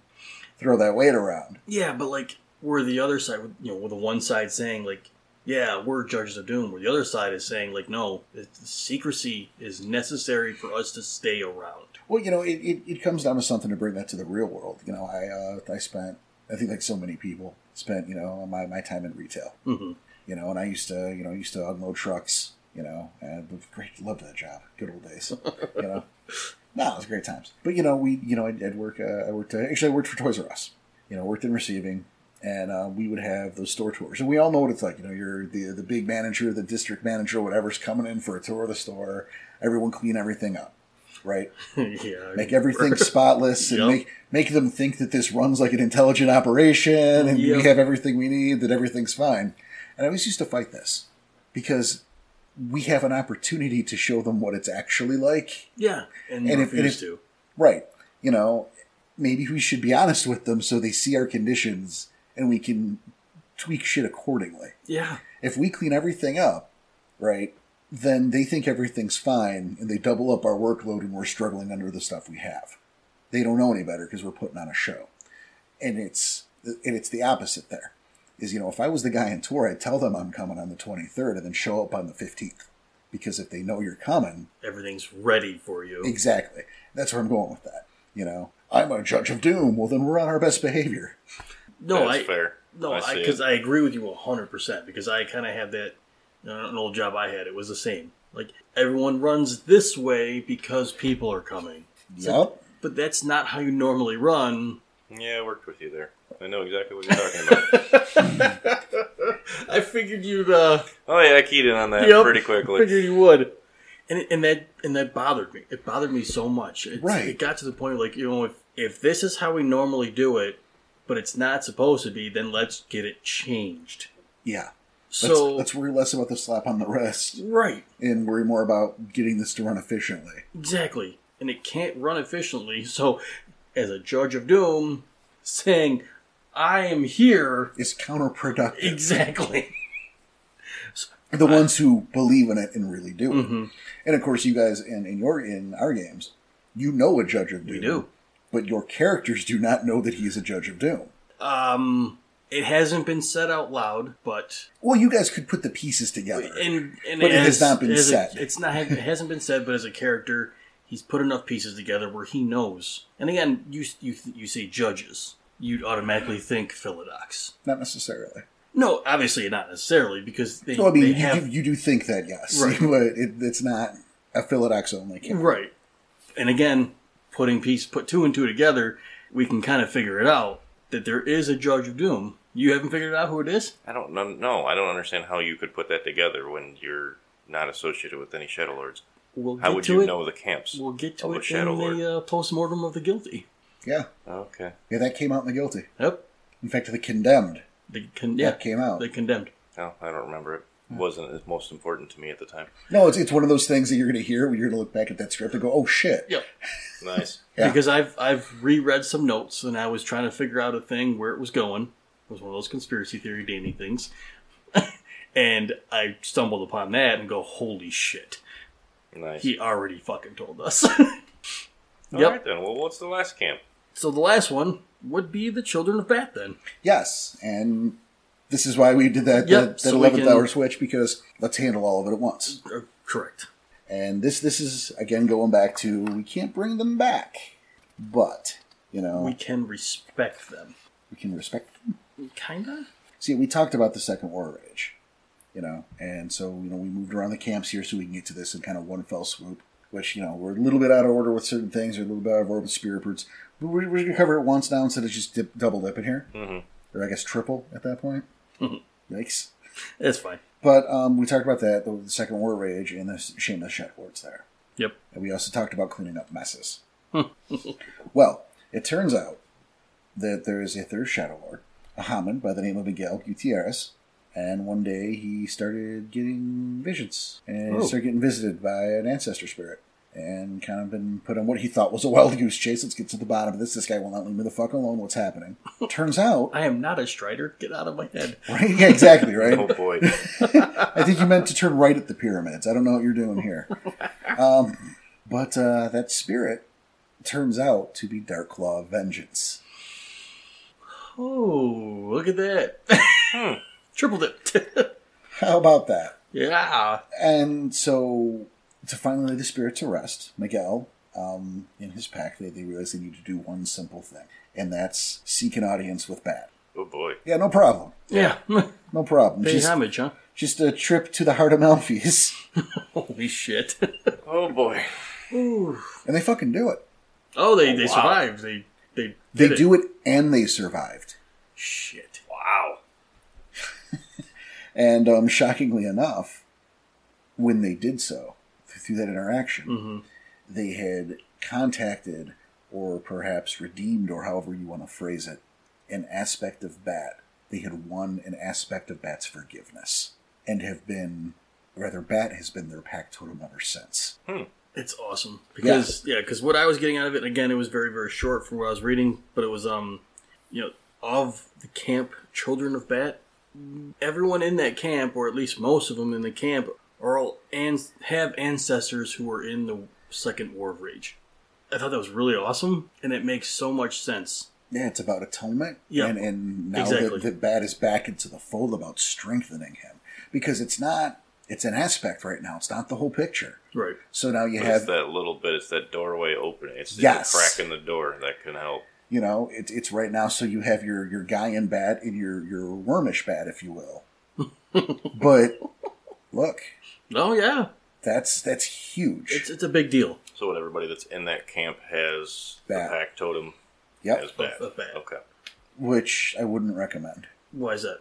S1: Throw that weight around.
S3: Yeah, but like we're the other side, with you know, with the one side saying like, yeah, we're judges of doom, where the other side is saying like, no, it's, secrecy is necessary for us to stay around.
S1: Well, you know, it, it, it comes down to something to bring that to the real world. You know, I, uh, I spent, I think, like so many people, spent, you know, my, my time in retail.
S3: hmm
S1: You know, and I used to, you know, I used to unload trucks, you know, and it was great, loved that job. Good old days, you know. No, it was great times. But you know, we, you know, I'd, I'd work. Uh, I worked uh, actually. I worked for Toys R Us. You know, worked in receiving, and uh, we would have those store tours. And we all know what it's like. You know, you're the the big manager, the district manager, whatever's coming in for a tour of the store. Everyone clean everything up, right?
S3: yeah,
S1: Make everything spotless and
S3: Yep.
S1: make make them think that this runs like an intelligent operation, and we
S3: Yep.
S1: have everything we need. That everything's fine. And I always used to fight this because we have an opportunity to show them what it's actually like.
S3: yeah, and,
S1: And if-
S3: refuse
S1: and if-
S3: to.
S1: Right. You know, maybe we should be honest with them so they see our conditions and we can tweak shit accordingly.
S3: Yeah,
S1: If we clean everything up, right, then they think everything's fine and they double up our workload and we're struggling under the stuff we have. They don't know any better because we're putting on a show. And it's and it's the opposite there. Is you know, if I was the guy in tour, I'd tell them I'm coming on the 23rd and then show up on the 15th. Because if they know you're coming,
S3: everything's ready for you.
S1: Exactly. That's where I'm going with that. You know, I'm a judge of doom. Well, then we're on our best behavior.
S3: no,
S2: That's
S3: I
S2: fair.
S3: no,
S2: see
S3: because
S2: it.
S3: I, agree with you hundred percent. Because I kind of had that you know, an old job I had. It was the same. Like everyone runs this way because people are coming.
S1: Yup.
S3: But that's not how you normally run.
S2: yeah, I worked with you there. I know exactly what you're talking about.
S3: I figured you'd uh
S2: oh yeah, I keyed in on that
S3: yep,
S2: pretty quickly.
S3: Figured you would. And and that and that bothered me. It bothered me so much. It's,
S1: Right.
S3: It got to the point of like, you know, if if this is how we normally do it, but it's not supposed to be, then let's get it changed.
S1: Yeah. Let's,
S3: So
S1: let's worry less about the slap on the wrist
S3: right.
S1: and worry more about getting this to run efficiently.
S3: Exactly. And it can't run efficiently. So, as a judge of doom, saying, I am here.
S1: It's counterproductive.
S3: Exactly.
S1: the ones who believe in it and really do
S3: Mm-hmm.
S1: it. And of course, you guys in, in your in our games, you know a judge of doom.
S3: We do.
S1: But your characters do not know that he is a judge of doom.
S3: Um, it hasn't been said out loud, but.
S1: Well, you guys could put the pieces together.
S3: And, and
S1: But it has
S3: as-
S1: not been
S3: as a-
S1: said.
S3: it's not, it hasn't been said, but as a character, he's put enough pieces together where he knows. And again, you, you, you say judges. You'd automatically think Philodox.
S1: not necessarily.
S3: No, obviously not necessarily, because they,
S1: Well, I mean,
S3: they
S1: you,
S3: have
S1: do, you do think that, yes,
S3: Right.
S1: but it, it's not a Philodox only character.
S3: Right. And again, putting piece put two and two together, we can kind of figure it out that there is a Judge of Doom. You haven't figured out who it is?
S2: I don't know. No, I don't understand how you could put that together when you're not associated with any Shadow Lords.
S3: We'll
S2: How
S3: get
S2: would
S3: to
S2: you
S3: it.
S2: know the camps?
S3: We'll get
S2: of
S3: to
S2: a
S3: it
S2: Shadow
S3: in
S2: Lord?
S3: the uh, postmortem of the guilty.
S1: Yeah.
S2: Okay.
S1: Yeah, that came out in the guilty.
S3: Yep.
S1: In fact, the condemned.
S3: The con-
S1: Yeah,
S3: yeah,
S1: that came out.
S3: the condemned.
S2: No, I don't remember it. Wasn't as most important to me at the time.
S1: No, it's, it's one of those things that you're going to hear when you're going to look back at that script and go, oh shit.
S3: Yep.
S2: Nice.
S1: Yeah.
S3: Because I've I've reread some notes and I was trying to figure out a thing where it was going. It was one of those conspiracy theory dandy things. and I stumbled upon that and go, holy shit.
S2: Nice.
S3: He already fucking told us.
S2: All
S3: yep.
S2: right then. Well, what's the last camp?
S3: So the last one would be the Children of Bat then.
S1: Yes. And This is why we did that
S3: Yep,
S1: that, that
S3: so we
S1: 11th
S3: can-
S1: hour switch because let's handle all of it at once.
S3: Uh, correct.
S1: And this this is again going back to we can't bring them back, but you know
S3: We
S1: we,
S3: can respect them.
S1: can respect them.
S3: Kinda.
S1: See, we talked about the second war rage, you know, and so you know we moved around the camps here so we can get to this in kind of one fell swoop. Which you know we're a little bit out of order with certain things, or a little bit out of order with spirit birds, but we're, we're gonna cover it once now instead of just dip, double dipping here,
S3: Mm-hmm.
S2: Mhm.
S1: or I guess triple at that point. Yikes!
S3: It's fine.
S1: But um, we talked about that the, the second war rage and the shameless shut words there.
S3: Yep.
S1: And we also talked about cleaning up messes. well, it turns out that there is a third Shadow Lord, a Haman by the name of Miguel Gutierrez. And one day he started getting visions and
S3: Oh.
S1: started getting visited by an ancestor spirit and kind of been put on what he thought was a wild goose chase. Let's get to the bottom of this. This guy will not leave me the fuck alone. What's happening? Turns out,
S3: I am not a strider. Get out of my head.
S1: right? Yeah, exactly, right?
S2: Oh boy.
S1: I think you meant to turn right at the pyramids. I don't know what you're doing here. Um, but uh, that spirit turns out to be Dark Law of Vengeance.
S3: Oh, look at that.
S2: Hmm.
S3: Triple dip.
S1: How about that?
S3: yeah.
S1: And so, to finally lay the spirit to rest, Miguel, um, in his pack, they, they realize they need to do one simple thing, and that's seek an audience with Bat.
S2: Oh boy.
S1: Yeah, no problem.
S3: Yeah.
S1: No problem.
S3: Pay
S1: Just,
S3: homage, huh?
S1: just a trip to the heart of Malfeas.
S3: Holy shit.
S2: Oh boy.
S3: Ooh.
S1: And they fucking do it.
S3: Oh, they,
S2: Oh,
S3: they
S2: wow.
S3: survived. They they
S1: They
S3: did it.
S1: do it, and they survived.
S3: Shit.
S2: Wow.
S1: And um, shockingly enough, when they did so, through that interaction, they had contacted or perhaps redeemed, or however you want to phrase it, an aspect of Bat. They had won an aspect of Bat's forgiveness and have been, rather, Bat has been their pack totem ever since.
S3: It's awesome because yeah, because what I was getting out of it and again, it was very very short from what I was reading, but it was um, you know, of the camp children of Bat, everyone in that camp, or at least most of them in the camp, are all and have ancestors who were in the Second War of Rage. I thought that was really awesome, and it makes so much sense.
S1: Yeah, it's about atonement.
S3: Yeah,
S1: And, and now
S3: exactly.
S1: that, that Bat is back into the fold about strengthening him. Because it's not, it's an aspect right now, it's not the whole picture.
S3: Right.
S1: So now you
S2: But
S1: have
S2: it's that little bit. It's that doorway opening. It's
S1: Yes.
S2: just a crack in the door that can help.
S1: you know it, it's right now so you have your your guy in bat and your your wormish bat if you will but look
S3: Oh yeah,
S1: that's that's huge
S3: it's it's a big deal.
S2: So what everybody that's in that camp has
S1: Bat.
S2: the pack totem
S1: yep
S2: as bat.
S3: Of- of bat.
S2: Okay.
S1: which i wouldn't recommend
S3: Why is that?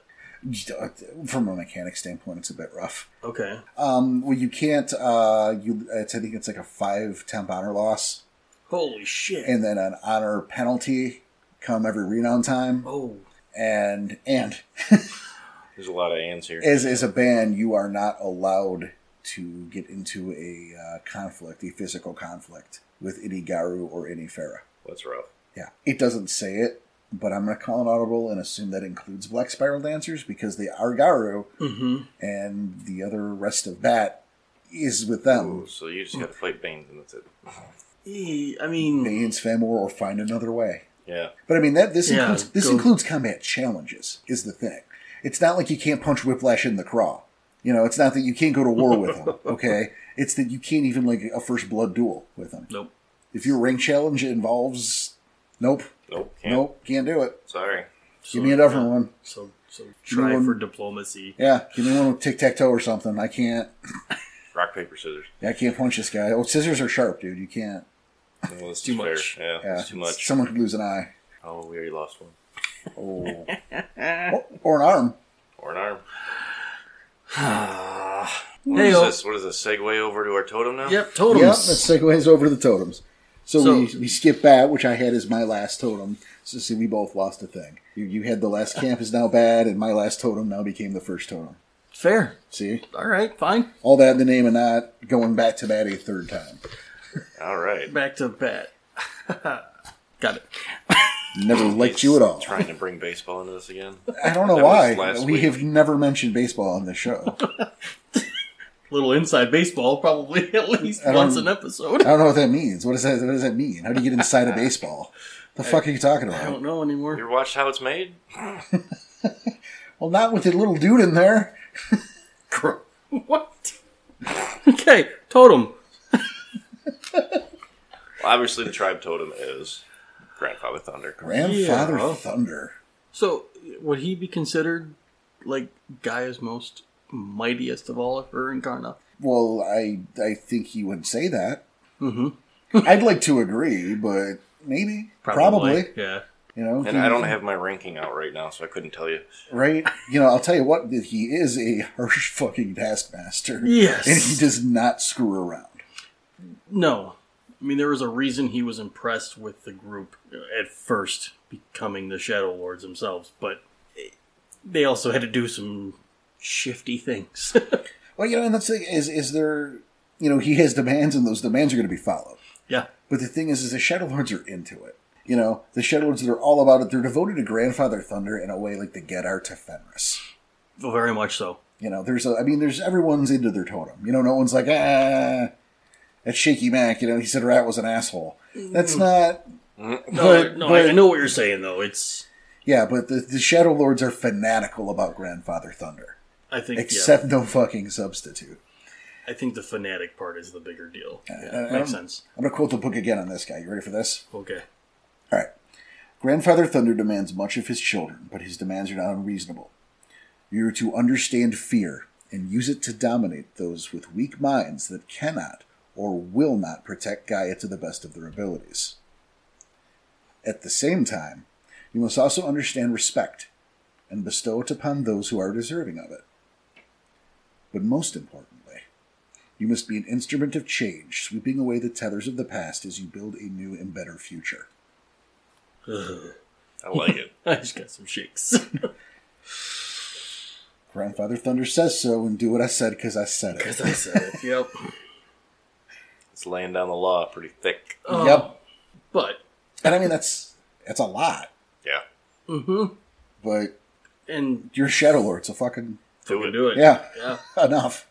S1: from a mechanic standpoint it's a bit rough
S3: Okay.
S1: um well you can't uh you it's, i think it's like a five temp honor loss
S3: Holy shit.
S1: and then an honor penalty come every renown time
S3: oh.
S1: and and
S2: There's a lot of ands here.
S1: as as a band, you are not allowed to get into a uh, conflict, a physical conflict with any Garu or any Farah.
S2: That's rough.
S1: Yeah, it doesn't say it, but I'm going to call an audible and assume that includes Black Spiral Dancers because they are Garu,
S3: Mm-hmm.
S1: and the other rest of that is with them.
S2: Ooh, so you just got to fight Banes and that's it.
S3: I mean,
S1: Bane's Famor or find another way.
S2: Yeah.
S1: But I mean that this
S3: Yeah,
S1: includes this
S3: go-
S1: includes combat challenges is the thing. It's not like you can't punch Whiplash in the craw. You know, it's not that you can't go to war with him. Okay, it's that you can't even like a first blood duel with him.
S3: nope.
S1: If your ring challenge involves, nope,
S2: Nope. Can't.
S1: nope, can't do it.
S2: Sorry.
S1: Give me a different one.
S3: So so try
S1: one-
S3: for diplomacy.
S1: Yeah, give me one with tic tac toe or something. I can't.
S2: Rock paper scissors.
S1: I can't punch this guy. Oh, scissors are sharp, dude. You can't.
S2: No, that's
S3: too
S2: fair.
S3: much.
S2: Yeah,
S1: Yeah,
S2: It's too much.
S1: Someone could lose an eye.
S2: Oh, we already lost one.
S1: Oh, or, or an arm.
S2: Or an arm. What is
S3: Hey,
S2: this? What is this? Segue over to our totem now?
S3: yep,
S1: Yep,
S3: totems.
S1: let's segues over to the totems. So,
S3: So-
S1: we, we skip bat, which I had as my last totem. So see, we both lost a thing. You, you had the last camp is now bad, and my last totem now became the first totem.
S3: Fair.
S1: See,
S3: All right, fine.
S1: all that in the name of not going back to bat a third time.
S2: All right.
S3: Back to bat. Got it.
S1: Never liked you at all.
S2: Trying to bring baseball into this again.
S1: I don't know
S2: That was
S1: why.
S2: last
S1: We
S2: week.
S1: have never mentioned baseball on this show.
S3: Little inside baseball, probably at least
S1: I don't-
S3: once an episode.
S1: I don't know what that means. What does that? What does that mean? How do you get inside of baseball? The fuck are you talking
S3: I
S1: about?
S3: don't know anymore.
S2: You ever watched How It's Made?
S1: Well, Well, not with the little dude in there.
S3: Gro- What? okay, totem.
S2: Obviously, the tribe totem is Grandfather Thunder.
S1: Grandfather
S3: Yeah.
S1: Thunder.
S3: So, would he be considered like Gaia's most mightiest of all if we're incarnate?
S1: Well, I I think he would say that.
S3: Mm-hmm.
S1: I'd like to agree, but maybe, probably,
S3: Yeah.
S1: you know. he-
S2: And I don't have my ranking out right now, so I couldn't tell you.
S1: right. You know, I'll tell you what. that He is a harsh fucking taskmaster,
S3: Yes.
S1: and he does not screw around.
S3: No. I mean, there was a reason he was impressed with the group at first becoming the Shadow Lords themselves, but they also had to do some shifty things.
S1: Well, you know, and that's the thing is is there. You know, he has demands, and those demands are going to be followed.
S3: yeah.
S1: But the thing is, is the Shadow Lords are into it. You know, the Shadow Lords they're all about it. They're devoted to Grandfather Thunder in a way like the Gedar to Fenris.
S3: Very much so.
S1: You know, there's a, I mean, there's everyone's into their totem. You know, no one's like, ah, that's Shaky Mac. You know, he said Rat was an asshole. That's not,
S3: No,
S1: But-
S3: no I
S1: but-
S3: know what you're saying, though. It's,
S1: yeah, but the, the Shadow Lords are fanatical about Grandfather Thunder,
S3: I think,
S1: except no fucking substitute.
S3: yeah, I think the fanatic part is the bigger deal.
S1: I- I
S3: Yeah,
S1: don't-
S3: makes sense.
S1: I'm going to quote the book again on this guy. You ready for this?
S3: Okay.
S1: All right. Grandfather Thunder demands much of his children, but his demands are not unreasonable. You're to understand fear and use it to dominate those with weak minds that cannot or will not protect Gaia to the best of their abilities. At the same time, you must also understand respect and bestow it upon those who are deserving of it. But most importantly, you must be an instrument of change, sweeping away the tethers of the past as you build a new and better future.
S2: I like it.
S3: I just got some shakes.
S1: Grandfather Thunder says so, and do what I said because I said it.
S3: Because I said it. Yep.
S2: It's laying down the law pretty thick.
S3: Oh,
S1: Yep.
S3: But,
S1: And I mean that's that's a lot,
S2: Yeah.
S3: mm-hmm.
S1: but
S3: And
S1: you're Shadow Lord, so fucking
S2: Do it.
S3: do it.
S1: yeah,
S3: Yeah.
S1: enough.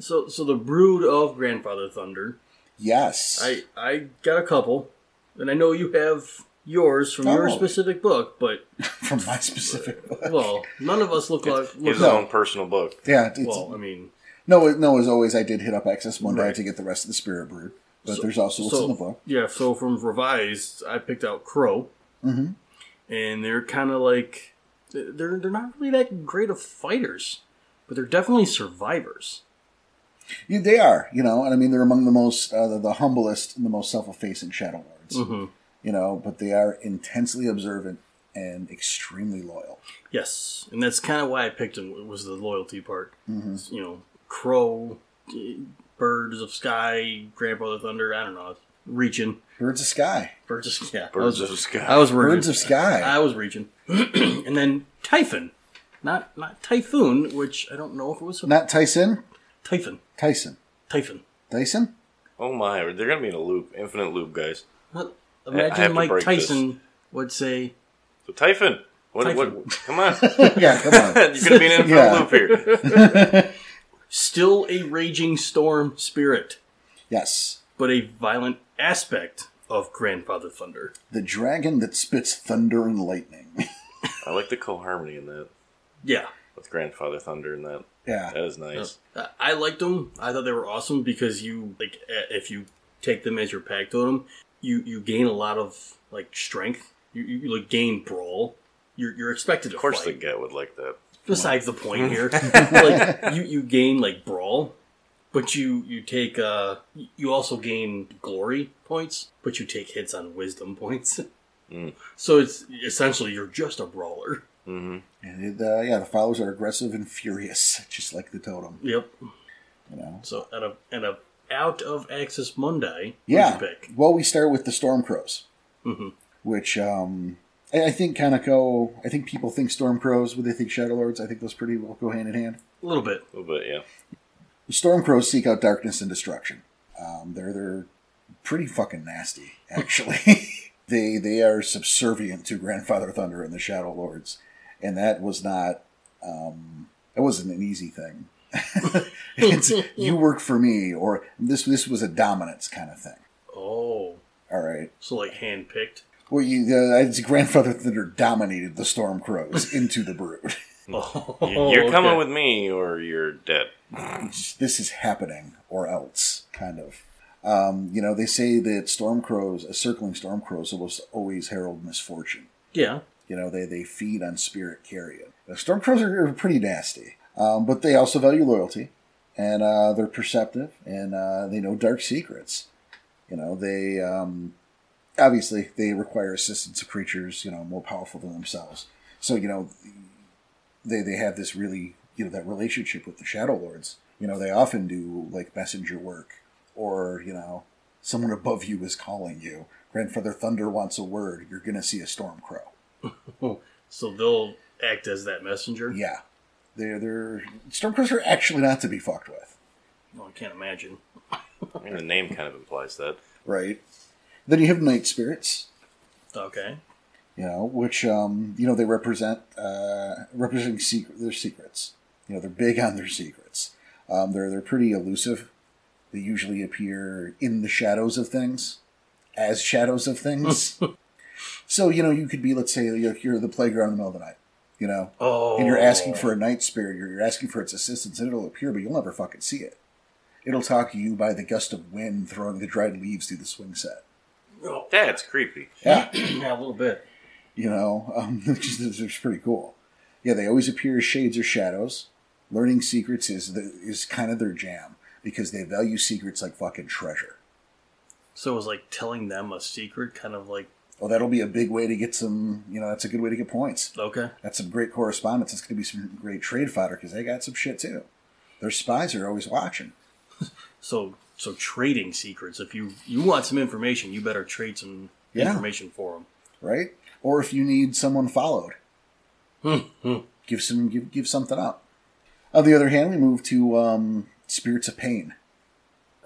S3: So, so the brood of Grandfather Thunder.
S1: Yes,
S3: I I got a couple, and I know you have yours from your
S1: Oh.
S3: specific book, but
S1: from my specific.
S3: well, none of us look like. Look
S2: His
S1: No.
S2: own personal book.
S1: Yeah, it's,
S3: well, I mean,
S1: no, no. As always, I did hit up Access Monday
S3: Right.
S1: to get the rest of the Spirit Brood, but there's also what's in the
S3: so
S1: book.
S3: yeah. So from revised, I picked out Crow,
S1: Mhm.
S3: and they're kind of like they're they're not really that great of fighters, but they're definitely survivors.
S1: Yeah, they are, you know, and I mean they're among the most uh, the, the humblest and the most self-effacing Shadow Lords,
S3: Mm-hmm.
S1: you know, but they are intensely observant and extremely loyal.
S3: Yes, and that's kind of why I picked him was the loyalty part.
S1: Mm-hmm.
S3: You know, crow, eh, birds of sky, grandfather thunder. I don't know, reaching
S1: Birds of Sky,
S3: birds of yeah,
S2: Birds
S3: I was,
S2: of Sky.
S3: I was reaching.
S1: Birds of Sky.
S3: I was reaching, and then typhon, not not typhoon, which I don't know if it was a
S1: Not Tyson,
S3: typhon,
S1: Tyson,
S3: typhon.
S1: Tyson.
S2: Oh my, they're going to be in a loop. Infinite loop, guys.
S3: What-
S2: I have
S3: Imagine
S2: to
S3: Mike
S2: break this.
S3: Tyson would say,
S2: So, Typhon. What,
S3: Typhon.
S2: what? Come on.
S1: Yeah, come on.
S2: You're going to be in an infinite
S1: Yeah.
S2: loop here.
S3: "Still a raging storm spirit,
S1: Yes.
S3: but a violent aspect of grandfather thunder."
S1: The dragon that spits thunder and lightning.
S2: I like the coharmony in that.
S3: Yeah.
S2: With Grandfather Thunder and that.
S1: yeah.
S2: That is nice.
S3: Uh, I liked them. I thought they were awesome because you like uh, if you take them as your pack totem, you you gain a lot of like strength. You you, you like gain brawl. You're you're expected to
S2: Of course the
S3: fight.
S2: guy would like that.
S3: Besides the point here, like you you gain like brawl, but you you take uh you also gain glory points, but you take hits on wisdom points.
S2: Mm.
S3: So it's essentially you're just a brawler.
S2: hmm
S1: And it, uh, yeah, the followers are aggressive and furious, just like the totem.
S3: Yep.
S1: You know.
S3: So out of out of out of Axis Monday,
S1: Yeah.
S3: you pick?
S1: Well, we start with the Stormcrows,
S3: Mhm.
S1: which um, I, I think kind of go. I think people think Stormcrows when they think Shadow Lords. I think those pretty well go hand in hand.
S3: a little bit.
S2: A little bit, yeah.
S1: The Stormcrows seek out darkness and destruction. Um, they're they're pretty fucking nasty, actually. they they are subservient to Grandfather Thunder and the Shadow Lords, and that was not um, that wasn't an easy thing. it's you work for me, or this this was a dominance kind of thing.
S3: Oh,
S1: All right. uh,
S3: so like handpicked.
S1: Well, you, the, it's Grandfather Thunder dominated the Stormcrows into the Brood.
S2: You-
S1: Oh,
S2: You're coming with me, or you're dead.
S1: this is happening or else kind of um, you know they say that storm crows a circling storm crows almost always herald misfortune
S3: Yeah.
S1: you know they, they feed on spirit carrion the storm crows are, are pretty nasty um, but they also value loyalty and uh, they're perceptive and uh, they know dark secrets you know they um, obviously they require assistance of creatures you know more powerful than themselves so you know they they have this really you know that relationship with the shadow lords you know they often do like messenger work or you know someone above you is calling you grandfather thunder wants a word you're gonna see a storm crow
S3: So they'll act as that messenger.
S1: yeah they're they're storm crows are actually not to be fucked with
S3: Well, I can't imagine.
S2: I mean, the name kind of implies that.
S1: right then you have night spirits
S3: Okay.
S1: you know, which um, you know they represent uh, representing secret, their secrets. You know, they're big on their secrets. Um, they're they're pretty elusive. They usually appear in the shadows of things, as shadows of things. so you know, you could be, let's say, you're, you're at the playground in the middle of the night. You know,
S3: Oh.
S1: and you're asking for a night spirit, or you're asking for its assistance, and it'll appear, but you'll never fucking see it. It'll talk to you by the gust of wind throwing the dried leaves through the swing set.
S3: Oh,
S2: That's creepy.
S1: Yeah.
S3: yeah, a little bit.
S1: you know, um, which is which is pretty cool. Yeah, they always appear as shades or shadows. Learning secrets is the, is kind of their jam because they value secrets like fucking treasure.
S3: So it was like telling them a secret, kind of like
S1: Oh, that'll be a big way to get some. You know, that's a good way to get points.
S3: okay.
S1: That's some great correspondence. That's going to be some great trade fodder because they got some shit too. Their spies are always watching.
S3: So so trading secrets. If you you want some information, you better trade some
S1: Yeah.
S3: information for them.
S1: right? Or if you need someone followed, give some give give something up. On the other hand, we move to um, spirits of pain,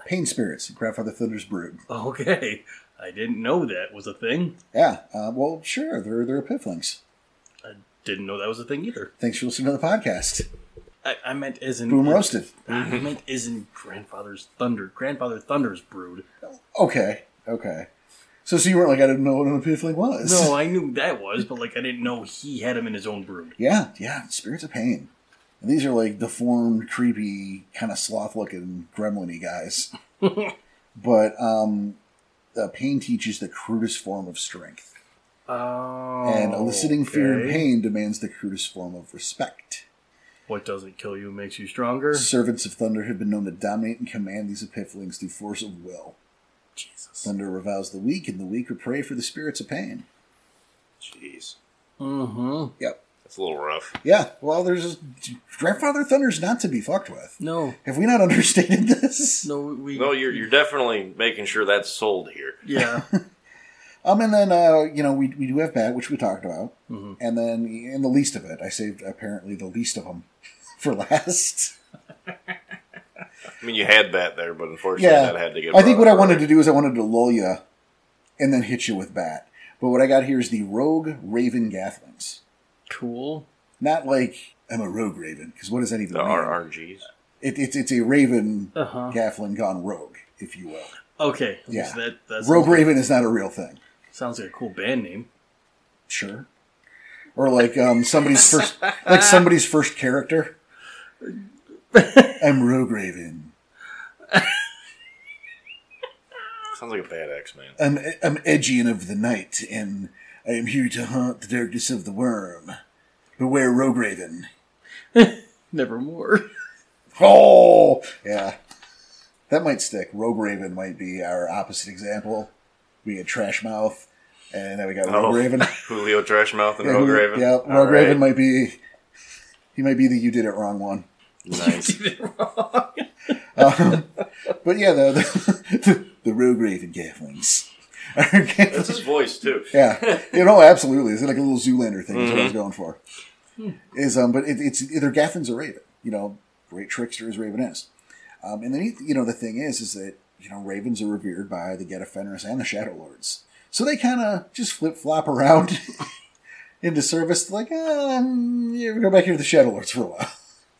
S1: pain spirits, Grandfather Thunder's brood.
S3: Okay. I didn't know that was a thing.
S1: Yeah, uh, well, sure, they're they're pifflings.
S3: I didn't know that was a thing either.
S1: Thanks for listening to the podcast.
S3: I, I meant as in
S1: Boom roasted.
S3: I meant as in grandfather's thunder, grandfather thunder's brood.
S1: Okay, okay. So, so you weren't like I didn't know what a piffling was.
S3: No, I knew that was, but like I didn't know he had him in his own brood.
S1: Yeah, yeah, spirits of pain. And these are like deformed, creepy, kind of sloth-looking gremlin-y guys. but um, uh, pain teaches the crudest form of strength,
S3: Oh,
S1: and eliciting fear and
S3: okay.
S1: pain demands the crudest form of respect.
S3: What doesn't kill you makes you stronger.
S1: Servants of Thunder have been known to dominate and command these epiphlings through force of will.
S3: Jesus.
S1: Thunder reviles the weak, and the weak are prey for the spirits of pain.
S2: Jeez,
S3: Mm-hmm.
S1: Yep.
S2: that's a little rough.
S1: Yeah. Well, there's Grandfather Thunder's not to be fucked with.
S3: No,
S1: Have we not understated this?
S3: no, we.
S2: No, you're you're definitely making sure that's sold here.
S3: Yeah.
S1: Um, and then uh, you know we, we do have bad, which we talked about, and then in the least of it, I saved apparently the least of them for last.
S2: I mean, you had bat there, but unfortunately,
S1: yeah,
S2: that had to get.
S1: I think
S2: brought
S1: what I
S2: up
S1: wanted
S2: earlier.
S1: to do is I wanted to lull you, and then hit you with bat. But what I got here is the rogue raven gathlings.
S3: cool.
S1: Not like I'm a rogue raven because what does that even
S2: the
S1: mean?
S2: RRGs.
S1: It, it's it's a raven
S3: Uh huh.
S1: gaffling gone rogue, if you will.
S3: Okay.
S1: Yeah.
S3: So that that's
S1: rogue raven is not a real thing.
S3: sounds like a cool band name.
S1: Sure. Or like um, somebody's first, like somebody's first character. I'm Rogue Raven.
S2: Sounds like a bad X Man.
S1: I'm I'm edgy and of the night, and I am here to haunt the darkness of the worm. Beware, Rogue Raven.
S3: Nevermore.
S1: Oh, yeah, that might stick. Rogue Raven might be our opposite example. We had Trash Mouth, and then we got Rogue
S2: Oh.
S1: Raven.
S2: Julio Trashmouth and
S1: Yeah,
S2: Rogue
S1: who-
S2: Raven.
S1: Yeah, Rogue
S2: All right.
S1: Raven might be. He might be the you did it wrong one.
S2: Nice.
S1: Um, but yeah, the the, the, the Rogue Raven Gafflings.
S2: That's his voice too.
S1: yeah, you know, absolutely. It's like a little Zoolander thing. Is what I was going for. Is um, but it, it's either Gafflings or Raven. You know, great trickster as Raven is. Um, and then you know the thing is, is that you know Ravens are revered by the Geta Fenris and the Shadow Lords, so they kind of just flip flop around into service. Like, um, yeah, we go back here to the Shadow Lords for a while.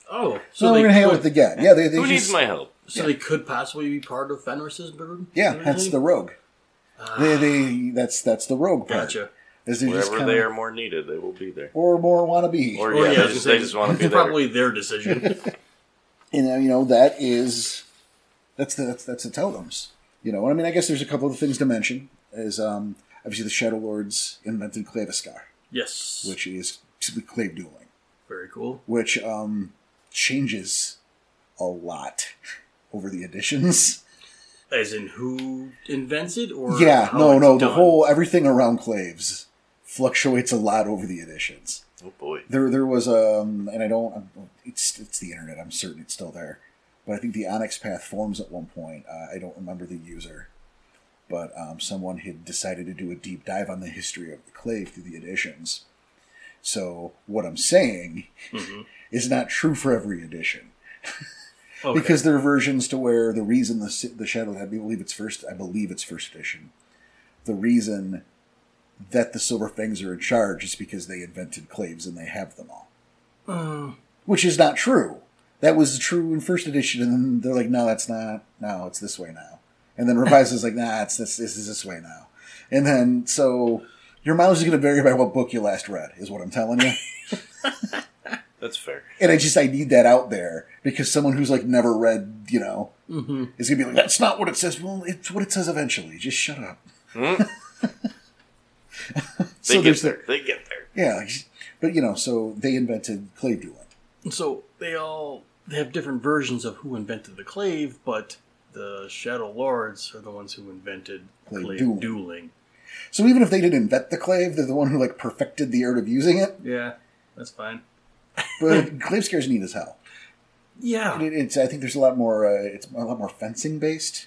S3: Oh,
S1: So
S3: so
S1: we're
S3: they
S1: gonna hang out
S3: could-
S1: with the Get. Yeah, they, they
S2: Who
S1: just,
S2: needs my help?
S3: So they could possibly be part of Fenris's brood.
S1: Yeah, that's the rogue. they, they, that's that's the rogue part.
S3: Gotcha.
S1: As they just
S2: Wherever
S1: kinda,
S2: they are more needed, they will be there.
S1: or more wannabe.
S2: Or yeah,
S3: Oh, yeah, I
S2: they
S3: was
S2: just,
S3: gonna
S2: they
S3: say,
S2: just want to be
S3: it's
S2: there.
S3: probably their decision.
S1: and uh, you know that is that's the that's, that's the totems you know and i mean i guess there's a couple of things to mention is um obviously the shadow lords invented claviscar
S3: yes,
S1: which is simply clave dueling
S3: very cool.
S1: which um changes a lot over the editions
S3: As in, who invents it? Or
S1: yeah
S3: how
S1: no
S3: it's
S1: no the
S3: done?
S1: whole e- everything around claves fluctuates a lot over the editions
S2: Oh boy.
S1: There, there was um, and I don't. It's it's the internet. I'm certain it's still there, but I think the Onyx Path forms at one point. Uh, I don't remember the user, but um, someone had decided to do a deep dive on the history of the clave through the editions. So what I'm saying
S3: Mhm.
S1: is not true for every edition
S3: Okay.
S1: because there are versions to where the reason the si- the shadow I believe it's first I believe it's first edition, the reason that the Silver Fangs are in charge is because they invented claves and they have them all,
S3: Uh,
S1: which is not true. That was true in first edition, and then they're like, no, that's not. No, it's this way now. And then revised is like, nah, it's this. This is this way now. And then so your mileage is going to vary by what book you last read, is what I'm telling you.
S2: That's fair.
S1: and I just I need that out there because someone who's like never read, you know,
S3: mhm.
S1: is gonna be like, that's not what it says. Well, it's what it says eventually. Just shut up.
S2: Hmm? They
S1: So
S2: get
S1: there's
S2: there. They get there.
S1: Yeah, like, but you know, so they invented clay dueling.
S3: So they all they have different versions of who invented the clave, but the Shadow Lords are the ones who invented
S1: Clave
S3: clave,
S1: dueling.
S3: dueling.
S1: So even if they didn't invent the clave, they're the one who like perfected the art of using it.
S3: Yeah, that's fine.
S1: But clave scares neat as hell.
S3: Yeah.
S1: It, it's I think there's a lot more. Uh, it's a lot more fencing based,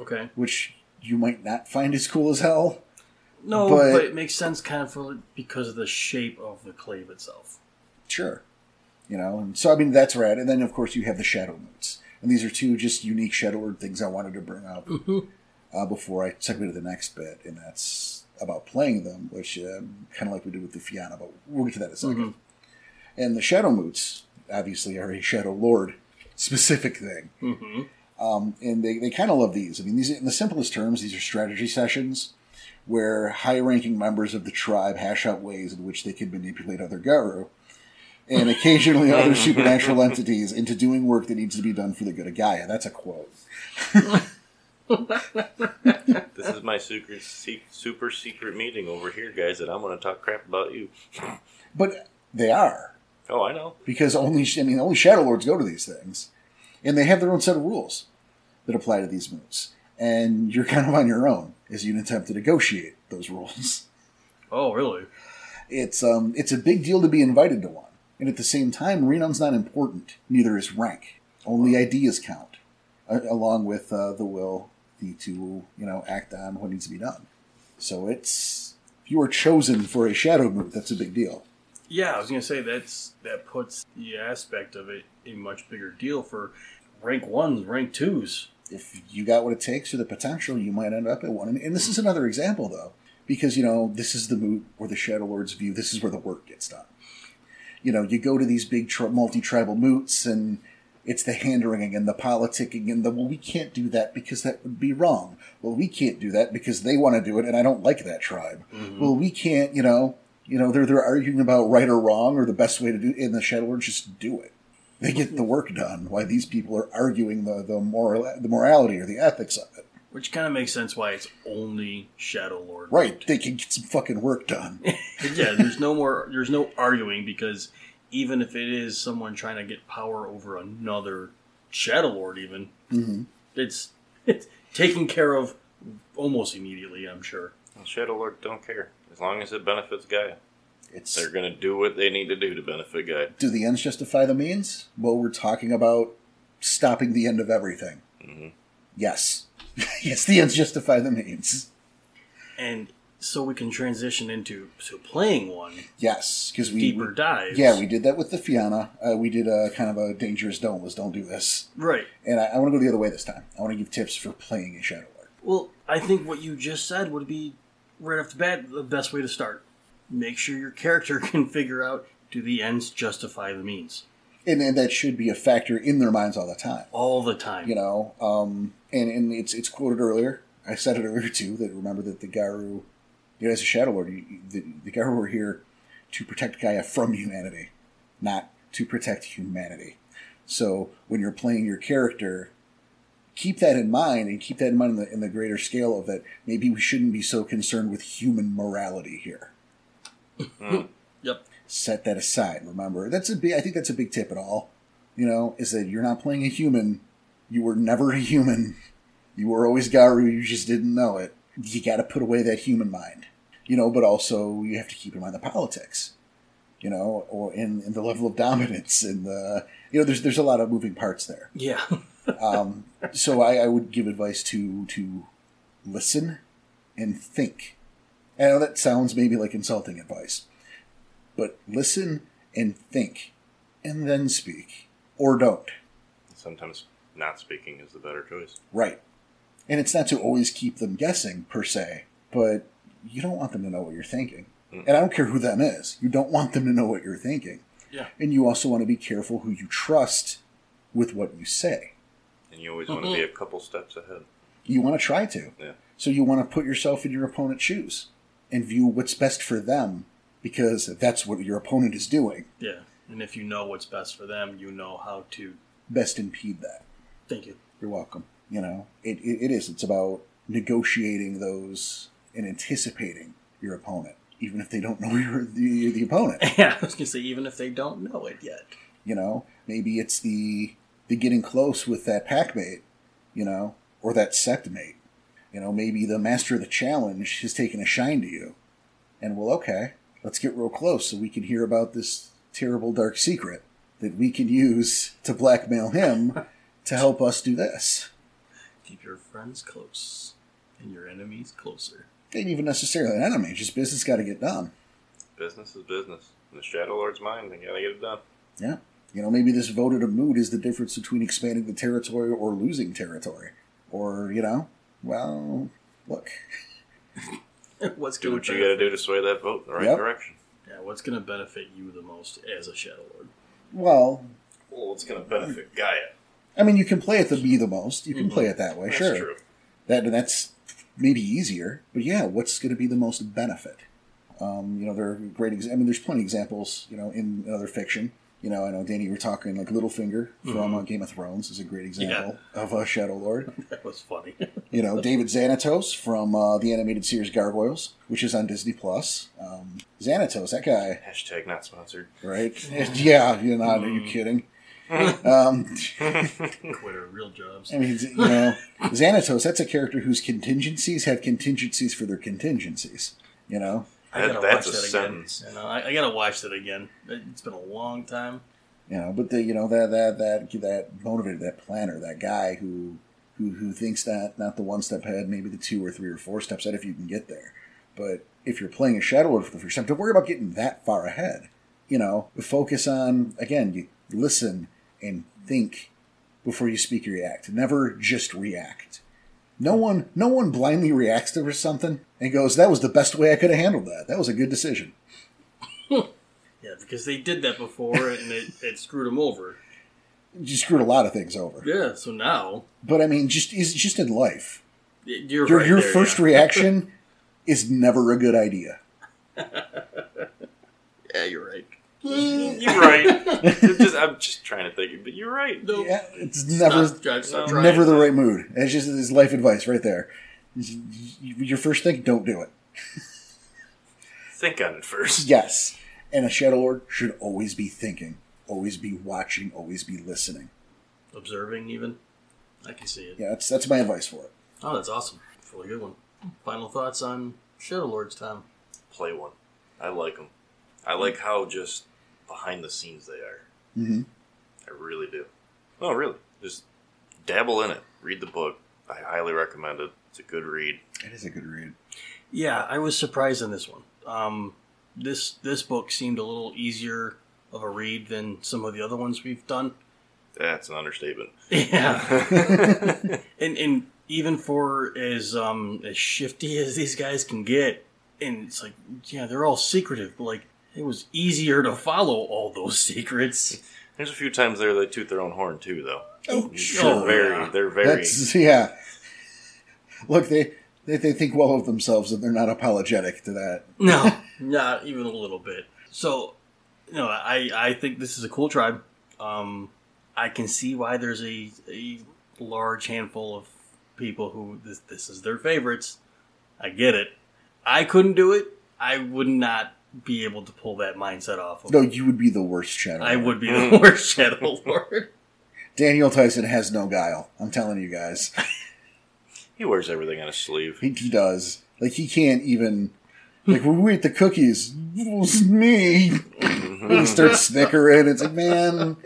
S3: Okay.
S1: which you might not find as cool as hell.
S3: No,
S1: But-
S3: but, it makes sense kind of for because of the shape of the clave itself.
S1: Sure, you know. And so I mean that's rad. And then of course you have the shadow moods, and these are two just unique shadow word things I wanted to bring up.
S3: Mm-hmm.
S1: uh, before I segue to the next bit, and that's about playing them, which um, kind of like we did with the Fianna, but we'll get to that in a 2nd
S3: Mhm.
S1: And the Shadow Moots, obviously, are a Shadow Lord specific thing.
S3: Mm-hmm.
S1: Um, and they, they kind of love these. I mean, these in the simplest terms, these are strategy sessions where high ranking members of the tribe hash out ways in which they can manipulate other Garu and occasionally other supernatural entities into doing work that needs to be done for the good of Gaia. That's a quote.
S2: This is my super, se- super secret meeting over here, guys, and I'm going to talk crap about you.
S1: But they are.
S2: Oh, I know.
S1: because only I mean only Shadow Lords go to these things, and they have their own set of rules that apply to these moves, and you're kind of on your own as you attempt to negotiate those rules.
S3: Oh, really?
S1: It's um it's a big deal to be invited to one, and at the same time, Renum's not important. Neither is rank. Only ideas count, a- along with uh, the will the to you know act on what needs to be done. So it's if you are chosen for a shadow move, that's a big deal.
S3: Yeah, I was gonna say that's that puts the aspect of it a much bigger deal for rank ones, rank twos.
S1: if you got what it takes or the potential, you might end up at one. And, and this is another example, though, because you know this is the moot or the Shadow Lord's view. This is where the work gets done. You know, you go to these big tri- multi-tribal moots, and it's the hand wringing and the politicking and the well, we can't do that because that would be wrong. Well, we can't do that because they want to do it, and I don't like that tribe. Well, we can't. You know, you know, they're they're arguing about right or wrong or the best way to do. And the Shadow Lords just do it they get the work done while these people are arguing the, the moral the morality or the ethics of it.
S3: Which kind of makes sense why it's only Shadow Lord.
S1: Right. They can get some fucking work done.
S3: yeah, there's no more. There's no arguing because even if it is someone trying to get power over another Shadow Lord, even it's it's taken care of almost immediately. I'm sure.
S2: Well, Shadow Lord don't care. As long as it benefits Gaia,
S1: It's
S2: they're going to do what they need to do to benefit Gaia.
S1: do the ends justify the means? Well, we're talking about stopping the end of everything.
S3: Mm-hmm.
S1: Yes, yes, the ends justify the means.
S3: And so we can transition into so playing one
S1: Yes, because we
S3: deeper dives.
S1: yeah we did that with the Fianna. Uh, we did a kind of a dangerous don't was don't do this,
S3: right.
S1: and I, I want to go the other way this time. I want to give tips for playing a Shadow Lord.
S3: Well, I think what you just said would be right off the bat the best way to start. Make sure your character can figure out do the ends justify the means
S1: and, and that should be a factor in their minds all the time.
S3: all the time.
S1: you know um and and it's it's quoted earlier i said it earlier too that remember that the garu You know, as a Shadow Lord, you, you- the, the Garu were here to protect Gaia from humanity, not to protect humanity. So when you're playing your character, keep that in mind and keep that in mind in the, in the greater scale of that maybe we shouldn't be so concerned with human morality here.
S3: Yep.
S1: Set that aside, remember. That's a big, I think that's a big tip at all, you know, is that you're not playing a human. You were never a human. You were always Garu, you just didn't know it. You got to put away that human mind, you know, but also you have to keep in mind the politics, you know, or in, in the level of dominance and the, you know, there's, there's a lot of moving parts there
S3: Yeah.
S1: um, so I, I would give advice to to listen and think. I know that sounds maybe like insulting advice, but listen and think, and then speak or don't.
S2: Sometimes not speaking is the better choice.
S1: Right. And it's not to always keep them guessing per se, but you don't want them to know what you're thinking. And I don't care who them is. You don't want them to know what you're thinking.
S3: Yeah.
S1: And you also want to be careful who you trust with what you say.
S2: And you always want to be a couple steps ahead.
S1: You want to try to.
S2: Yeah.
S1: So you want to put yourself in your opponent's shoes and view what's best for them because that's what your opponent is doing.
S3: Yeah. And if you know what's best for them, you know how to.
S1: Best impede that.
S3: Thank you.
S1: You're welcome. You know, it, it, it is. It's about negotiating those and anticipating your opponent, even if they don't know you're the, the opponent.
S3: Yeah, I was gonna say even if they don't know it yet.
S1: You know, maybe it's the the getting close with that pack mate, you know, or that sect mate. You know, maybe the master of the challenge has taken a shine to you, and well, okay, let's get real close so we can hear about this terrible dark secret that we can use to blackmail him to help us do this.
S3: Keep your friends close and your enemies closer.
S1: Ain't even necessarily an enemy; just business got to get done.
S2: Business is business. In the Shadow Lord's mind, they gotta get it done.
S1: Yeah. You know, maybe this vote at a moot is the difference between expanding the territory or losing territory. Or, you know, well, look.
S3: what's
S2: Do
S3: gonna
S2: what you gotta
S3: benefit?
S2: do to sway that vote in the right
S1: Yep.
S2: direction.
S3: Yeah, what's gonna benefit you the most as a Shadow Lord?
S1: Well,
S2: Well, it's gonna benefit Gaia.
S1: I mean, you can play it the be the most. You can play it that way,
S2: Mm-hmm. That's
S1: sure.
S2: true.
S1: That that's maybe easier, but yeah, what's going to be the most benefit? Um, you know, there are great. Ex- I mean, there's plenty of examples. You know, in other fiction. You know, I know Danny, you were talking like Littlefinger from
S2: Mm-hmm.
S1: uh, Game of Thrones is a great example of a Shadow Lord.
S3: That was funny.
S1: You know, David Xanatos from uh, the animated series Gargoyles, which is on Disney Plus. Um, Xanatos, that guy,
S2: Hashtag not sponsored.
S1: right? yeah, you're not. Are you
S2: Mm.
S1: kidding? Um,
S3: Quit our real jobs.
S1: I mean, you know, Xanatos, that's a character whose contingencies have contingencies for their contingencies. You know,
S3: I gotta
S2: That- that's
S3: watch
S2: a
S3: that
S2: sentence.
S3: again. You know, I, I gotta watch that again. It's been a long time.
S1: you know, but the, you know that that that that motivator, that planner, that guy who who who thinks that not the one step ahead, maybe the two or three or four steps ahead if you can get there. But if you're playing a Shadow Lord for the first time, don't worry about getting that far ahead. You know, focus on again. You listen and think before you speak or react. Never just react. No one, no one blindly reacts to something and goes, "That was the best way I could have handled that. That was a good decision."
S3: Yeah, because they did that before and it, it screwed them over.
S1: You screwed a lot of things over.
S3: Yeah, so now
S1: But I mean, just is just in life.
S3: y- you're
S1: your
S3: right
S1: your
S3: there,
S1: first
S3: yeah.
S1: reaction is never a good idea.
S3: yeah, you're right.
S2: You're right. It's just- I'm just trying to think, but you're right.
S3: No,
S1: Yeah, it's never
S3: stop, Jack, stop
S2: no.
S3: trying.
S1: never the right mood. It's just it's life advice right there. Your first thing, don't do it.
S2: Think on it first.
S1: Yes, and a shadow lord should always be thinking, always be watching, always be listening.
S3: observing even. I can see it.
S1: Yeah, that's that's my advice for it.
S3: Oh, that's awesome. It's a really good one. Final thoughts on Shadow Lords, Tom.
S2: Play one. I like them. I like how just behind the scenes they are.
S1: hmm
S2: I really do. Oh, really? Just dabble in it. Read the book. I highly recommend it. It's a good read.
S1: It is a good read.
S3: Yeah, I was surprised in this one. Um, this this book seemed a little easier of a read than some of the other ones we've done.
S2: That's an understatement.
S3: Yeah, and and even for as um as shifty as these guys can get, and it's like yeah, they're all secretive. But like it was easier to follow all those secrets.
S2: There's a few times there they toot their own horn too, though.
S1: Oh,
S2: They're very,
S3: yeah.
S2: they're very.
S1: That's yeah. Look, they They, they think well of themselves and they're not apologetic to that.
S3: No, not even a little bit. So, you know, I I think this is a cool tribe. Um, I can see why there's a a large handful of people who this this is their favorites. I get it. I couldn't do it. I would not be able to pull that mindset off. Of
S1: No, you would be the worst shadow.
S3: I
S1: Lord.
S3: would be
S1: Mm.
S3: the worst Shadow Lord.
S1: Daniel Tyson has no guile. I'm telling you guys,
S2: He wears everything on his sleeve.
S1: he, he does. Like he can't even. Like when we ate the cookies, it was me. he starts snickering. It's like, man,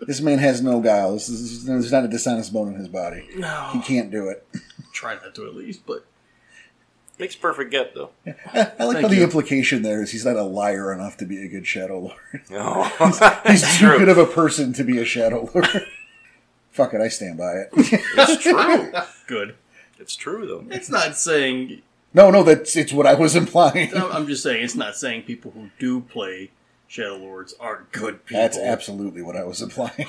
S1: this man has no guile. This is, there's not a dishonest bone in his body.
S3: No,
S1: He can't do it.
S3: try not to at least, but
S2: Makes perfect get though.
S1: I like
S3: Thank
S1: how the
S3: you.
S1: implication there is he's not a liar enough to be a good shadow lord.
S2: No,
S1: He's
S2: it's
S1: too good
S2: true.
S1: of a person to be a shadow lord. Fuck it, I stand by it.
S2: It's true.
S3: good.
S2: It's true though.
S3: It's not saying.
S1: no, no, that's it's what I was implying.
S3: I'm I'm just saying it's not saying people who do play Shadow Lords are good people.
S1: That's absolutely what I was implying.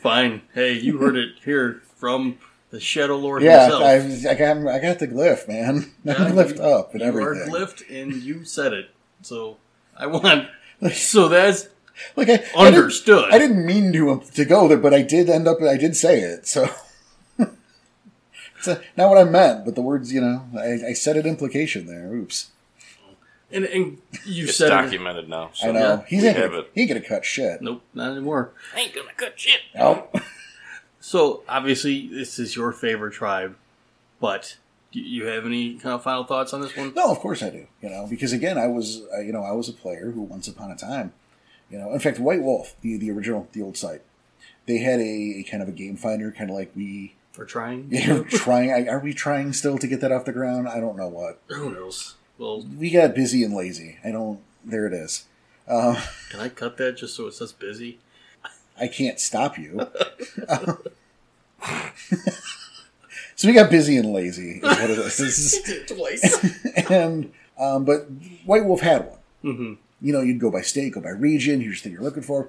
S3: Fine. Hey, you heard it here from the Shadow Lord
S1: yeah,
S3: himself.
S1: I, was- I got I got the glyph, man. I'm glyphed up and
S3: you
S1: everything.
S3: are glyphed, and you said it. So I want. So that's
S1: Like I I didn't-
S3: understood.
S1: I didn't mean to um, to go there, but I did end up. I did say it, so it's uh not what I meant. But the words, you know, I, I said an implication there. Oops,
S3: and, and you
S2: It's
S3: said it.
S2: documented now. So
S1: I know
S3: yeah,
S1: he's
S2: we
S1: ain't
S2: have
S1: gonna,
S2: it.
S1: he ain't gonna cut shit.
S3: Nope, not anymore.
S2: I ain't gonna cut shit.
S1: No,
S3: So obviously, this is your favorite tribe, but do you have any kind of final thoughts on this one?
S1: no, of course I do. You know, because again, I was uh, you know I was a player who once upon a time, you know, in fact, White Wolf, the the original, the old site, they had a, a kind of a game finder, kind of like we
S3: For trying?
S1: are trying. I- Are we trying still to get that off the ground? I don't know what.
S3: Who knows? Well,
S1: We got busy and lazy. I don't. There it is. Um,
S3: can I cut that just so it says busy?
S1: I can't stop you. so we got busy and lazy is what it is. This is-
S3: Twice.
S1: and um, but White Wolf had one.
S3: hmm
S1: You know, you'd go by state, go by region. Here's the thing you're looking for.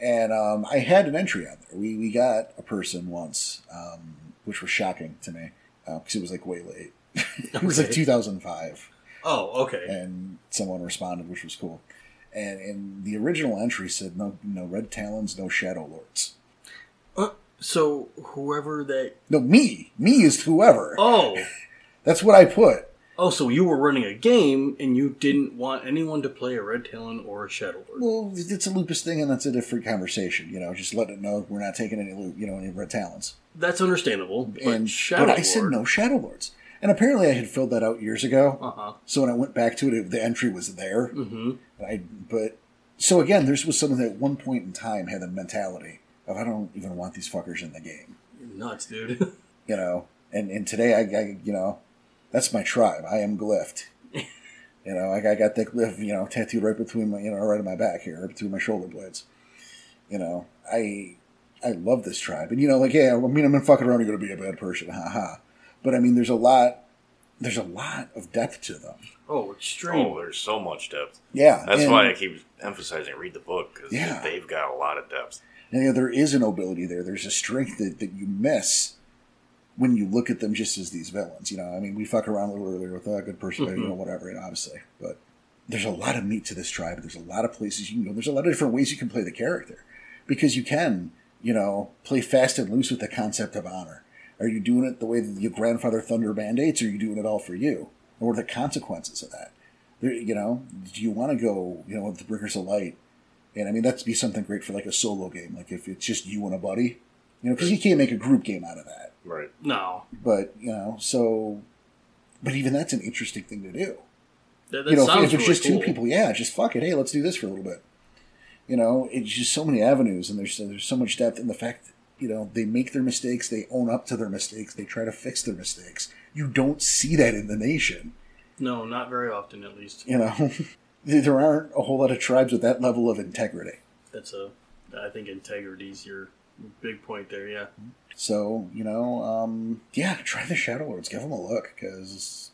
S1: And um, I had an entry on there. We we got a person once, um, which was shocking to me because it was like way late. it was like
S3: Okay.
S1: 2005
S3: Oh, okay.
S1: and someone responded, which was cool. And, and the original entry said no, no red talons, no shadow lords.
S3: Uh, so whoever that.
S1: No, me, me is whoever.
S3: Oh,
S1: That's what I put.
S3: oh, so you were running a game and you didn't want anyone to play a red talon or a shadow lord.
S1: Well, it's a lupus thing, and that's a different conversation. You know, just let it know we're not taking any loop. You know, any red talons.
S3: That's understandable. But
S1: And
S3: shadow
S1: but I
S3: lord.
S1: said no shadow lords. And apparently, I had filled that out years ago.
S3: Uh huh.
S1: So when I went back to it, it the entry was there.
S3: Mm-hmm.
S1: I but so again, this was someone that at one point in time had the mentality of I don't even want these fuckers in the game.
S3: You're nuts, dude.
S1: you know, and, and today I, I, you know, that's my tribe. I am glyphed. you know, I, I got that glyph, you know, tattooed right between my, you know, right on my back here, right between my shoulder blades. You know, I, I love this tribe. And, you know, like, yeah, I mean, I'm in fucking around, you're going to be a bad person. Ha ha. But I mean, there's a lot, there's a lot of depth to them.
S3: Oh, extreme.
S2: Oh, there's so much depth.
S1: Yeah.
S2: That's
S1: and,
S2: why I keep emphasizing read the book because
S1: Yeah.
S2: they've got a lot of depth.
S1: you know, there is a nobility there. There's a strength that, that you miss when you look at them just as these villains. You know, I mean, we fuck around a little earlier with a good person, you know, whatever, you know, obviously. But there's a lot of meat to this tribe. There's a lot of places you can go. There's a lot of different ways you can play the character because you can, you know, play fast and loose with the concept of honor. Are you doing it the way that your grandfather Thunder Band-Aids, or are you doing it all for you? And what are the consequences of that? There, you know, do you want to go, you know, with the Bringers of Light and I mean, that'd be something great for like a solo game, like if it's just you and a buddy, you know, because you can't make a group game out of that.
S2: Right.
S3: No.
S1: But you know, so, but even that's an interesting thing to do.
S3: That, that
S1: you know, if- if, it's
S3: sounds really
S1: just
S3: cool.
S1: two people, yeah, just fuck it. Hey, let's do this for a little bit. You know, it's just so many avenues, and there's there's so much depth in the fact that, you know they make their mistakes, they own up to their mistakes, they try to fix their mistakes. You don't see that in the nation.
S3: No, not very often, at least.
S1: You know, there aren't a whole lot of tribes with that level of integrity.
S3: That's a, I think integrity's your big point there. Yeah,
S1: So you know, um, yeah, try the Shadow Lords. Give them a look, because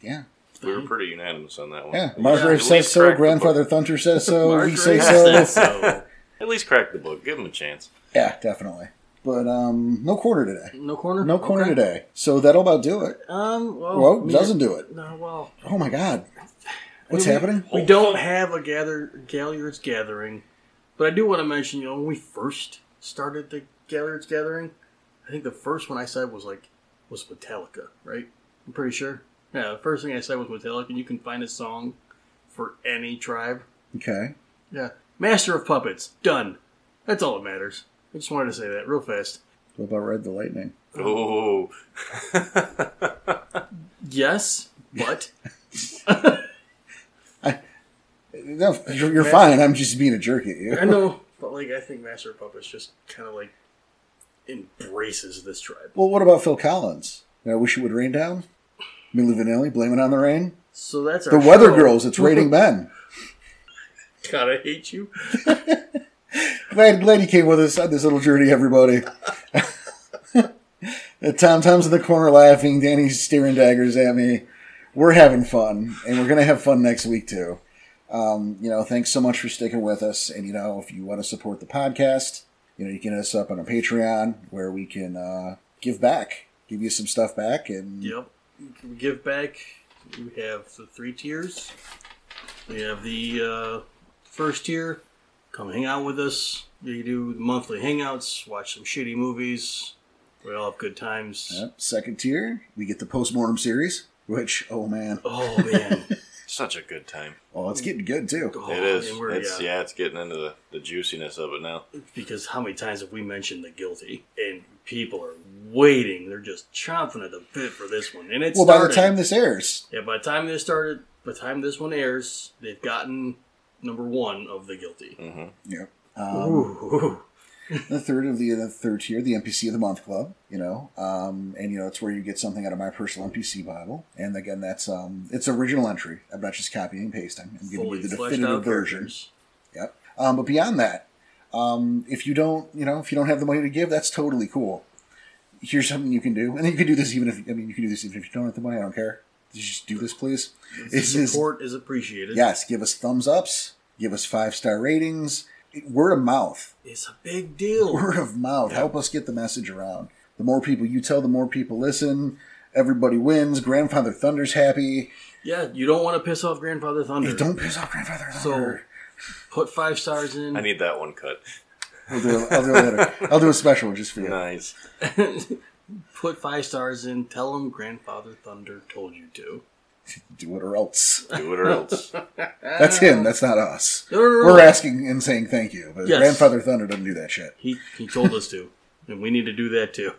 S1: yeah,
S2: We were pretty unanimous on that one.
S1: Mm-hmm. yeah.
S2: At
S1: Margrave
S2: least
S1: says so.
S2: crack the
S1: Grandfather
S2: book.
S1: Thunter says so. Oh, we
S3: Marjorie
S1: say
S3: said
S1: so.
S3: so.
S2: At least crack the book. Give them a chance.
S1: yeah, definitely. But um, no corner today.
S3: No corner.
S1: No corner
S3: Okay.
S1: today. So that'll about do it.
S3: Um. Well,
S1: Well,
S3: I mean,
S1: doesn't do it.
S3: No. Well, Oh.
S1: Oh my god, what's
S3: I mean, we-
S1: happening?
S3: We don't have a gather Galliard's gathering, but I do want to mention. You know, when we first started the Galliard's gathering, I think the first one I said was like was Metallica, right? I'm pretty sure. Yeah, the first thing I said was Metallica, and you can find a song for any tribe.
S1: Okay.
S3: Yeah, Master of Puppets, done. That's all that matters. I just wanted to say that real fast.
S1: What about Red the Lightning?
S2: Ooh.
S3: Yes, but
S1: No, you're, you're fine. I'm just being a jerk at you.
S3: I know, but like I think Master of Puppets just kind of like embraces this tribe.
S1: Well, what about Phil Collins? I wish it would rain down. Millie Vanilli, blame it on the rain.
S3: So that's
S1: The
S3: our
S1: Weather
S3: show.
S1: Girls, it's raining men.
S3: God, I hate you.
S1: Glad, glad you came with us on this little journey, everybody. Tom Tom's in the corner laughing. Danny's staring daggers at me. We're having fun, and we're going to have fun next week, too. Um, you know, thanks so much for sticking with us. And, you know, if you want to support the podcast, you know, you can hit us up on a Patreon where we can uh, give back, give you some stuff back. And
S3: Yep. We give back. We have the three tiers. We have the uh, first tier. Come hang out with us. You do the monthly hangouts. Watch some shitty movies. We all have good times.
S1: Yep, second tier, we get the postmortem series, which, oh man,
S3: Oh man.
S2: Such a good time.
S1: oh, it's getting good, too.
S3: Oh,
S2: It is.
S3: and we're-
S2: It's yeah. It's getting into the, the juiciness of it now.
S3: because how many times have we mentioned the guilty and people are waiting they're just chomping at the bit for this one and it's
S1: Well, by the
S3: started.
S1: time this airs,
S3: yeah by the time this started by the time this one airs they've gotten number one of the guilty
S1: Mm-hmm.
S2: hmm
S3: Um,
S1: yeah. um,
S3: Ooh.
S1: the third of the, the third tier, the NPC of the Month Club, you know, um, and you know it's where you get something out of my personal NPC Bible, and again that's um, it's original entry. I'm not just copying and pasting. I'm giving
S3: fully
S1: you the
S3: fleshed
S1: definitive
S3: out
S1: version.
S3: versions
S1: Yep. Um, but beyond that, um, if you don't, you know, if you don't have the money to give, that's totally cool. Here's something you can do, and you can do this even if I mean you can do this even if you don't have the money. I don't care. Just do this, please. It's- it's-
S3: support is appreciated
S1: yes, give us thumbs ups, give us five star ratings. Word of mouth
S3: it's a big deal
S1: word of mouth. Help us get the message around. The more people you tell, the more people listen. Everybody wins. Grandfather Thunder's happy.
S3: yeah you don't want to piss off grandfather thunder
S1: Hey, don't piss off Grandfather Thunder.
S3: put five stars in
S2: I
S1: Mm.
S2: need that one cut.
S1: I'll, do it, I'll do it later. I'll do a special just for you.
S2: Nice.
S3: put five stars in tell them grandfather thunder told you to
S1: Do it or else.
S2: Do it or else.
S1: That's him. That's not us.
S3: No, no, no,
S1: We're
S3: no.
S1: asking and saying thank you, but
S3: Yes.
S1: Grandfather Thunder doesn't do that shit.
S3: He he told us to, and we need to do that too.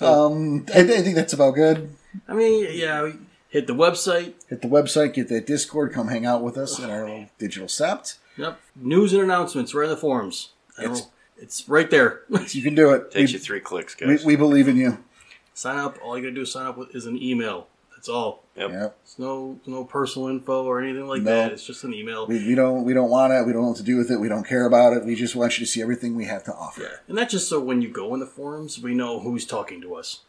S1: Um, I, I think that's about good.
S3: I mean, yeah, we hit the website.
S1: Hit the website, get that Discord, come hang out with us in our little digital sept.
S3: Yep, news and announcements. We're in the forums. I don't-
S1: It's-
S3: it's right there.
S1: You can do it.
S2: Takes
S1: we,
S2: you three clicks,
S1: we,
S2: guys.
S1: we believe in you.
S3: sign up. All you gotta do is sign up with is an email. That's all.
S2: yep.
S1: Yep.
S3: It's no no personal info or anything like
S1: No.
S3: that. It's just an email.
S1: We, we don't we don't want it. We don't know what to do with it. We don't care about it. We just want you to see everything we have to offer.
S3: yeah, and that's just so when you go in the forums, we know who's talking to us.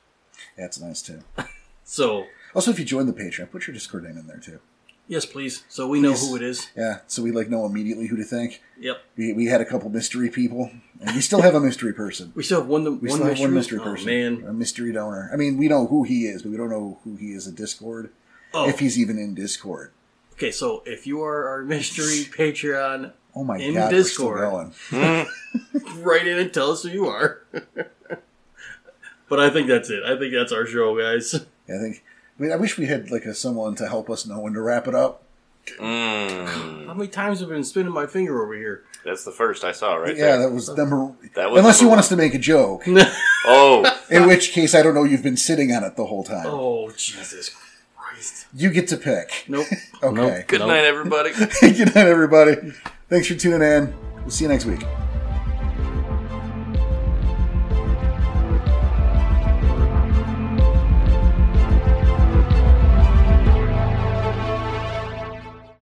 S1: That's nice too.
S3: So
S1: Also, if you join the Patreon, put your Discord name in there too.
S3: yes, please. So we know who it is.
S1: Yeah, so we like know immediately who to thank.
S3: Yep.
S1: We, we had a couple mystery people, and we still have a mystery person.
S3: We still have one.
S1: We
S3: one
S1: still have
S3: mystery.
S1: one mystery
S3: oh,
S1: person,
S3: Man.
S1: a mystery donor. I mean, we know who he is, but we don't know who he is in Discord
S3: Oh.
S1: if he's even in Discord.
S3: okay, so if you are our mystery Patreon,
S1: Oh my
S3: In
S1: god,
S3: Discord.
S1: we're still going.
S3: write in and tell us who you are. but I think that's it. I think that's our show, guys.
S1: I think. I mean, I wish we had like a someone to help us know when to wrap it up.
S2: Mm.
S3: How many times have I been spinning my finger over here?
S2: That's the first I saw right
S1: yeah,
S2: there.
S1: that was number.
S2: That was
S1: unless you
S2: number
S1: want us to make a joke.
S2: Oh,
S1: In which case, I don't know you've been sitting on it the whole time.
S3: Oh Jesus Christ!
S1: You get to pick.
S3: Nope.
S1: Okay.
S3: Nope.
S2: good night, everybody.
S1: Good night, everybody. Thanks for tuning in. We'll see you next week.